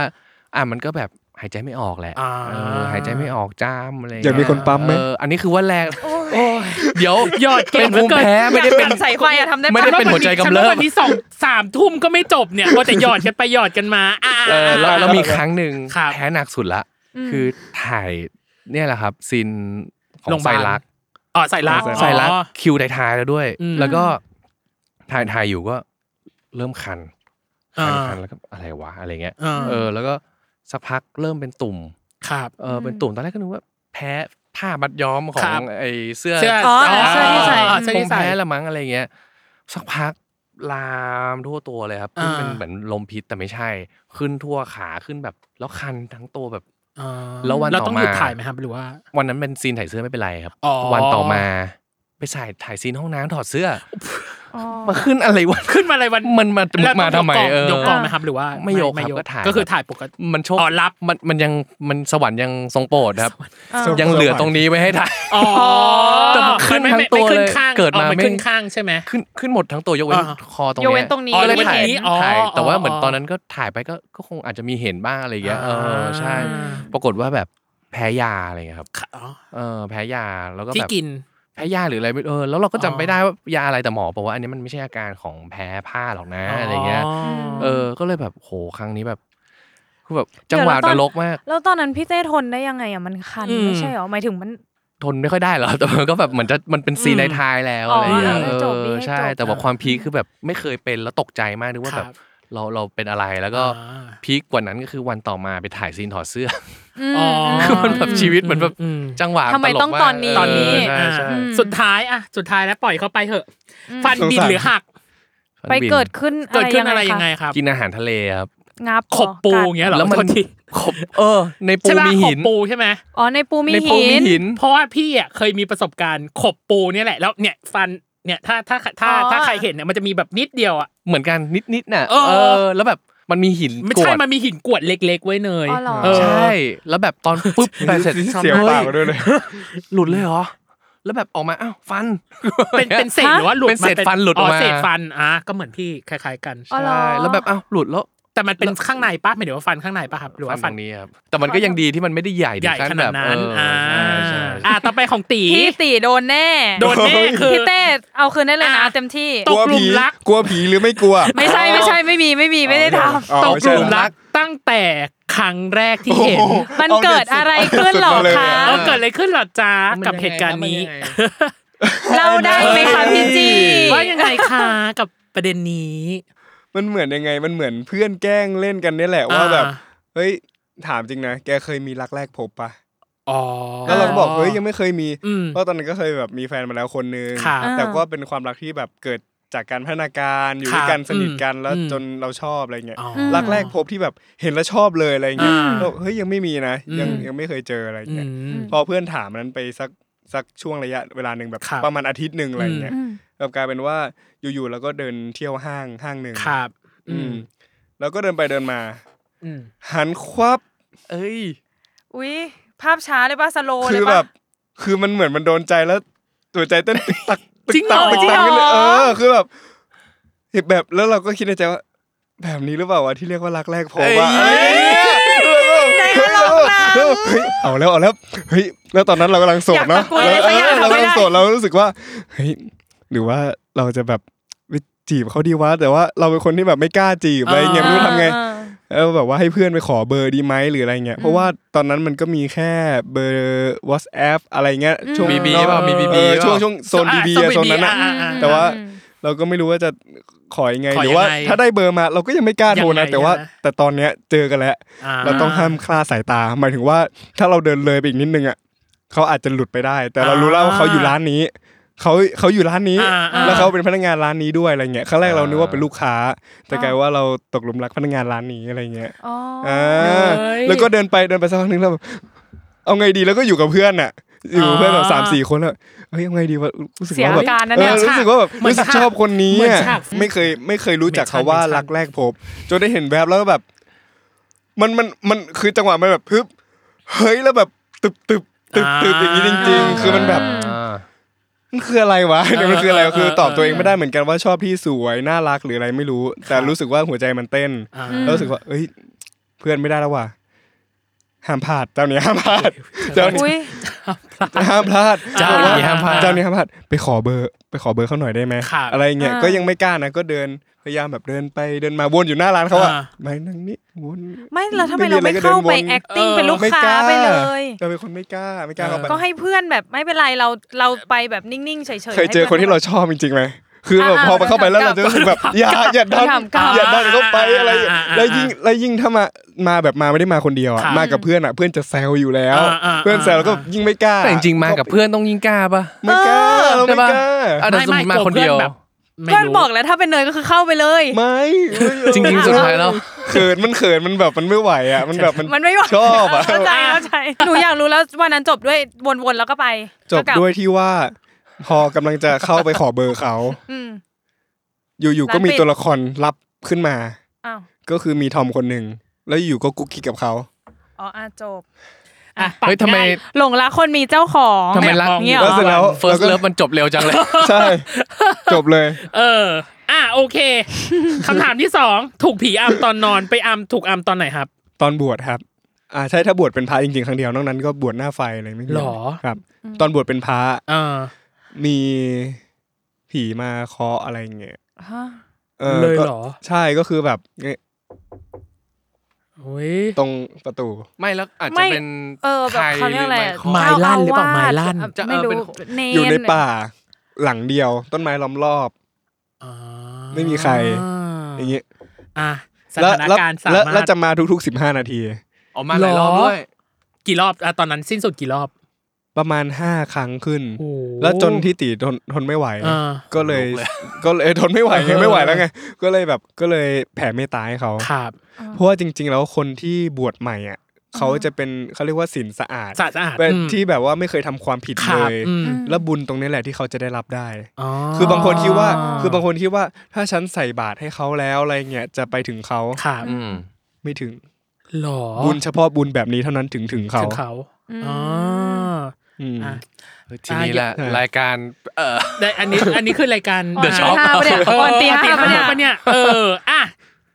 อ่ะมันก็แบบหายใจไม่ออกแหละ
อ่า
เออหายใจไม่ออกจ้ามอะไร
อยากมีคนปั๊มไหม
เอออันนี้คือว่าแรงเดี๋ยว
หยอดเก่
เป็
ง
น
เหลื
ภู
อ
มิ
เกิน
แพ้ไม่ได้เป็น
ใส่ไฟอะทำได้
ไม่
ปะ
ได้เป็นหัวใจกำ
ฉัน
เริบ
ว่าวันนี้สองสามทุ่มก็ไม่จบเนี่ยว่าแต่หยอดกันไปหยอดกันมาอ่า
เออแล้วแล้วมีครั้งหนึ่ง
ครับ
แพ้หนักสุดละ คือถ่ายเนี่ยแหละครับซีนของไซรัก
อ๋อใส่รัก
ไซรักคิวท้ายๆแล้วด้วย
อืม
แล้วก็ถ่ายถ่ายอยู่ก็เริ่มคัน
อ๋อ
คันคันแล้วก็อะไรวะอะไรเงี้ย
อ่า
เออ แล้วก็สักพักเริ่มเป็นตุ่ม
ครับ
เออเป็นตุ่มตอนแรกก็นึกว่าแพ้ผ้ามัดย้อมขอ
ครั
ง
บ
ไอเสื้อ
เสื้อ
อ๋อ
เสื้อ
เสื้อที่ใส่
เสื้อ
ค
ที่
ง
ใส่
แพ้ละมั้งอะไรเงี้ย สักพักลามทั่วตัวเลยครับขึ้นเป็น
อ่า
เหมือนลมพิษแต่ไม่ใช่ ขึ้นทั่วขาขึ้นแบบ แล้วคันทั้งตัวแบบ
อ่า
แล้ววัน
เรา
ต่อ
ต้องหยุด
มา
ถ่ายไหมครับหรือว่า
วันนั้นเป็นซีนถ่ายเสื้อไม่เป็นไรครับ
อ๋อ
วันต่อมาไปถ่ายถ่ายซีนห้องน้ำถอดเสื้ออมาขึ้นอะไรวะ
ขึ้นมาอะไรวัน
มันมา
แล้ว
มาทำไม
ยกกล่ง
เออย
กกล่องไหมครับหรือว่า
ไม่ยกครับก็ถ่าย
ก็คือถ่ายปกติ
มันโชค
อ๋อรับ
มันมันยังมันสวรรค์ยังทรงโปรดครับ
สวรรค์
ยังเหลือตรงนี้ไว้ให้ถ่าย
อ๋อ
แต่มันขึ้น
ไม่
ทั้ง
ไม่
ตัว
ไม่ขึ้น
เลย
ข้าง
เกิด
อ๋อ
มาไม่
ขึ้นข้างใช่ไหม
ขึ้นขึ้นหมดทั้งตัวยกเว้น
อ่า
คอตรง
ย
นี้
กเว้นตรงนี้
อ๋อเลยถ่าย
ยกเว้นตรงนี้อ๋อ
ถ่ายแต่ว่า
อ๋อ
เหมือนตอนนั้นก็ถ่ายไปก็ก็คงอาจจะมีเห็นบ้างอะไรอย่างเงี้ยเออใช่
อ่า
ปรากฏว่าแบบแพ้ยาอะไรอย่างเงี้ยครับ
อ๋อ
เออแพ้ยาแล้วก็
ที่
แบบ
กิน
แพ้ยาหรืออะไรไม่เออแล้วเราก็จำ
อ๋อ
ไม่ได้ว่ายาอะไรแต่หมอบอกว่าอันนี้มันไม่ใช่อาการของแพ้ผ้าหรอกนะอะไรเงี้ย เออ ก็เลยแบบโหครั้งนี้แบบคือแบบจังหวะนรกมาก
แล้วตอนนั้นพี่เต้ทนได้ยังไงอ่ะมันคัน
อืม
ไม่ใช่หรอหมายถึงมัน
ทนไม่ค่อยได้หรอกแต่ มันก็แบบเหมือนจะมันเป็นซีนในท้ายแล้ว
อ๋ออ
อะไรเงี้ย
ให้จบ
เออ
ให้จบ
ใช่ แต่ว่าความพีคคือแบบไม่เคยเป็นแล้วตกใจมากนึกว่าแบบ
ครับ
เราเราเป็นอะไรแล้วก็
อ่า
พีคกว่านั้นก็คือวันต่อมาไปถ่ายซีนถอดเสื้อ
อ๋อ
อคือมันแบบชีวิตเหมือนแบบ
อืม
จังหวะน
ทำไม
ล
ต้อง
กาก
ตอนนี้
เ
ตอนนี้
ใช่
อ่า
ใช่
สุดท้ายอ่ะสุดท้ายแล้วปล่อยเข้าไปเถอะ ฟันบินหรือหัก
ไปเกิดขึ้น
เกิดขึ้นอะไร
ค
ยังไงครับ
กินอาหารทะเลครับ
งับ
ขบปู
กัด
อย่างเงี้ยเหรอ
แล้วมัน
โทษที
ขบเออ ในปู
ใช่ปะ
มี
ข
หิ
บ
น
ปูใช่ไหม
อ๋อในปูมี
ในปู
หิ
มี
น
หิน
เพราะว่าพี่อ่ะเคยมีประสบการณ์ขบปูเนี่ยแหละแล้วเนี่ยฟันเนี่ยถ้าถ้าถ้า
อ๋อ
ถ้าใครเห็นเนี่ยมันจะมีแบบนิดเดียวอ่ะ
เหมือนกันนิดๆน่ะ
เออ
เออ แล้วแบบมันมีหิน
ไม่
กร
ใช่
วด
มันมีหินกรวดเล็ก ๆ ไว้เนย
อ๋อเหรอ
เออ
ใช่แล้วแบบตอนปุ๊บไปเสร็จ
เสียงปากมาด้วยเลย
หลุดเลยเหรอ แล้วแบบออกมาอ้าวฟัน
เป็นเป็นเศษหรือว่าหลุด
เป็นเศษ
มั
ฟันหลุดออกมา
เศษฟันอ่ะก็เหมือนพี่คล้าย ๆ กัน
อ๋อเหรอ
ใช่แล้วแบบอ้าวหลุดแล้ว
แต่มันเป็นข้างในป้าหมายถึงว่าฟันข้างในป้าครับหรือว่า
ฟั
ฟั
น
น
ตรงนี้ครับแต่มันก็ยังดีที่มันไม่ได้ใหญ่
ใหญ่ข
ถึงขั้
นา
แบ
ด
บ
นั้น
เอ
อ่า
อใช่ใช่
อ่ะต่อไปของตี
พี่ตีโดนแน่
โดนแน่คือ
พี่เต้เอาคืนได้เลยนะ
อ่ะ
เต็มที่
ต
ก
ก
ลัว
หลุ
ผี
มรัก
กลัวผีหรือไม่กลัว
ไม่ใช่ไม่ใช่ไม่มีไม่มีไม่ได้ท
อ๋อ
ตก
ไม่
ห
ใช่
ลุม
เหรอ
รักตั้งแต่ครั้งแรกที่
โอ้
เห็น
โห
ำมัน
อา
เกิด
สุ
อะไรขึ้นหรอ
สุดมาเลย
คะ
เออเกิดอะไรขึ้นเหรอจ๊ะกับเหตุการณ์นี้
เล่าได้ไหมคะพี่จี
ว่ายังไงคะ กับประเด็นนี้
มันเหมือนยังไงมันเหมือนเพื่อนแกล้งเล่นกันเนี่ยแหละว่าแบบเฮ้ยถามจริงนะแกเคยมีรักแรกพบปะ
อ๋อ
แล้วเราก็บอกเฮ้ยยังไม่เคยมี
อืม
เพราะตอนนั้นก็เคยแบบมีแฟนมาแล้วคนนึง
ค่ะ
แต่ก็เป็นความรักที่แบบเกิดจากการพัฒนาการอยู่ด้วยกัน
ค่ะ
สนิทกันแล้ว
อืม
จนเราชอบอะไรเงี้ย
อ๋อ
รักแรกพบที่แบบเห็นแล้วชอบเลยอะไรเงี้ย
อ่า
แล้วเฮ้ยยังไม่มีนะ ยัง
อืม
ยังไม่เคยเจออะไร
อื
เงี้ย
ม
พอเพื่อนถามอันนั้นไปสักสักช่วงระยะเวลาหนึ่งแบบ
ครับ
ประมาณอาทิตย์หนึ่งอะไรเงี้ย
อื
กลับกลายเป็นว่าอยู่ๆเราก็เดินเที่ยวห้างห้างหนึ่ง
ครับ
อืมแล้วก็เดินไปเดินมา
อืม
หันควับ
เอ้ย
อุ้ยภาพช้าเลยป่ะสโล
คื
เลย
อแบ
ป่ะ
บ คือมันเหมือนมันโดนใจแล้วตัวใจเต้นตึกตักตึก
จริงเหร
ตั
อ
ตึกตัก
จ
ขึ้
ริง
น
เหร
เลย
อ
เออคือแบบเห็นแบบแล้วเราก็คิดในใจว่า แบบนี้หรือเปล่าวะที่เรียกว่ารักแรกพบว่า
ใจกระโหลกหลัง
เฮ้ยเอาแล้วเอาแล้วเฮ้ยแล้วตอนนั้นเรากำลังโสดเนาะ
อยากตะโกน
เออ
อะไรสักอย่าง
เรากำลังโสด
ไม่ได้
เรารู้สึกว่าเฮ้ยหรือว่าเราจะแบบไปจีบเขาดีวะแต่ว่าเราเป็นคนที่แบบไม่กล้าจีบอะไรเงี้ย
อ่า
ไม่รู้ทำไง
เออ
เออแบบว่าให้เพื่อนไปขอเบอร์ดีไหมหรืออะไรเงี้ยเพราะว่าตอนนั้นมันก็มีแค่เบอร์ WhatsApp อะไรเงี้ยช่วง
บีบี
เนอะ
เปล่ามีบี
เอ
บี
อช่วง
เปล่า
ช่วงโซนบีบี
อ่ะ
โซนนั้นอะ
อ่ะอ่ะ
แต่ว่าเราก็ไม่รู้ว่าจะขอยังไง
ขอ
ห
ยังไง
รือว่าถ้าได้เบอร์มาเราก็ยังไม่กล้าโทรนะ
ยังไง
แต่ว่า
ใช่ไหม
แต่ตอนเนี้ยเจอกันแล้ว เราต้องห้ามคลาดสายตา หมายถึงว่าถ้าเราเดินเลยไปอีกนิดนึงอ่ะเขาอาจจะหลุดไปได้ แต่เรา
อ่า
รู้แล้วว่าเขาอยู่ร้านนี้เขาเขาอยู่ร้านนี้
อ่าอ่า
แล้วเขาเป็นพนักงานร้านนี้ด้วยอะไรเงี้ยครั้งแรกเรานึกว่าเป็นลูกค้า แต่กลายว่าเราตกหลุมรักพนักงานร้านนี้อะไรเงี้ย
อ๋อ
อ่าแล้วก็เดินไปเดินไปสักพักหนึงแล้วแบบเอาไงดีแล้วก็อยู่กับเพื่อนอ่ะ อยู่กับเพื่อนแบบสามสี่คนแล้วเฮ้ยเอาไงดีวะรู้สึก
เสีย
ว่า
อา
แบบ
การนะ
เอ
เนี่ย
อรู้สึกว่าแบบ
เหมือน
รู้สึกชอบคนนี้
เหมือน
อะ
ฉาก
ไม่เคยไม่เคยรู้จักเขาว่า
เหมือนฉาก
รักแรกพบจนได้เห็นแวบแล้วแบบ มันมันมันคือจังหวะมันแบบฮึบเฮ้ยแล้วแบบตึบตึบตึบตึบอย่างนี้จริง ๆ คือมันแบบ
อ่า
มันคืออะไรวะเนี่ยมันคืออะไรวะ
เออเออ
คือตอบ
เออ
ตัวเองไม่ได้เหมือนกันว่าชอบที่สวยน่ารักหรืออะไรไม่รู้ แต่รู้สึกว่าหัวใจมันเต้น
อ่า
แล้วรู้สึกว่าเอ้ย เพื่อนไม่ได้แล้วว่ะห้ามพลาดเจ้าเนี้ยห้ามพลาดเจ้าเนี้ย
อุ้ย
ห้ามพลาด
เจ้า
บอกว่
นี้ห้ามพลาด
เจ้านี้ห้ามพลาดไปขอเบอร์ ไปขอเบอร์เขาหน่อยได้ไหม
ครับ
อะไรเงี้ย
อ่า
ก็ยังไม่กล้านะก็เดินพยายามแบบเดินไปเดินมาวนอยู่หน้าร้านเขาอะ
อ่า
ไม่นั่งนี่วน
ไม่แล้วทำไมเราไม่เข้าไป acting เป็นลูก
ไม่
ค้าไปเลย
เราเป็นคนไม่กล้าไม่กล้าเข้าไป
ก็ให้เพื่อนแบบไม่เป็นไรเราเราไปแบบนิ่งๆเฉยๆ
เคยเจอคนที่เราชอบจริงๆไหมคือแบบ
า
พอไปเข้าไปแล้วเราจะรู้สึกแบบอย่าอย่าดัน
ถามกลับ
อย่าดันเข้าไปอะไร
อ่าอ่าอ่า
แล้วยิ่งแล้วยิ่งถ้ามามาแบบมาไม่ได้มาคนเดียวอะ
ครับ
มากับเพื่อนอะเพื่อนจะแซวอยู่แล้ว
อ่าอ่า
เพื่อนแซวแล้วก็ยิ่งไม่กล้า
แต่จริงๆมากับเพื่อนต้องยิ่งกล้าปะ
ไม่กล้าเราไม่
ใช่ปะ
กล้า
อ่ะแต่สมมติมาคนเดียว
แบบ ไม่
ก็
รู้
บอกแล้วถ้าเป็นเนยก็คือเข้าไปเลย
ไม่
จริงๆสุดท้ายแล้ว
เขินมันเขินมันแบบมันไม่ไหวอ่ะมันแบบมัน
มันไม่ไหว
ชอบอะ
เข้าใจเข้าใจหนูอยากรู้แล้ววันนั้นจบด้วยวนๆแล้วก็ไป
จบ
ก็กลั
ด้วยที่ว่า พอกำลังจะเข้าไปขอเบอร์เขา
อืม
อยู่ๆก็
ร้านปิ
มี
ด
ตัวละครรับขึ้นมา
อ้าว
ก็คือมีทอมคนหนึ่งแล้วอยู่ก็กุ๊กกิ๊กกับเขา
อ๋ออ่ะจบ
อ่ะ
เฮ้ยทำไม
ปักด้
หลงรักคนมีเจ้าของ
ทำไมรัก
เงี้ยเหร
แล้ว
อ
เสร็จแล้ว
first love มันจบเร็วจังเลย
ใช่ จบเลย
เออ อ่ะโอเค คำถามที่สองถูกผีอำตอนนอนไปอำถูกอำตอนไหนครับ
ตอนบวชครับ อ่าใช่ถ้าบวชเป็นพระจริงๆครั้งเดียวนอกนั้นก็บวชหน้าไฟอะไรไม่มี
หรอ
ครับ ตอนบวชเป็นพระ
เออ
มีผีมาเคาะอะไรอย่างเงี้ย
ฮะ
ออ
เลย
ก็
เหรอ
ใช่ก็คือแบบเนี่ย
โอ้ย
ตรงประตู
ไม่แล้วอาจจะ
ไม่
เป็น
เออแบบ
ไทย
เขาเรียกอะไร
ห
อะ
รือไม่
ไม้
ก็
ลั่นหรือเปล่าไม้ลั่น
เจ้าอาวาสอะไม่รู้
จะเอาเป็น
เนร
อยู่ในป่าหลังเดียวต้นไม้ล้อมรอบ
อ่า
ไม่มีใคร อย่างเงี้ย
อ่ะส
แล้ว
ถาน
แล้ว
การณ์สา
แล้ว
มาร
แล้ว
ถ
จะมาทุกๆ 15 นาที
ออกมาหลายรอ
หร
บ
อ
ด้วย
กี่รอบอ่ะตอนนั้นสิ้นสุดกี่รอบ
ประมาณ 5 ครั้งขึ้น
โอ้
แล้วจนที่ตีทนทนไม่ไหว
อ่า
ก็เลย
ลุกเลย
ก็เลย ทนไม่ไหวไง
เออ
ไม่ไหวแล้วไง ก็เลยแบบก็เลยแผ่เมตตาให้เขา
ครับ
เพราะว่าจริง ๆ แล้วคนที่บวชใหม่อ่ะเขาจะเป็นเขาเรียกว่าศีลสะอาด
สะอาด
เป็น
อืม
ที่แบบว่าไม่เคยทำความผิด
ค
เล
รับ
ย
อืม
แล้วบุญตรงนี้แหละที่เขาจะได้รับได้
อ๋อ
คือบางคนคิดว่า คือบางคนคิดว่าถ้าฉันใส่บาตรให้เขาแล้วอะไรเงี้ยจะไปถึงเขา
ครับ
อืม
ไม่ถึง
หรอ
บุญเฉพาะบุญแบบนี้เท่านั้นถึงถึงเขา
ถึงเขาอ๋อ
อืม
อ่ะ
ทีนี้แหละ
อ่ะ
รายการ เออ
ได้อันนี้อันนี้คือรายการ
The
อ่า
Shop
ห้าปะเนี่ย
เออ
วันตีห้าปะเนี่ย
ปะเนี่ยเอออ่ะ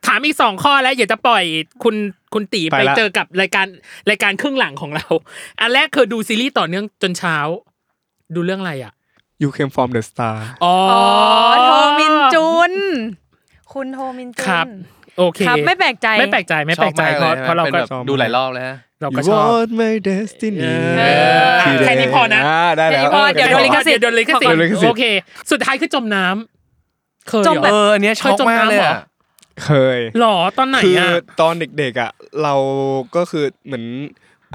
ถามอีกสองข้อแล้วอย่าจะปล่อยคุณคุณตี
ไป
ไป
ละ
เจอกับรายการรายการครึ่งหลังของเรา อันแรกคือดูซีรีส์ต่อเนื่องจนเช้า ดูเรื่องอะไรอ่ะ
You came from the star
อ๋อ
อ๋อโทมินจุน คุณโทมินจุน
ครับ โอเค
ครับไม่แปลกใจ
ไม่แปลกใจไม่แปลกใจ
ชอบ
เพราะเพราะ
ม
เรา
ป็น
ก็
แบบดูหลายรอบแล้วฮะ
เราก็
You
ชอบ
are my destiny
เออ
ที่
แค่นี้พอนะ
าได้แล้ว
แค่นี้พอเดี๋ยวโดนลิขสิทธิ์
เดี๋ยวโดนลิขสิท
โดนลิขสิทธิ์
ธิ์โอเค สุดท้ายคือจมน้ำเคย
จม
เหร
แบ
อบ
เอออันเนี้ยช็อกมากเลยอะ
เคย
หรอตอนไหน
คือ
อ่ะ
ตอนเด็กๆอ่ะเราก็คือเหมือน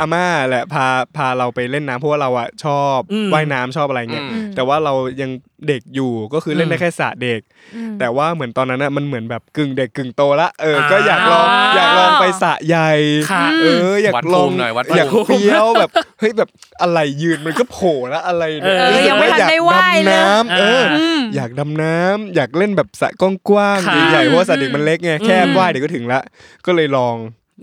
อาม่าแหละพาพาเราไปเล่นน้ำเพราะว่าเราอ่ะชอบ
อืม
ว่ายน้ำชอบอะไรเงี้ย
อืม
แต่ว่าเรายังเด็กอยู่ก็คือเล่นได้แค่สระเด็ก แต่ว่าเหมือนตอนนั้นอ่ะมันเหมือนแบบกึ่งเด็กกึ่งโตละเออก็อยากลอง
อ่า
อยากลองไปสระใหญ่
ค่ะ
เอออยาก
วัด
ล
ภู
อง
มิหน่อยวัดภูมิ
อยากเฟี้ยวแบบเฮ้ยแบบอะไรยืนมันก็โผล่ละอะไรนี่
เออ
รู้สึก
ยังไม่ทันได้ว่ายเลย
อากดำน้ำเอออ
อ่า
อยากดำน้ำอยากเล่นแบบสระกว้าง
ค่ะ
ๆใหญ่ๆเพราะว่าสระเด็กมันเล็กไงแคบ
อืม
ว่ายเดี๋ยวก็ถึงละก็เลยลอง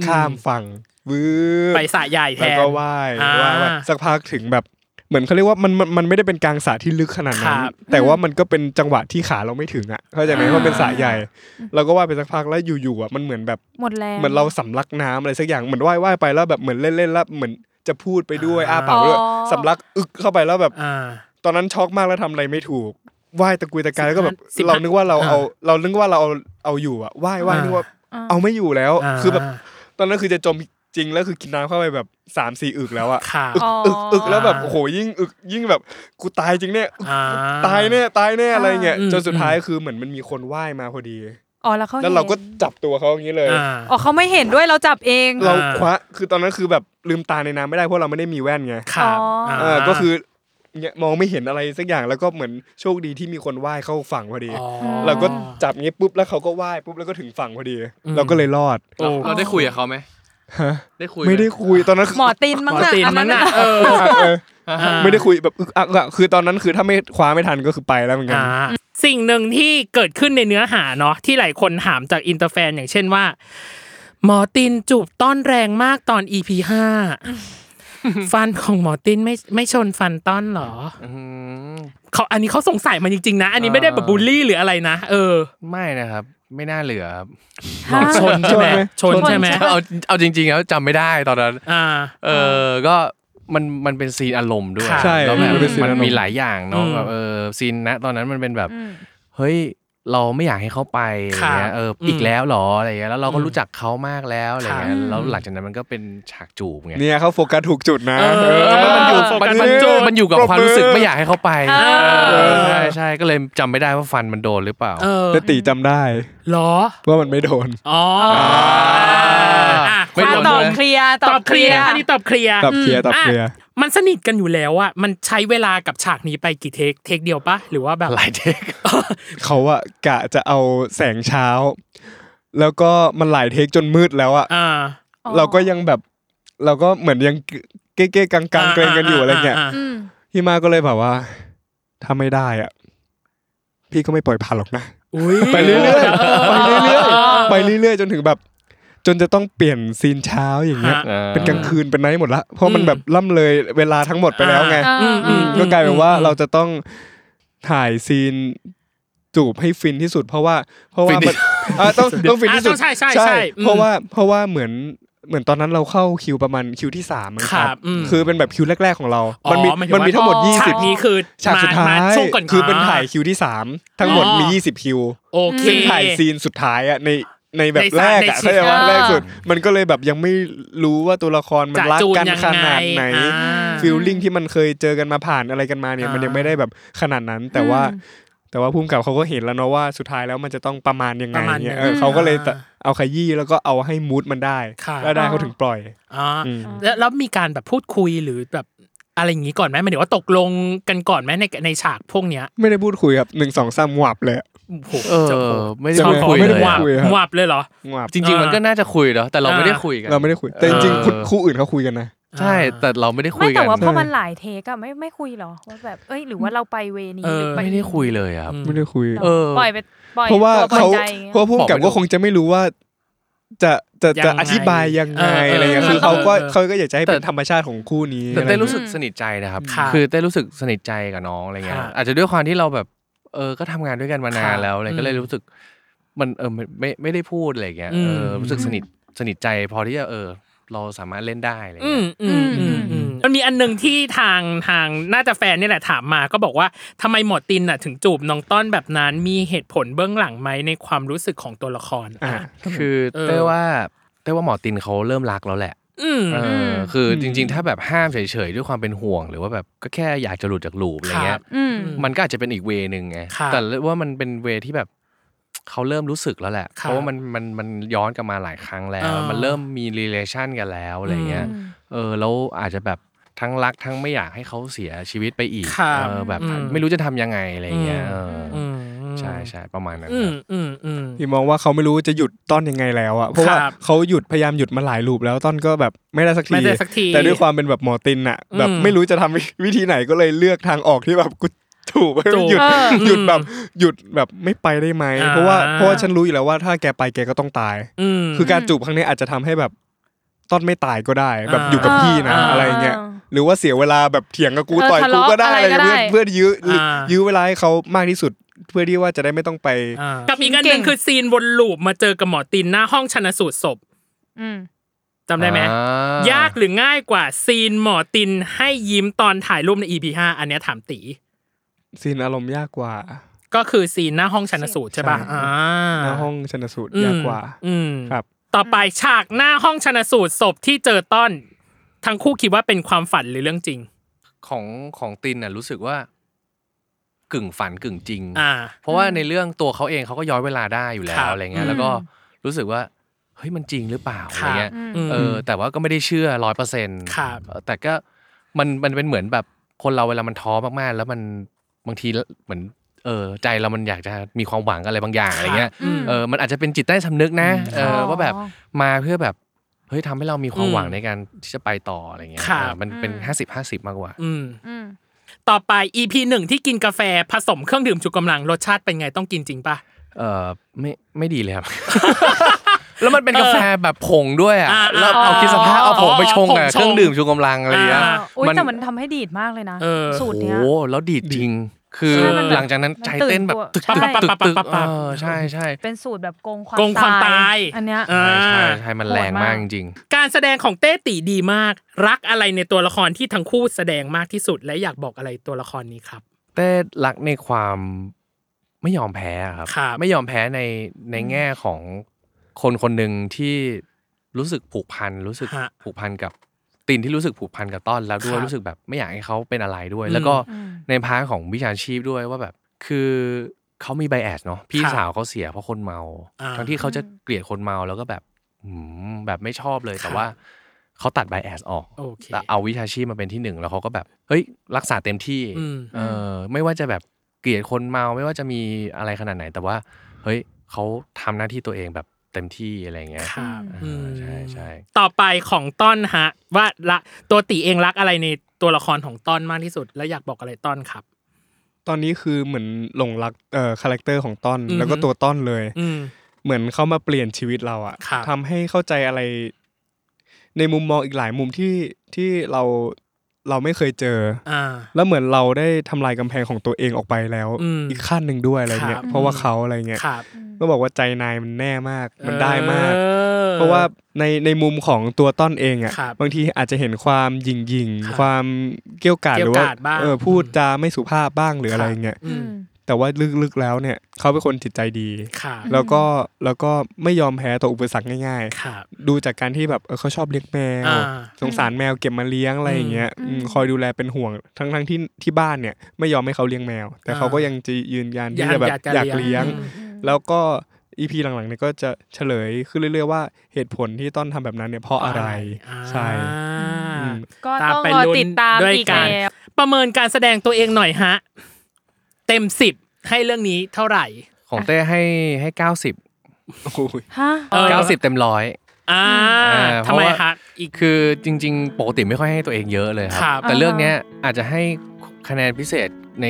ข้ามฝั่งวื้อ
ไปสระใหญ่แท
แล้ว
น
ก็ว่าย
อ่า
ว่ายว่ายสักพักถึงแบบเหมือนเขาเรียกว่ามันมันมันไม่ได้เป็นกลางสระที่ลึกขนาดนั้น
ครับ
แต่ว่ามันก็เป็นจังหวะที่ขาเราไม่ถึงอ่ะเข้าใจไหมเพราะเป็นสระใหญ่เราก็ว่ายไปสักพักแล้วอยู่ๆอ่ะมันเหมือนแบบ
หมดแล้ว
เหมือนเราสำลักน้ำอะไรสักอย่างเหมือนว่ายว่ายไปแล้วแบบเหมือนเล่นๆแล้วเหมือนจะพูดไปด้วยอ้าปากด้วย
อ๋อ
สำลักอึกเข้าไปแล้วแบบ
อ่า
ตอนนั้นช็อกมากแล้วทำอะไรไม่ถูกไหว้ตะกุยตะกายแล้วก็แบบ
สิบห้า
เรานึกว่าเรา
อ่า
เอาเรานึกว่าเราเอาเอาอยู่อะไหว้ไหว้
อ่านึ
นึกว่าเอาไม่อยู่แล้ว
อ่า
คือแบบตอนนั้นคือจะจมจริงแล้วคือกินน้ำเข้าไปแบบสามสี่อึกแล้วอะ
ค่ะ
อึกอึกอึกแล้วแบบ
อ่า
โอ้โหยิ่งอึกยิ่งแบบกูตายจริงเนี่ย
อ่า
ตายแน่ตายแน่อะไรเงี้ย
อืม
จนสุดท้ายคือเหมือนมันมีคนไหว้มาพอดี
อ๋อแล้วเขา
แล้วเราก็จับตัวเขาอย่างนี้เลย
อ่า
อ๋อเขาไม่เห็นด้วยเราจับเอง
เรา
อ่า
คว้าคือตอนนั้นคือแบบลืมตาในน้ำไม่ได้เพราะเราไม่ได้มีแว่นไง
ครับ
อ๋ออ่
เออก็คือเนี่ยมองไม่เห็นอะไรสักอย่างแล้วก็เหมือนโชคดีที่มีคนว่ายเข้าฝั่งพอดี
อ๋อ
เราก็จับงี้ปุ๊บแล้วเขาก็ว่ายปุ๊บแล้วก็ถึงฝั่งพอดี
อืม
เราก็เลยรอด
เราเราได้คุยกับเขาไหม
ฮะ
ได้คุย
ไม่ได้คุยตอนนั้นคือ
หมอตีนมั้ง
หมอ
น่ะ
ตีน
อั
มั้งน่ะ
ะ
เออ
เออไม่ได้คุยแบบอึกอักอะคือตอนนั้นคือถ้าไม่คว้าไม่ทันก็คือไปแล้วเหมือนกัน
อ่าสิ่งหนึ่งที่เกิดขึ้นในเนื้อหาเนาะที่หลายคนถามจากอินเตอร์แฟนอย่างเช่นว่า หมอตินจูบต้อนแรงมากตอน EP ห้า ฟันของหมอตินไม่ไม่ชนฟันต้อนเหรอ
อืม
เขาอันนี้เขาสงสัยมันจริงๆนะ อันนี้ไม่ได้แบบบูลลี่หรืออะไรนะเออ
ไม่นะครับ ไม่น่าเหลือครับ
ฮะ
ชนใช่ไหมชนใช่ไหม
ชนใช่
เอาเอาจริงๆแล้วจำไม่ได้ตอนนั้น
อ่า
เออก็มันมันเป็นซีนอารมณ์ด้วย
ค่ะ
ใช่
แล้วแบบ
มันเป็นซีน
มัน
อารม
มี
ณ์
หลายอย่างเนาะ
อืม
แบบเออซีนนะตอนนั้นมันเป็นแบบ
อืม
เฮ้ยเราไม่อยากให้เขาไปอะไร
ค่ะ
เงี้ยเอออ
ม
อีกแล้วเหรออะไรเงี้ยแล้วเราก็
อืม
รู้จักเขามากแล้วอะไรเงี้ย
ค่ะ
แล้วหลังจากนั้นมันก็เป็นฉากจูบไง
เนี่ยเขาโฟกัสถูกจุดนะ
เออ
เ
มันมันอยู่
โฟกั
มัน
ส
มัน
จูบ
มันอยู่กับ
ปรบ
ความรู้สึกไม่อยากให้เขาไป
เออ
เออใช่ใช่ก็เลยจำไม่ได้ว่าฟันมันโดนหรือเปล่า
เออ
แต่ตีจำได้
เหรอ
ว่ามันไม่โดน
อ๋ออ่า ไม่
อ่ะ
รวม
ตอ
เล
บ
ย
เคลียร์
ตอบเคลียร์อันนี้ตอบเคลียร์
ตอบเคลียร์ตอบเคลียร์
ะมันสนิทกันอยู่แล้วอะมันใช้เวลากับฉากนี้ไปกี่เทคเทคเดียวปะหรือว่าแบบ
หลายเทค
เขาอะกะจะเอาแสงเช้า แล้วก็มันหลายเทคจนมืดแล้วอะ
อ่า
เราก็ยังแบบ เราก็เหมือนยังเก้ๆกังๆเกรงกันอยู่อะไรเงี้ย
อืม
พี่มาก็เลยแบบว่าถ้าไม่ได้อะพี่ก็ไม่ปล่อยผ่านหรอกนะ ไปเรื่อยๆไปเรื่อยๆไปเรื่อยๆ จนถึงแบบ จนจะต้องเปลี่ยนซีนเช้าอย่างเงี้ย
ฮะ
เป็นกลางคืนเป็นไนท์หมดละเพราะมันแบบล่ำเลยเวลาทั้งหมดไปแล้วไง
อ่า
อืม
ก็กลายเป็นว่าเราจะต้องถ่ายซีนจูบให้ฟินที่สุด เพราะว่า เพราะว่ามันอ่ะต้องต้องฟินที่สุด
อ่ะต้องใช่ใช่ใช่อืม
เพราะว่าเพราะว่าเหมือนเหมือนตอนนั้นเราเข้าคิวประมาณคิวที่สามมั้งครับ
ครับอืม
คือเป็นแบบคิวแรก ๆของเรา
อ๋อ
มัมี
หมายถึง
มันมี
ว่า
ทั้งหมดยี่
ฉา
สิ
ก
บ
นี้คือ
ฉากสุดท้ามย
ช่วงก่อน
คือเป็นถ่าย
า
คิวที่สามทั้งหมด
อ๋อ
มียี่สิบคิว
โอเค
ซึ่งถ่ายซีนสุดท้ายอะในในแบบ
ใน
แรก
สารใน
อะ
ซีน
เขาใจว่าแรกสุด มันก็เลยแบบยังไม่รู้ว่าตัวละครมัน
จะ
รัก
จูน
กัน
ยัง
ข
ไง
นาดไหน
อ่า
ฟิลลิ่งที่มันเคยเจอกันมาผ่านอะไรกันมาเนี่ย
อ่ามั
มันยังไม่ได้แบบขนาดนั้น แต่ว่า แต่ว่าภูมิกับเขาก็เห็นแล้วเนาะว่าสุดท้ายแล้วมันจะต้องประมาณยังไง
ประมาณ
เนี่ย
ไหน
เออเขาก็เลยตะเอาขยี้แล้วก็เอาให้มูดมันได้
ค่ะ
แล้วได้เขาถึงปล่อย
อ่า
อืม
แล้วแล้วมีการแบบพูดคุยหรือแบบอะไรอย่างนี้ก่อนไหมหมายถึงว่าตกลงกันก่อนไหมในในฉากพวกเนี้ย
ไม่ได้พูดคุยครับหนึ่งสองสามหวับเลยอะ
โอ้โห
เออ
จะโห
ไม่ได้
ชอบ
คุยเลย
หวาบ
อะ
หวาบเลยเหรอ
หวับ
จริงๆมันก็น่าจะคุยเนาะแต่เราไม่ได้คุยกัน
เราไม่ได้คุย แต่จริงๆคู่คู่อื่นเขาคุยกันนะ
ใช่แต่เราไม่ได้คุ
ไม่
ยกั
แต่
น
ว่าพอมันหลายเทคอะไม่ไม่คุยหรอว่าแบบเอ้ยหรือว่าเราไปเวนี้
เออ
หรือป
ไม่ได้คุยเลยอะครับ
ไม่ได้คุย
เออ
ปล่อยไปปล่อย
เพราะว่า
ตัวปล่อย
เขา
ใจอย่างงี้ย
เพราะผู้กำกับก็คงจะไม่รู้ว่า จะจะ
ยัง
จะ
ไง
อธิบายยังไง
เอออ
อะไรเงี้ย
เออ
คือเขาก็
เออ
เขาก็อยากจะให้เป็น
แต่
ธรรมชาติของคู่นี้
แต่
อะไร
เต้
เงี้ย
รู้สึกสนิทใจนะครับ
ค่ะ
คือเต้รู้สึกสนิทใจกับน้องอะไรเงี้ย
ค่ะ
อาจจะด้วยความที่เราแบบเออก็ทำงานด้วยกันมานา
ค่ะ
นแล้วอะไร
อืม
ก็เลยรู้สึก มันเออไม่ไม่ไม่ได้พูดอะไรเงี้ย
อืม
เออรู้สึกสนิทสนิทใจพอที่จะเออ เราสามารถเล่นได้อะไร
อืม
เงี้ย
อืมอืมอืมมันมีอันหนึ่งที่ทางทางน่าจะแฟนนี่แหละถามมาก็บอกว่าทำไมหมอตินน่ะถึงจูบน้องต้อนแบบนั้นมีเหตุผลเบื้องหลังไหมในความรู้สึกของตัวละครอ่ะ
คือ
เออ
เต้ว่าเต้ว่าหมอตินเขาเริ่มรักแล้วแหละ
อืม
เออคือจริง ๆ ถ้าแบบห้ามเฉยๆด้วยความเป็นห่วง หรือว่าแบบก็แค่อยากจะหลุดจากลูปอะไร
ค
เงี้
รั
ย
บ
อืม
มันก็อาจจะเป็นอีกเวย์หนึ่งไง
ครับ
แต่ว่ามันเป็นเวย์ที่แบบเขาเริ่มรู้สึกแล้วแหละ
ครับ
เพราะว่ามันมันมันย้อนกลับมาหลายครั้งแล้ว
อ่ามั
มันเริ่มมี relation กันแล้วอะไรเงี้ย เออแล้วอาจจะแบบทั้งรักทั้งไม่อยากให้เขาเสียชีวิตไปอีก
ครับ
เออแบบ
อืม
ไม่รู้จะทำยังไงอะไรเงี้ยเอออ
อืม
ใช่ใช่ประมาณนั้น
อืม
ครับ
อืมอืม
พี่มองว่าเขาไม่รู้จะหยุดต้นยังไงแล้วอะเพราะว่า
ครับ
เขาหยุดพยายามหยุดมาหลายรูปแล้วต้นก็แบบไม่ได้สักที
ไม่ได้สักที
แต่ด้วยความเป็นแบบหมอตินอะ
อืม
แบบไม่รู้จะทำวิธีไหนก็เลยเลือกทางออกที่แบบกูถูก
จูบ
หยุด
เออ
หยุดแบบหยุดแบบไม่ไปได้ไหม
อ่า
เพราะว่าเพราะว่าฉันรู้อยู่แล้วว่าถ้าแกไปแกก็ต้องตาย
อืม
คือการจูบครั้งนี้อาจจะทำให้แบบต้นไม่ตายก็ได้ แบบ
อ่า
อยู่กับพี่นะ
อ่า
อะไรเงี้ยหรือว่าเสียเวลาแบบเถียงกับกูต่อย
เออ
กู
ทะเลาะ
ก็ได้
อะไร
อะไรเพื่
ก็
อ
ได้
เพื่อยื้ออา ยื้อเวลาให้เขามากที่สุด เพื่อที่ว่าจะได้ไม่ต้องไป
อ่ากับอีกอันหนึ่งคือซีนวนลูปมาเจอกับหมอตินหน้าห้องชนสูตรศพ
อืม
จำได้ไหม
อ่
ยากหรือง่ายกว่าซีนหมอตินให้ยิ้มตอนถ่ายรูปใน EP 5อันเนี้ยถามตี
ซีนอารมณ์ยากกว่า
ก็คือซีนหน้าห้องชันสูตรใช่ป่ะ
ใช่
อ่า
หน้าห้องชนสูตรยากกว่า
อืม
ครับ
ต่อไปฉากหน้าห้องชันสูตรศพที่เจอต้อน ทั้งคู่คิดว่าเป็นความฝันหรือเรื่องจริง
ของของตินน่ะรู้สึกว่ากึ่งฝันกึ่งจริง
อ่า
เพราะว่าในเรื่องตัวเขาเองเขาก็ย้อนเวลาได้อยู่แล้
ครั
ว
บ
อะไรเงี้ยแล้วก็รู้สึกว่าเฮ้ยมันจริงหรือเปล่า
ค
อะ
รั
ไร
บ
เงี้ย
อืม
เออแต่ว่าก็ไม่ได้เชื่อร้อยเปอร์เซ็นต์
ครับ
แต่ก็มันมันเป็นเหมือนแบบคนเราเวลามันท้อมากๆ แล้วมันบางทีเหมือนเออใจเรามันอยากจะมีความหวังอะไรบางอย่างอะไรเงี้ย
อืม
เออมันอาจจะเป็นจิตใต้สำนึกนะเออ
ครับ
ว่าแบบมาเพื่อแบบเฮ้ยทำให้เรามีความหวัง
อืม
ในการที่จะไปต่ออะไรเงี้ย
ครับ
เออมันเป็นห้าสิบห้าสิบมากกว่า
อืม
อืม
ต่อไป EP หนึ่งที่กินกาแฟผสมเครื่องดื่มชูกำลังรสชาติเป็นไงต้องกินจริงป่ะ
เออไม่ไม่ดีเลยครับ แล้วมันเป็นกาแฟแบบผงด้วยอ่ะ
อ่า
แล้วเอาคิดสภาพเอาผงไปชง
ผ
อ่ะ
งชง
เครื่องดื่มชูกำลังอะไรอย่างเงี้ย
อ่า
อุ้ยแต่มันทำให้ดีดมากเลยนะ
เออ
สูตร
โอ้โห
เนี้ย
แล้วดีดจริง คือ
ใช่มันแบบ
หลังจากนั้นใจเต้นแบบ
มันตื่น
ตึก
ตัว
ตึกตึกตึก
ปั๊บปั๊บปั๊บปั๊บปั๊บ
เออใช่ใช่
เป็นสูตรแบบโกงความ
โกงความตาย
อันเนี้ย
ใช่ใช่ใช่มันแรงมากจริง
การแสดงของเต้ตีดีมาก รักอะไรในตัวละครที่ทั้งคู่แสดงมากที่สุด และอยากบอกอะไรตัวละครนี้ครับ
ๆ เต้รักในความไม่ยอมแพ้อะครับ
ครับ
ไม่ยอมแพ้ในในแง่ของคนคนหนึ่งที่รู้สึกผูกพันรู้สึก
ฮะ
ผูกพันกับตินที่รู้สึกผูกพันกับต้อนแล้วด้
ค
วย
รับ
รู้สึกแบบไม่อยากให้เขาเป็นอะไรด้วย
อืม
แล้วก็ในพาร์ทของวิชาชีพด้วยว่าแบบคือเขามีไบแอสเนาะพี่
ครับ
สาวเขาเสียเพราะคนเมา
อ่า
ทั้งที่เขาจะเกลียดคนเมาแล้วก็แบบ อืมแบบไม่ชอบเลยแต่ว่าเขาตัดไบแอสออก
โอเค
แต่เอาวิชาชีพมาเป็นที่หนึ่งแล้วเขาก็แบบเฮ้ยรักษาเต็มที่
อืม
เออไม่ว่าจะแบบเกลียดคนเมาไม่ว่าจะมีอะไรขนาดไหน แต่ว่าเฮ้ยเขาทำหน้าที่ตัวเองแบบเต็มที่อะไรเงี้ย
ครับ
เออใช่ใช่
ต่อไปของต้อนฮะ ว่าละตัวตีเองรักอะไรในตัวละครของต้อนมากที่สุด และอยากบอกอะไรต้อนครับ
ตอนนี้คือเหมือนหลงรักเอ่อคาแรคเตอร์ของต้อน
อือฮึ
แล้วก็ตัวต้อนเลย
อืม
เหมือนเข้ามาเปลี่ยนชีวิตเราอะ
ครับ
ทำให้เข้าใจอะไร ในมุมมองอีกหลายมุมที่ที่เราเราไม่เคยเจอ
อ่า
แล้วเหมือนเราได้ทำลายกำแพงของตัวเองออกไปแล้ว
อืม
อีกขั้นหนึ่งด้วยอะไรเงี้
ค
ย
รับ
เพราะว่าเขาอะไรเงี้ย
ครับ
ก็บอกว่าใจนายมันแน่มาก มันได้มาก
ออ
เพราะว่าในในมุมของตัวต้อนเองอ่ะ
ครับ
บางทีอาจจะเห็นความหยิ่งยิงๆ
ครับ
ความเกี้ยวกาด
เกี้
หรื
ยว
อว่าก
าดบ้าง
เออพูดจาไม่สุภาพบ้างหรือ
ครับ
อะไรเงี้ย
อืม
แต่ว่าลึกๆแล้วเนี่ยเขาเป็นคนจิตใจดี
ครับ
แล้วก็แล้วก็ไม่ยอมแพ้ต่ออุปสรรคง่าย
ครับ
ๆ ดูจากการที่แบบเออเขาชอบเลี้ยงแมว
อ่า
สงสารแมวเก็บมาเลี้ยงอะไรอย่างเงี้ยอืมคอยดูแลเป็นห่วงทั้งทั้งๆที่ที่บ้านเนี่ยไม่ยอมให้เขาเลี้ยงแมว แต่
อ่า
เขาก็ยังจะยืนยันที่
ยัน
จะแบบ
อยากจะ
อยาก
เลี้
เลี้
ย
ย
ง
ง แล้วก็อีพีหลังๆเนี่ยก็จะเฉลยขึ้นเรื่อยๆว่าเหตุผลที่ต้อนทำแบบนั้นเนี่ยเพราะอะไร
อ่า
ใช่ อืม
ก็ต้องรอติดตามอีกแล้ว
ประเมินการแสดงตัวเองหน่อยฮะ เต็มสิบให้เรื่องนี้เท่าไหร่
ของเต้ให้ให้เก้าสิบ
โอ้ย
ฮะ
เออ
เก้าสิบเต็มร้อย
อ่า
อ่าเพ
ทำ
ราะ
ไม
ว่า
ฮะอีก
คือจริง ๆ ปกติไม่ค่อยให้ตัวเองเยอะเลยค
ครั
รับ บ แต่เรื่องเนี้ยอาจจะให้คะแนนพิเศษใน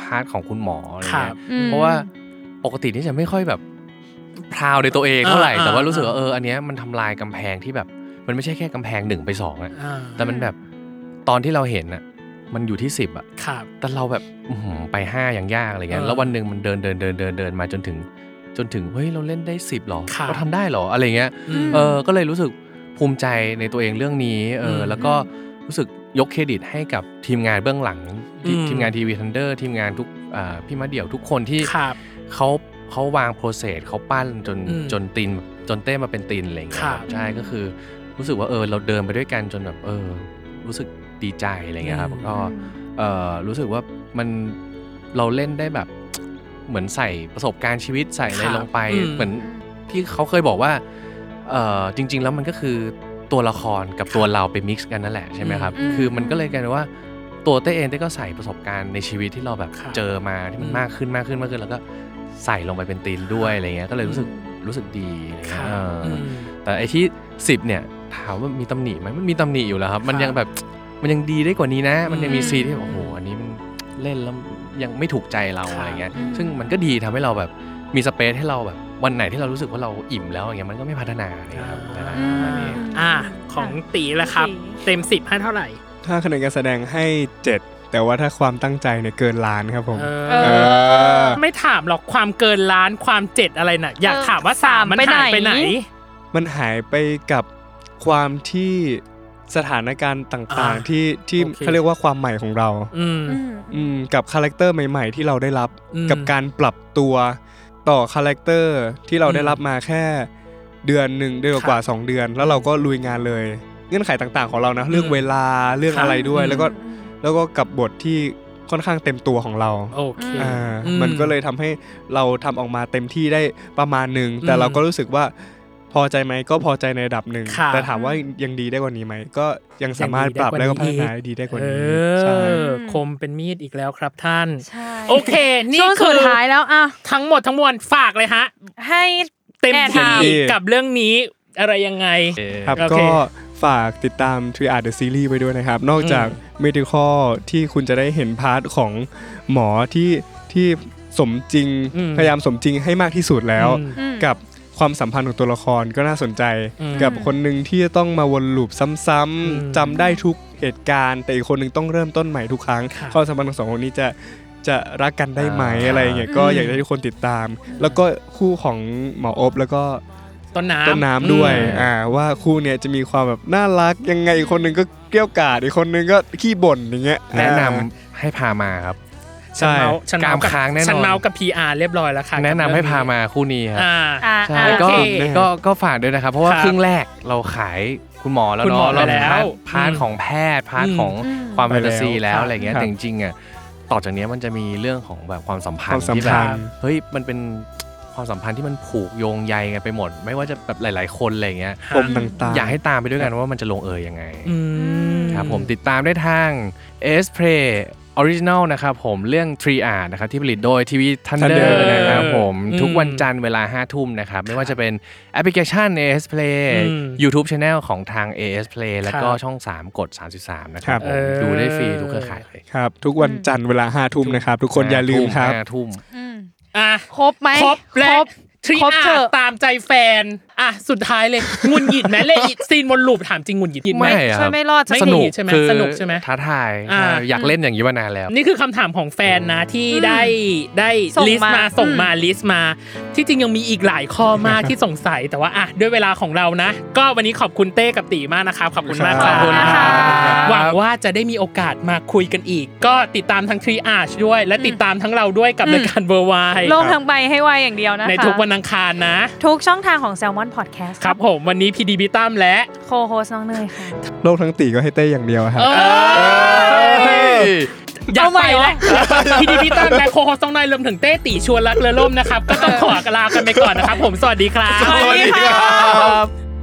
พาร์ทของคุณหมออะไร
ครั
เงี้
บ
ย เพราะว่าปกตินี่จะไม่ค่อยแบบพราวในตัวเองเท่าไหร่
อ่า
แต่ว่ารู้สึก
อ่า
ว่าเอออันเนี้ยมันทำลายกำแพงที่แบบมันไม่ใช่แค่กำแพงหนึ่งไปสองอะ
อ่า
แต่มันแบบตอนที่เราเห็นอะมันอยู่ที่สิบอะ
ครับ
แต่เราแบบอื้อหือไปห้าอย่างยากอะไรเงี้ย
อ่า
แล้ววันหนึ่งมันเดินเดินเดินเดินเดินมาจนถึง จนถึงเฮ้ยเราเล่นได้สิบหรอ
ครับ
เราทำได้หรออะไรเงี้ย
อืม
เออก็เลยรู้สึกภูมิใจในตัวเองเรื่องนี้ เออ
อืม
แล้วก็รู้สึกยกเครดิตให้กับทีมงานเบื้องหลังที่
อืม
ทีมงานทีวีทันเดอร์ทีมงานทุกอ่าพี่มะเดี่ยวทุกคนที่
ครับ
เขาเขาวางโปรเซสเขาปั้นจน
อืม
จนตีนจนเต้มาเป็นตีนอะไรอย่างเงี้ย
ครับ
ครับใช่ก็คือรู้สึกว่าเออเราเดินไปด้วยกันจนแบบเออ รู้สึกดีใจอะไรเงี้ยครับก็ เอ่อรู้สึกว่ามันเราเล่นได้แบบ เหมือนใส่ประสบการณ์ชีวิตใส่อะไร
ครับ
ลงไป
อืม
เหมือนที่เขาเคยบอกว่าเอ่อจริง ๆ แล้วมันก็คือตัวละครกับตัวเราไปมิกซ์กันนั่นแหละใช่ไหมครับ
อืม
คือมันก็เลยกลายเป็นว่าตัวเต้เองเต้ก็ใส่ประสบการณ์ในชีวิตที่เราแบบ
ครับ
เจอมาที่มัน
อืม
มากขึ้นมากขึ้นมากขึ้น แล้วก็ใส่ลงไปเป็นตีนด้วยอะไรเงี้ยก็เลยรู้สึก
อืม
รู้สึกดีอะไร
ค
เงี้
รั
ย
บ
เอออ
อืม
แต่ไอที่ 10 เนี่ยถามว่ามีตำหนิไหมมันมีตำหนิอยู่แล้วครับ มันยังแบบ มันยังดีได้กว่านี้นะ มันยังมี
อืม
ซีนที่โอ้โหอันนี้มันเล่นแล้วยังไม่ถูกใจเรา
ครับ
อะไรเงี้ยซึ่งมันก็ดีทำให้เราแบบมีสเปซให้เราแบบวันไหนที่เรารู้สึกว่าเราอิ่มแล้วอย่างเงี้ยมันก็ไม่พัฒนาอะไรเงี้ยครับ
อ่า
ประมาณนี้
อ่า ของตีละครับ
ตี
เต็มสิบให้เท่าไหร่
ถ้าคะแนนการแสดงให้ 7 แต่ว่าถ้าความตั้งใจเนี่ยเกินล้านครับผม
เอ
เอ
อ
อ
ไม่ถามหรอกความเกินล้านความเจ็ดอะไรน่ะ อยาก
เออ
ถามว่าสามมันหายไป
ไป
ไห
ไห
น
น
มันหายไปกับความที่สถานการณ์ต่าง
อ่า
ๆ ที่ที่
โอเค
เขาเรียกว่าความใหม่ของเรา
อืม
อืม
อืมกับคาแรคเตอร์ใหม่ๆ ที่เราได้รับ
อืม
กับการปรับตัวต่อคาแรคเตอร์ที่เราได้รับมาแค่เดือนหนึ่งเดือนกว่าๆสองเดือน แล้วเราก็ลุยงานเลย เงื่อนไขต่างๆของเรานะเรื่องเวลาเรื่องอะไรด้วย
ครับ
แล้วก็แล้วก็กับบทที่ค่อนข้างเต็มตัวของเรา
โอเค
อ่า
อืม
มันก็เลยทำให้เราทำออกมาเต็มที่ได้ประมาณหนึ่งแต่
อืม
เราก็รู้สึกว่าพอใจไหมก็พอใจในระดับหนึ่ง
ครับ
แต่ถามว่ายังดีได้กว่านี้ไหมก็ยังสามารถ
ยังดี
ป
ได้
รับ
กว่า
แล้วก็
นี้
พัฒนาได้ดีได้กว่า
เอ
นี้ใช่
อ คมเป็นมีดอีกแล้วครับท่าน
ใช่
โอเค นี่
ช่วง
คื
สุด
อ
ท้ายแล้วอ่ะ
ทั้งหมดทั้งมวลฝากเลยฮะ
ให้
เต็ม
แอร์
ที่
ไทม์
กับเรื่องนี้อะไรยังไง
ครับ
โอเค
ก็ฝากติดตาม t r i a d the Series ไปด้วยนะครับ นอกจาก Medical ที่คุณจะได้เห็นพาร์ทของหมอที่ที่สมจริง
อืม
พยายามสมจริงให้มากที่สุดแล้ว
อืม
กับความสัมพันธ์ของตัวละครก็น่าสนใจ
อืม
กับคนหนึ่งที่จะต้องมาวนลูปซ้ำ
ม
ๆจำได้ทุกเหตุการณ์ แต่อีกคนหนึ่งต้องเริ่มต้นใหม่ทุกครั้ง
ครับ
ความสัมพันธ์ของสองคนนี้จะจะรักกันได้ไหม
อ่า
อะไรอย่างเงี้ยก็อยากให้ทุกคนติดตาม แล้วก็คู่ของหมออบแล้วก็
ต้นน้ำ
ต้นน้ำด้วย
อืม
อ่า ว่าคู่เนี้ยจะมีความแบบน่ารักยังไงอีกคนหนึงก็เกลี้ยวกล่อดอีกคนหนึงก็ขี้บ่นอย่างเงี้ย
แนะนำ
อ่า
ให้พามาครับ
ฉัน
ใช่
เมาส์ฉันเมาส์
กามค้างแน่นอน
ฉันเมาส์กับ PR เรียบร้อยแล้วค่ะ
แนะนำให้พามาคู่นี้ครับ
อ่า
อ่ะ
ใช่
อ่ะ
ก็
โอเค
ก็ก็ฝากด้วยนะครับ เพราะว่า
ครับ
ครึ่งแรกเราขายคุณหมอแล้ว
คุณหมอ
เนาะ
ไปแล้ว
เราพาร์ท
อืม
ของแพทย์พาร์ท
อืม
ของความแฟนตาซี
ไปแล้ว
แล้วอะไรเงี้ย
ครับ
แต่จริงๆอ่ะต่อจากเนี้ยมันจะมีเรื่องของแบบความสัมพัน
ควา
ธ์
มสัม
ที่แบ
พั
บ
นธ์
เฮ้ยมันเป็น ความสัมพันธ์ที่มันผูกโยงใยกันไปหมด ไม่ว่าจะแบบหลาย ๆ คนอะไรอย่างเงี้ย
ปมต่างๆ
อยากให้ตามไปด้วยกันว่ามันจะลงเอยยังไง
อืม
ครับผมติดตามได้ทาง S Play Original นะครับผมเรื่อง 3R นะครับที่ผลิตโดยทีวี Thunder
Thunder
นะครับผม
อืม
ทุกวันจันทร์เวลา 5 ทุ่มนะครับ ไม่ว่าจะเป็นแอปพลิเคชัน AS Play
อืม
YouTube Channel ของทาง AS Play แล้วก็
ครับ
ช่อง 3 กด 33 นะค
ครั
รับบ ผม
เออ
ดูได้ฟรีทุกเครือข่ายเลย
ครับ ทุกวันจันทร์เวลาห้าทุ่มนะครับ ทุกคนอย่าลืมครับ
ห้าทุ่ม
อ่ะ
ครบไหม
ครบและ
ครบ
ทริ
ครบเถ
อา
อะ
ตามใจแฟน อ่ะ สุดท้ายเลยหงุนหงิดไหม เลยซีนวนลูปถามจริงหงุนหงิดหงิดไหม
ไม่อะ
ช่วยไม่รอดสัก
ไม่
ส
ที
นุก
ใช่ไหม
คือ
สนุกใช่ไหม
ท้าทาย
อ่า
ใช่อยากเล่นอย่างนี้มานานแล้ว
นี่คือคำถามของแฟนนะที่ได้ได้
ส่งมา
ลิ
อื
สต์มา
ม
ส่งมาลิสต์มา ที่จริงยังมีอีกหลายข้อมากที่สงสัยแต่ว่าอ่ะด้วยเวลาของเรานะ ก็วันนี้ขอบคุณเต้กับตีมากนะครับขอบคุณมาก
ขอบคุณ
รั
ค่ะ
หวังว่าจะได้มีโอกาสมาคุยกันอีก ก็ติดตามทั้งทรีอาร์ชด้วย และติดตามทั้งเราด้วยกับรายการเบอร์ไว
โลกทั้งใบให้วายอย่างเดียวนะคะ
ในทุกวันอังคารนะ
ทุกช่องทางของ Salmon Podcast
ครับผมวันนี้พีดีบิตั้มและ
โคโฮสน้องเนยค่ะ
โลกทั้งตีก็ให้เต้อย่างเดียวครับ
อยาก
เอาใหม่
ไปเหรอ
เลย
พี่ดิพิตันและโคโฮสต้องนายรวมถึงเต้ตีชวนรักเรือล่มนะครับ ก็ต้องขอลากันไปก่อนนะครับ ผมสวัสดีครับ
สวัสดีค่ะ